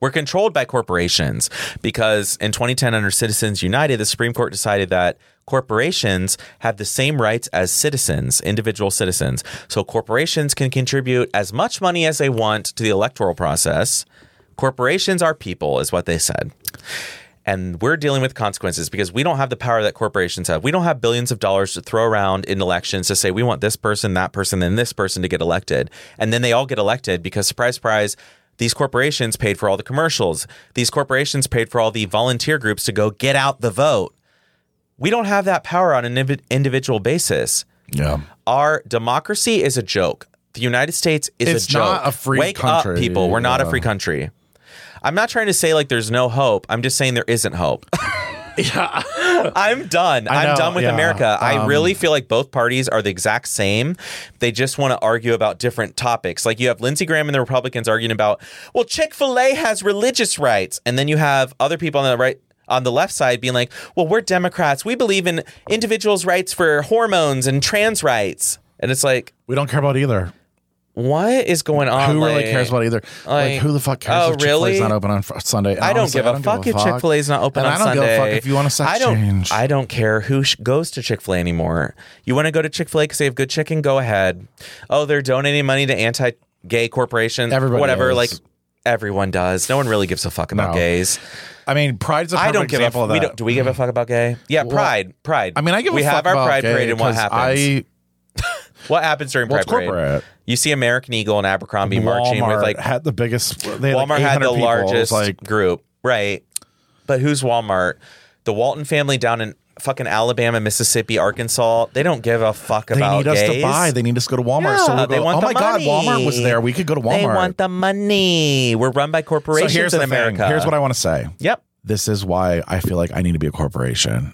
Speaker 2: We're controlled by corporations because in 2010, under Citizens United, the Supreme Court decided that corporations have the same rights as citizens, individual citizens. So corporations can contribute as much money as they want to the electoral process. Corporations are people, is what they said. And we're dealing with consequences because we don't have the power that corporations have. We don't have billions of dollars to throw around in elections to say we want this person, that person, and this person to get elected. And then they all get elected because, surprise, surprise, these corporations paid for all the commercials. These corporations paid for all the volunteer groups to go get out the vote. We don't have that power on an indiv- individual basis.
Speaker 1: Yeah.
Speaker 2: Our democracy is a joke. The United States is
Speaker 1: It's
Speaker 2: a joke.
Speaker 1: not a free
Speaker 2: Wake
Speaker 1: country,
Speaker 2: up, people. We're not a
Speaker 1: yeah.
Speaker 2: free country. I'm not trying to say like there's no hope. I'm just saying there isn't hope. I'm done.
Speaker 1: I
Speaker 2: I'm
Speaker 1: know,
Speaker 2: done with
Speaker 1: yeah.
Speaker 2: America. I
Speaker 1: Um,
Speaker 2: really feel like both parties are the exact same. They just want to argue about different topics. Like you have Lindsey Graham and the Republicans arguing about, well, Chick fil A has religious rights. And then you have other people on the right. On the left side, being like, well, we're Democrats. We believe in individuals' rights for hormones and trans rights. And it's like,
Speaker 1: We don't care about either.
Speaker 2: what is going on?
Speaker 1: who really
Speaker 2: Like,
Speaker 1: cares about either? Like,
Speaker 2: like,
Speaker 1: who the fuck cares
Speaker 2: oh,
Speaker 1: if Chick-fil-A's
Speaker 2: really?
Speaker 1: not open on fr- Sunday? And
Speaker 2: I don't
Speaker 1: honestly,
Speaker 2: give a fuck if Chick Fil A is not open
Speaker 1: and
Speaker 2: on
Speaker 1: I don't
Speaker 2: Sunday.
Speaker 1: give a fuck if you want a sex
Speaker 2: I don't,
Speaker 1: change.
Speaker 2: I don't care who sh- goes to Chick Fil A anymore. You want to go to Chick Fil A because they have good chicken? Go ahead. Oh, they're donating money to anti-gay corporations.
Speaker 1: Everybody
Speaker 2: whatever.
Speaker 1: is.
Speaker 2: Like everyone does. No one really gives a fuck about
Speaker 1: No.
Speaker 2: gays.
Speaker 1: I mean, Pride's a perfect
Speaker 2: I don't give a
Speaker 1: example of
Speaker 2: fuck.
Speaker 1: that. Mm.
Speaker 2: We don't, do we give a fuck about gay? Yeah, Pride. Pride.
Speaker 1: I mean, I give
Speaker 2: we
Speaker 1: a fuck
Speaker 2: have our
Speaker 1: about
Speaker 2: Pride
Speaker 1: gay
Speaker 2: Parade and what
Speaker 1: 'cause I,
Speaker 2: happens. what happens during
Speaker 1: Well,
Speaker 2: Pride
Speaker 1: it's
Speaker 2: Parade?
Speaker 1: corporate.
Speaker 2: You see American Eagle and Abercrombie marching
Speaker 1: Walmart
Speaker 2: with like
Speaker 1: had the biggest. They had
Speaker 2: Walmart
Speaker 1: like
Speaker 2: had
Speaker 1: 800
Speaker 2: the
Speaker 1: people. It was
Speaker 2: largest
Speaker 1: Like,
Speaker 2: group, right? But who's Walmart? The Walton family down in fucking Alabama, Mississippi, Arkansas. They don't give a fuck
Speaker 1: they
Speaker 2: about
Speaker 1: need us
Speaker 2: gays.
Speaker 1: to buy. They need us to go to Walmart. so
Speaker 2: Yeah,
Speaker 1: we'll
Speaker 2: they
Speaker 1: go,
Speaker 2: want
Speaker 1: oh
Speaker 2: the
Speaker 1: my god,
Speaker 2: money.
Speaker 1: Walmart was there. We could go to Walmart.
Speaker 2: They want the money. We're run by
Speaker 1: so
Speaker 2: corporations
Speaker 1: here's
Speaker 2: in
Speaker 1: the
Speaker 2: America.
Speaker 1: thing. Here's what I want to say.
Speaker 2: Yep.
Speaker 1: This is why I feel like I need to be a corporation.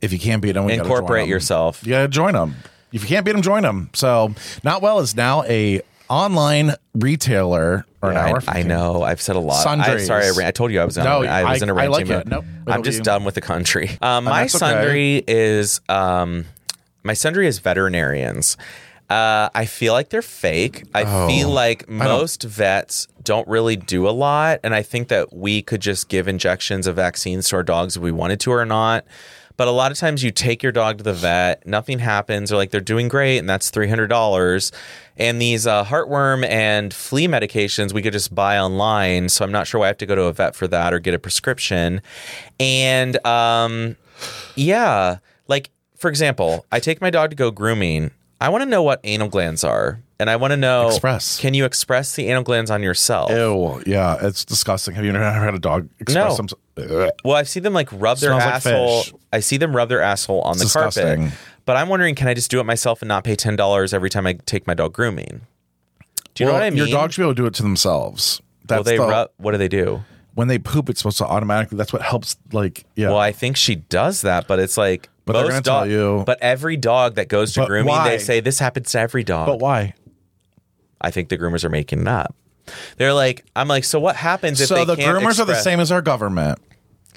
Speaker 1: If you can't beat them, we gotta join
Speaker 2: Incorporate
Speaker 1: 'em.
Speaker 2: yourself.
Speaker 1: You gotta join them. If you can't beat them, join them. So, Not Well is now a online retailer or an
Speaker 2: I-
Speaker 1: hour.
Speaker 2: I,
Speaker 1: 15.
Speaker 2: know. I've said a lot. I,
Speaker 1: Sundries.
Speaker 2: sorry, I, ran, I told you I was.
Speaker 1: No,
Speaker 2: on, I was
Speaker 1: I-
Speaker 2: in a
Speaker 1: I
Speaker 2: ranting
Speaker 1: like
Speaker 2: mood.
Speaker 1: it. Nope.
Speaker 2: I'm
Speaker 1: It'll
Speaker 2: just
Speaker 1: be-
Speaker 2: done with the country. Um, my
Speaker 1: that's okay.
Speaker 2: sundry is um, my sundry is veterinarians. Uh, I feel like they're fake. I feel like most vets don't really do a lot, and I think that we could just give injections of vaccines to our dogs if we wanted to or not. But a lot of times you take your dog to the vet, nothing happens, or like they're doing great, and that's three hundred dollars. And these uh, heartworm and flea medications we could just buy online. So I'm not sure why I have to go to a vet for that or get a prescription. And um, yeah, like for example, I take my dog to go grooming. I want to know what anal glands are, and I want to know
Speaker 1: Express.
Speaker 2: Can you express the anal glands on yourself?
Speaker 1: Ew. Yeah, it's disgusting. Have you ever had a dog
Speaker 2: No.
Speaker 1: express themselves? Ugh.
Speaker 2: Well, I see them like rub their
Speaker 1: Smells like
Speaker 2: asshole.
Speaker 1: fish.
Speaker 2: I see them rub their asshole on the
Speaker 1: It's
Speaker 2: carpet.
Speaker 1: disgusting.
Speaker 2: But I'm wondering, can I just do it myself and not pay ten dollars every time I take my dog grooming? Do you know
Speaker 1: Well,
Speaker 2: what I mean?
Speaker 1: Your dog should be able to do it to themselves. That's
Speaker 2: well, they
Speaker 1: the,
Speaker 2: rub. What do they do?
Speaker 1: when they poop, it's supposed to automatically. That's what helps. Like, yeah.
Speaker 2: Well, I think she does that, but it's like
Speaker 1: But they're gonna tell
Speaker 2: dog-
Speaker 1: you-
Speaker 2: But every dog that goes to
Speaker 1: But
Speaker 2: grooming, they
Speaker 1: why?
Speaker 2: say this happens to every dog.
Speaker 1: but why?
Speaker 2: I think the groomers are making it up. They're like, I'm like, so what happens if
Speaker 1: So
Speaker 2: they
Speaker 1: the
Speaker 2: can't
Speaker 1: groomers are the
Speaker 2: express-
Speaker 1: same as our government.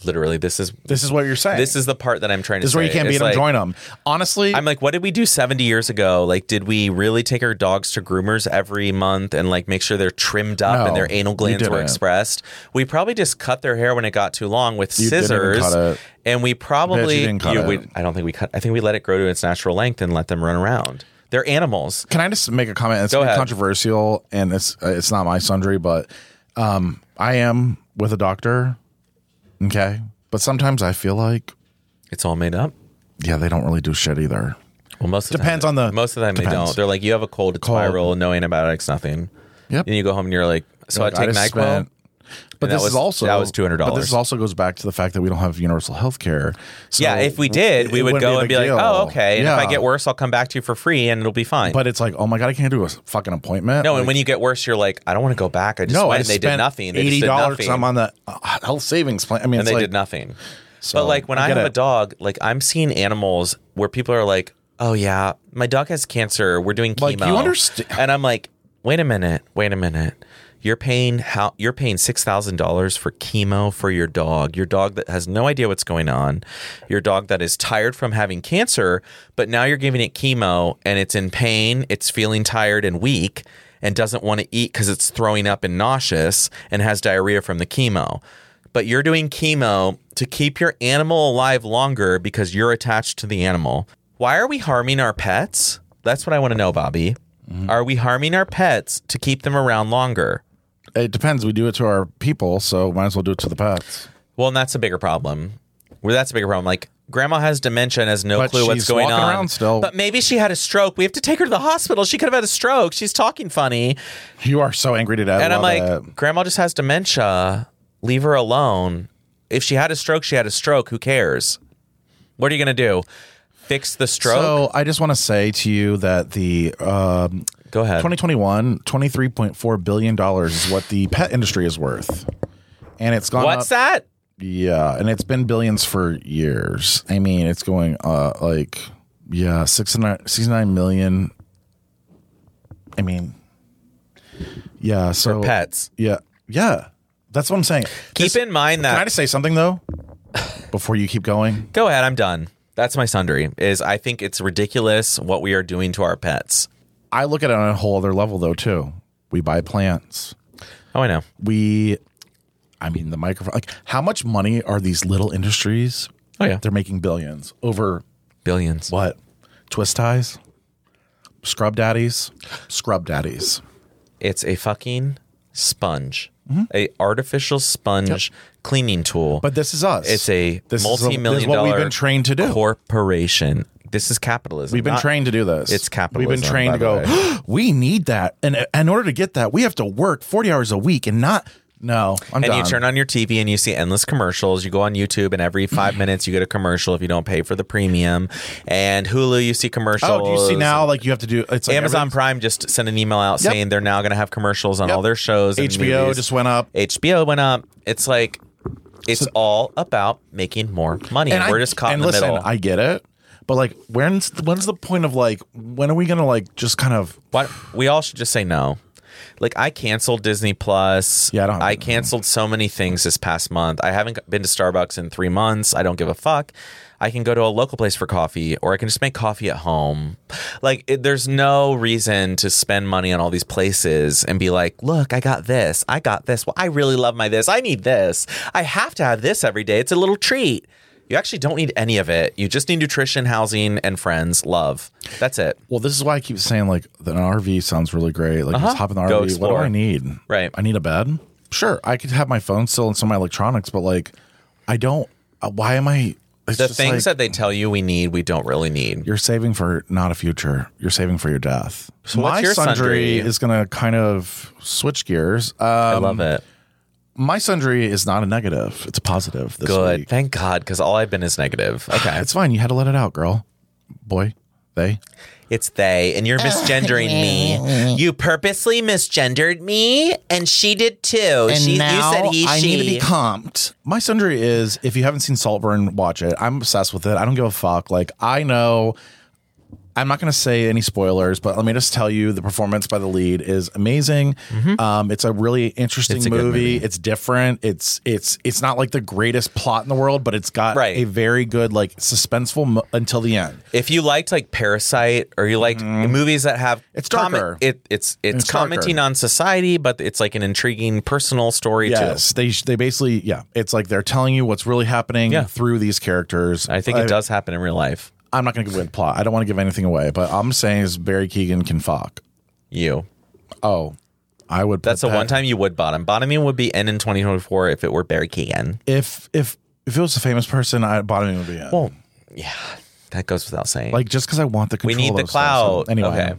Speaker 2: Literally, this is
Speaker 1: This is what you're saying.
Speaker 2: this is the part that I'm trying to.
Speaker 1: this is where you
Speaker 2: say.
Speaker 1: can't beat
Speaker 2: It's
Speaker 1: them.
Speaker 2: like-
Speaker 1: join them. Honestly,
Speaker 2: I'm like, what did we do 70 years ago? Like, did we really take our dogs to groomers every month and like make sure they're trimmed up
Speaker 1: No,
Speaker 2: and their anal
Speaker 1: you
Speaker 2: glands were
Speaker 1: didn't.
Speaker 2: expressed? We probably just cut their hair when it got too long with
Speaker 1: You didn't
Speaker 2: scissors,
Speaker 1: cut it.
Speaker 2: and we probably
Speaker 1: didn't cut
Speaker 2: we-
Speaker 1: it.
Speaker 2: I don't think we cut. I think we let it grow to its natural length and let them run around. They're animals.
Speaker 1: Can I just make a comment? It's
Speaker 2: Go ahead.
Speaker 1: controversial, and it's uh, it's not my sundry, but um, I am with a doctor. Okay, but sometimes I feel like
Speaker 2: It's all made up.
Speaker 1: yeah, they don't really do shit either.
Speaker 2: Well, most of the
Speaker 1: Depends
Speaker 2: time,
Speaker 1: on the-
Speaker 2: most of the time they
Speaker 1: depends.
Speaker 2: don't. They're like, you have a cold, it's
Speaker 1: Cold.
Speaker 2: viral, no antibiotics, nothing.
Speaker 1: Yep.
Speaker 2: And you go home and you're like, so
Speaker 1: Like,
Speaker 2: I take
Speaker 1: just
Speaker 2: Nyquil.
Speaker 1: spent- But
Speaker 2: And that
Speaker 1: this
Speaker 2: was-
Speaker 1: is also
Speaker 2: that was $200.
Speaker 1: But this also goes back to the fact that we don't have universal health care. So
Speaker 2: yeah, if we did,
Speaker 1: it
Speaker 2: we would
Speaker 1: wouldn't
Speaker 2: go
Speaker 1: a
Speaker 2: and be
Speaker 1: big
Speaker 2: like,
Speaker 1: deal.
Speaker 2: oh, okay. And if I
Speaker 1: Yeah.
Speaker 2: get worse, I'll come back to you for free and it'll be fine.
Speaker 1: but it's like, oh my god, I can't do a s- fucking appointment.
Speaker 2: no,
Speaker 1: like,
Speaker 2: and when you get worse, you're like, I don't want to go back. I just
Speaker 1: no, I
Speaker 2: went and they did
Speaker 1: spent
Speaker 2: nothing. They just
Speaker 1: Eighty
Speaker 2: did
Speaker 1: dollars.
Speaker 2: nothing.
Speaker 1: I'm on the uh, health savings plan. I mean,
Speaker 2: and
Speaker 1: it's
Speaker 2: they
Speaker 1: like,
Speaker 2: did nothing.
Speaker 1: so,
Speaker 2: but like when
Speaker 1: I
Speaker 2: I,
Speaker 1: get
Speaker 2: have
Speaker 1: it.
Speaker 2: a dog, like I'm seeing animals where people are like, "Oh yeah, my dog has cancer. We're doing chemo."
Speaker 1: Like, you understa-
Speaker 2: And I'm like, "Wait a minute, wait a minute. You're paying how? You're paying six thousand dollars for chemo for your dog. Your dog that has no idea what's going on. Your dog that is tired from having cancer, but now you're giving it chemo and it's in pain. It's feeling tired and weak." And doesn't want to eat because it's throwing up and nauseous and has diarrhea from the chemo but you're doing chemo to keep your animal alive longer because you're attached to the animal. Why are we harming our pets? That's what I want to know, Bobby. Are we harming our pets to keep them around longer?
Speaker 1: It depends. We do it to our people, so might as well do it to the pets.
Speaker 2: Well, and that's a bigger problem. Well, that's a bigger problem. Like grandma has dementia and has no
Speaker 1: But
Speaker 2: clue what's
Speaker 1: she's
Speaker 2: going
Speaker 1: walking
Speaker 2: on.
Speaker 1: around still.
Speaker 2: But maybe she had a stroke. We have to take her to the hospital. She could have had a stroke. She's talking funny.
Speaker 1: You are so angry today. I
Speaker 2: and I'm like,
Speaker 1: love it.
Speaker 2: Grandma just has dementia. Leave her alone. If she had a stroke, she had a stroke. Who cares? What are you gonna do? Fix the stroke?
Speaker 1: So I just want to say to you that the um,
Speaker 2: Go ahead.
Speaker 1: 2021, 23.4 billion dollars is what the pet industry is worth, and it's gone.
Speaker 2: What's
Speaker 1: up,
Speaker 2: that?
Speaker 1: Yeah, and it's been billions for years. I mean, it's going uh like yeah, six and nine- 69 million. I mean, yeah. So
Speaker 2: Pets.
Speaker 1: Yeah, yeah. That's what I'm saying.
Speaker 2: Keep in mind that
Speaker 1: Can I just say something though? Before you keep going,
Speaker 2: go ahead, I'm done. That's my sundry. Is I think it's ridiculous what we are doing to our pets.
Speaker 1: I look at it on a whole other level though too. We buy plants.
Speaker 2: Oh, I know.
Speaker 1: we i mean the microphone like how much money are these little industries
Speaker 2: Oh yeah.
Speaker 1: they're making billions over
Speaker 2: Billions.
Speaker 1: what twist ties scrub daddies scrub daddies
Speaker 2: It's a fucking sponge. A artificial sponge cleaning tool.
Speaker 1: Mm-hmm. but this is us
Speaker 2: It's a
Speaker 1: this is,
Speaker 2: multi-million
Speaker 1: this is what we've been
Speaker 2: dollar
Speaker 1: trained to do
Speaker 2: corporation. This is capitalism.
Speaker 1: we've been
Speaker 2: not-
Speaker 1: trained to do this
Speaker 2: It's
Speaker 1: we've been
Speaker 2: capitalism,
Speaker 1: trained to
Speaker 2: by the
Speaker 1: go we need that and uh, in order to get that we have to work 40 hours a week and not no i'm
Speaker 2: and
Speaker 1: done
Speaker 2: you turn on your TV and you see endless commercials. You go on YouTube and every five minutes you get a commercial if you don't pay for the premium. And Hulu, you see commercials.
Speaker 1: oh do you see now like you have to do it's like
Speaker 2: Amazon
Speaker 1: everything's-
Speaker 2: Prime just sent an email out
Speaker 1: Yep.
Speaker 2: saying they're now going to have commercials on all their shows. And
Speaker 1: hbo
Speaker 2: movies.
Speaker 1: just went up
Speaker 2: HBO went up. It's like it's all about making more money, and,
Speaker 1: I-
Speaker 2: we're just caught in
Speaker 1: and
Speaker 2: the
Speaker 1: listen,
Speaker 2: middle.
Speaker 1: I get it, but like, when's when's the point of like, when are we gonna like just kind of?
Speaker 2: What we all should just say no. Like I canceled Disney Plus.
Speaker 1: Yeah, I don't have
Speaker 2: I
Speaker 1: it.
Speaker 2: canceled so many things this past month. I haven't been to Starbucks in three months. I don't give a fuck. I can go to a local place for coffee, or I can just make coffee at home. Like it, there's no reason to spend money on all these places and be like, look, I got this, I got this. Well, I really love my this. I need this. I have to have this every day. It's a little treat. You actually don't need any of it. You just need nutrition, housing, and friends, love. That's it.
Speaker 1: Well, this is why I keep saying like an RV sounds really great. Like just hop in the
Speaker 2: Uh-huh. Go
Speaker 1: RV. What do
Speaker 2: explore.
Speaker 1: I need?
Speaker 2: Right.
Speaker 1: I need a bed. Sure, I could have my phone still and some of my electronics, but like, I don't. Uh, why am I? It's
Speaker 2: the
Speaker 1: just,
Speaker 2: things
Speaker 1: like,
Speaker 2: that they tell you we need, we don't really need.
Speaker 1: you're saving for not a future. You're saving for your death. So
Speaker 2: what's
Speaker 1: my
Speaker 2: your sundry?
Speaker 1: is gonna kind of switch gears. Uh,
Speaker 2: I love it.
Speaker 1: my sundry is not a negative. It's a positive. This
Speaker 2: Good.
Speaker 1: Week.
Speaker 2: Thank God, because all I've been is negative. Okay.
Speaker 1: It's fine. You had to let it out, girl, boy, they.
Speaker 2: it's they, and you're misgendering me. You purposely misgendered me, and she did too. she, you said he, she.
Speaker 1: comped. My sundry is if you haven't seen Saltburn, watch it. I'm obsessed with it. I don't give a fuck. Like I know. I'm not going to say any spoilers, but let me just tell you the performance by the lead is amazing. Um, it's a really interesting
Speaker 2: Mm-hmm. It's a good
Speaker 1: movie.
Speaker 2: movie.
Speaker 1: It's different. It's it's it's not like the greatest plot in the world, but it's got
Speaker 2: Right.
Speaker 1: a very good like suspenseful mo- until the end.
Speaker 2: if you liked like Parasite, or you liked movies that have
Speaker 1: Mm-hmm. It's
Speaker 2: comment-
Speaker 1: darker.
Speaker 2: it, it's it's,
Speaker 1: It's darker.
Speaker 2: commenting on society, but it's like an intriguing personal story
Speaker 1: Yes, they they basically yeah. It's like they're telling you what's really happening
Speaker 2: Yeah.
Speaker 1: through these characters.
Speaker 2: too. I think
Speaker 1: Uh,
Speaker 2: it does happen in real life.
Speaker 1: I'm not going to give away the plot. I don't want to give anything away, but I'm saying is Barry Keegan can fuck.
Speaker 2: You.
Speaker 1: Oh, I would. put
Speaker 2: That's the
Speaker 1: that-
Speaker 2: one time you would bottom. Bottoming would be N in 2024 if it were Barry Keegan.
Speaker 1: If if if it was a famous person, I bottoming would be in.
Speaker 2: Well, yeah, that goes without saying.
Speaker 1: like just because I want the
Speaker 2: We
Speaker 1: control.
Speaker 2: need the
Speaker 1: of stuff, so
Speaker 2: clout.
Speaker 1: anyway,
Speaker 2: Okay.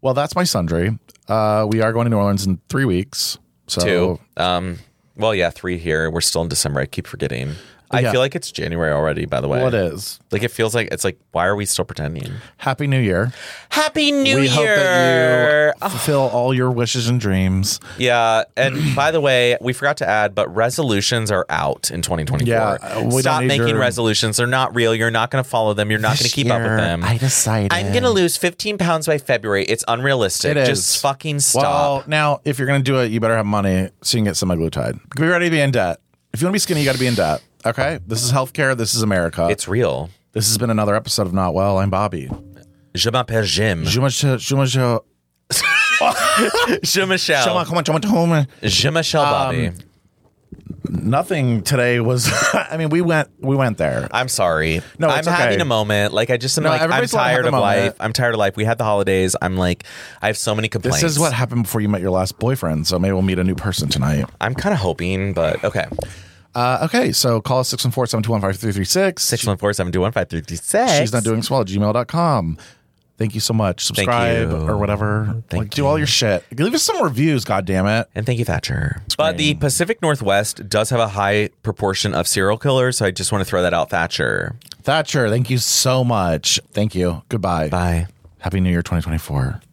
Speaker 1: well, that's my sundry. Uh, we are going to New Orleans in three weeks. So
Speaker 2: two. Um, well, yeah, three here. We're still in December. I keep forgetting. I
Speaker 1: Yeah.
Speaker 2: feel like it's January already. By the way,
Speaker 1: what is?
Speaker 2: Like it feels like it's like why are we still pretending?
Speaker 1: Happy New Year.
Speaker 2: Happy New
Speaker 1: we
Speaker 2: Year!
Speaker 1: hope that you fulfill all your wishes and dreams.
Speaker 2: Yeah, and by the way, we forgot to add, but resolutions are out in 2024.
Speaker 1: Yeah, uh, we don't
Speaker 2: Stop
Speaker 1: need
Speaker 2: making
Speaker 1: your-
Speaker 2: resolutions. They're not real. You're not going to follow them. You're not going to keep up with them.
Speaker 1: decided.
Speaker 2: I'm going to lose 15 pounds by February. It's unrealistic.
Speaker 1: It is.
Speaker 2: Just fucking
Speaker 1: Well,
Speaker 2: stop.
Speaker 1: now if you're gonna do it, you better have money so you can get semaglutide. Be ready to be in debt. If you want to be skinny, you got to be in debt. Okay, this is healthcare. This is America.
Speaker 2: it's real.
Speaker 1: this has been another episode of Not Well. I'm Bobby.
Speaker 2: Je m'appelle Jim.
Speaker 1: Je me- je me- je-
Speaker 2: Je Michelle.
Speaker 1: come on, come on, come on.
Speaker 2: Je Michelle
Speaker 1: Um,
Speaker 2: Bobby.
Speaker 1: Nothing today was. I mean, we went we went there.
Speaker 2: I'm sorry.
Speaker 1: No,
Speaker 2: I'm
Speaker 1: it's
Speaker 2: having
Speaker 1: okay.
Speaker 2: a moment. Like I just am
Speaker 1: No,
Speaker 2: like I'm
Speaker 1: everybody's allowed to have
Speaker 2: tired
Speaker 1: a
Speaker 2: of
Speaker 1: moment.
Speaker 2: life. I'm tired of life. We had the holidays. I'm like I have so many
Speaker 1: This
Speaker 2: complaints.
Speaker 1: is what happened before you met your last boyfriend. So maybe we'll meet a new person tonight.
Speaker 2: I'm kind of hoping, but okay.
Speaker 1: Uh, okay, so call us 614 721 5336.
Speaker 2: 614 721 5336.
Speaker 1: She's not doing swell at gmail.com. Thank you so much. Subscribe
Speaker 2: you.
Speaker 1: or whatever.
Speaker 2: Thank
Speaker 1: like, do all
Speaker 2: you.
Speaker 1: your shit. Leave us some reviews, God damn it.
Speaker 2: And thank you, Thatcher. But the Pacific Northwest does have a high proportion of serial killers, so I just want to throw that out, Thatcher.
Speaker 1: Thatcher, thank you so much. Thank you. Goodbye.
Speaker 2: Bye.
Speaker 1: Happy New Year 2024.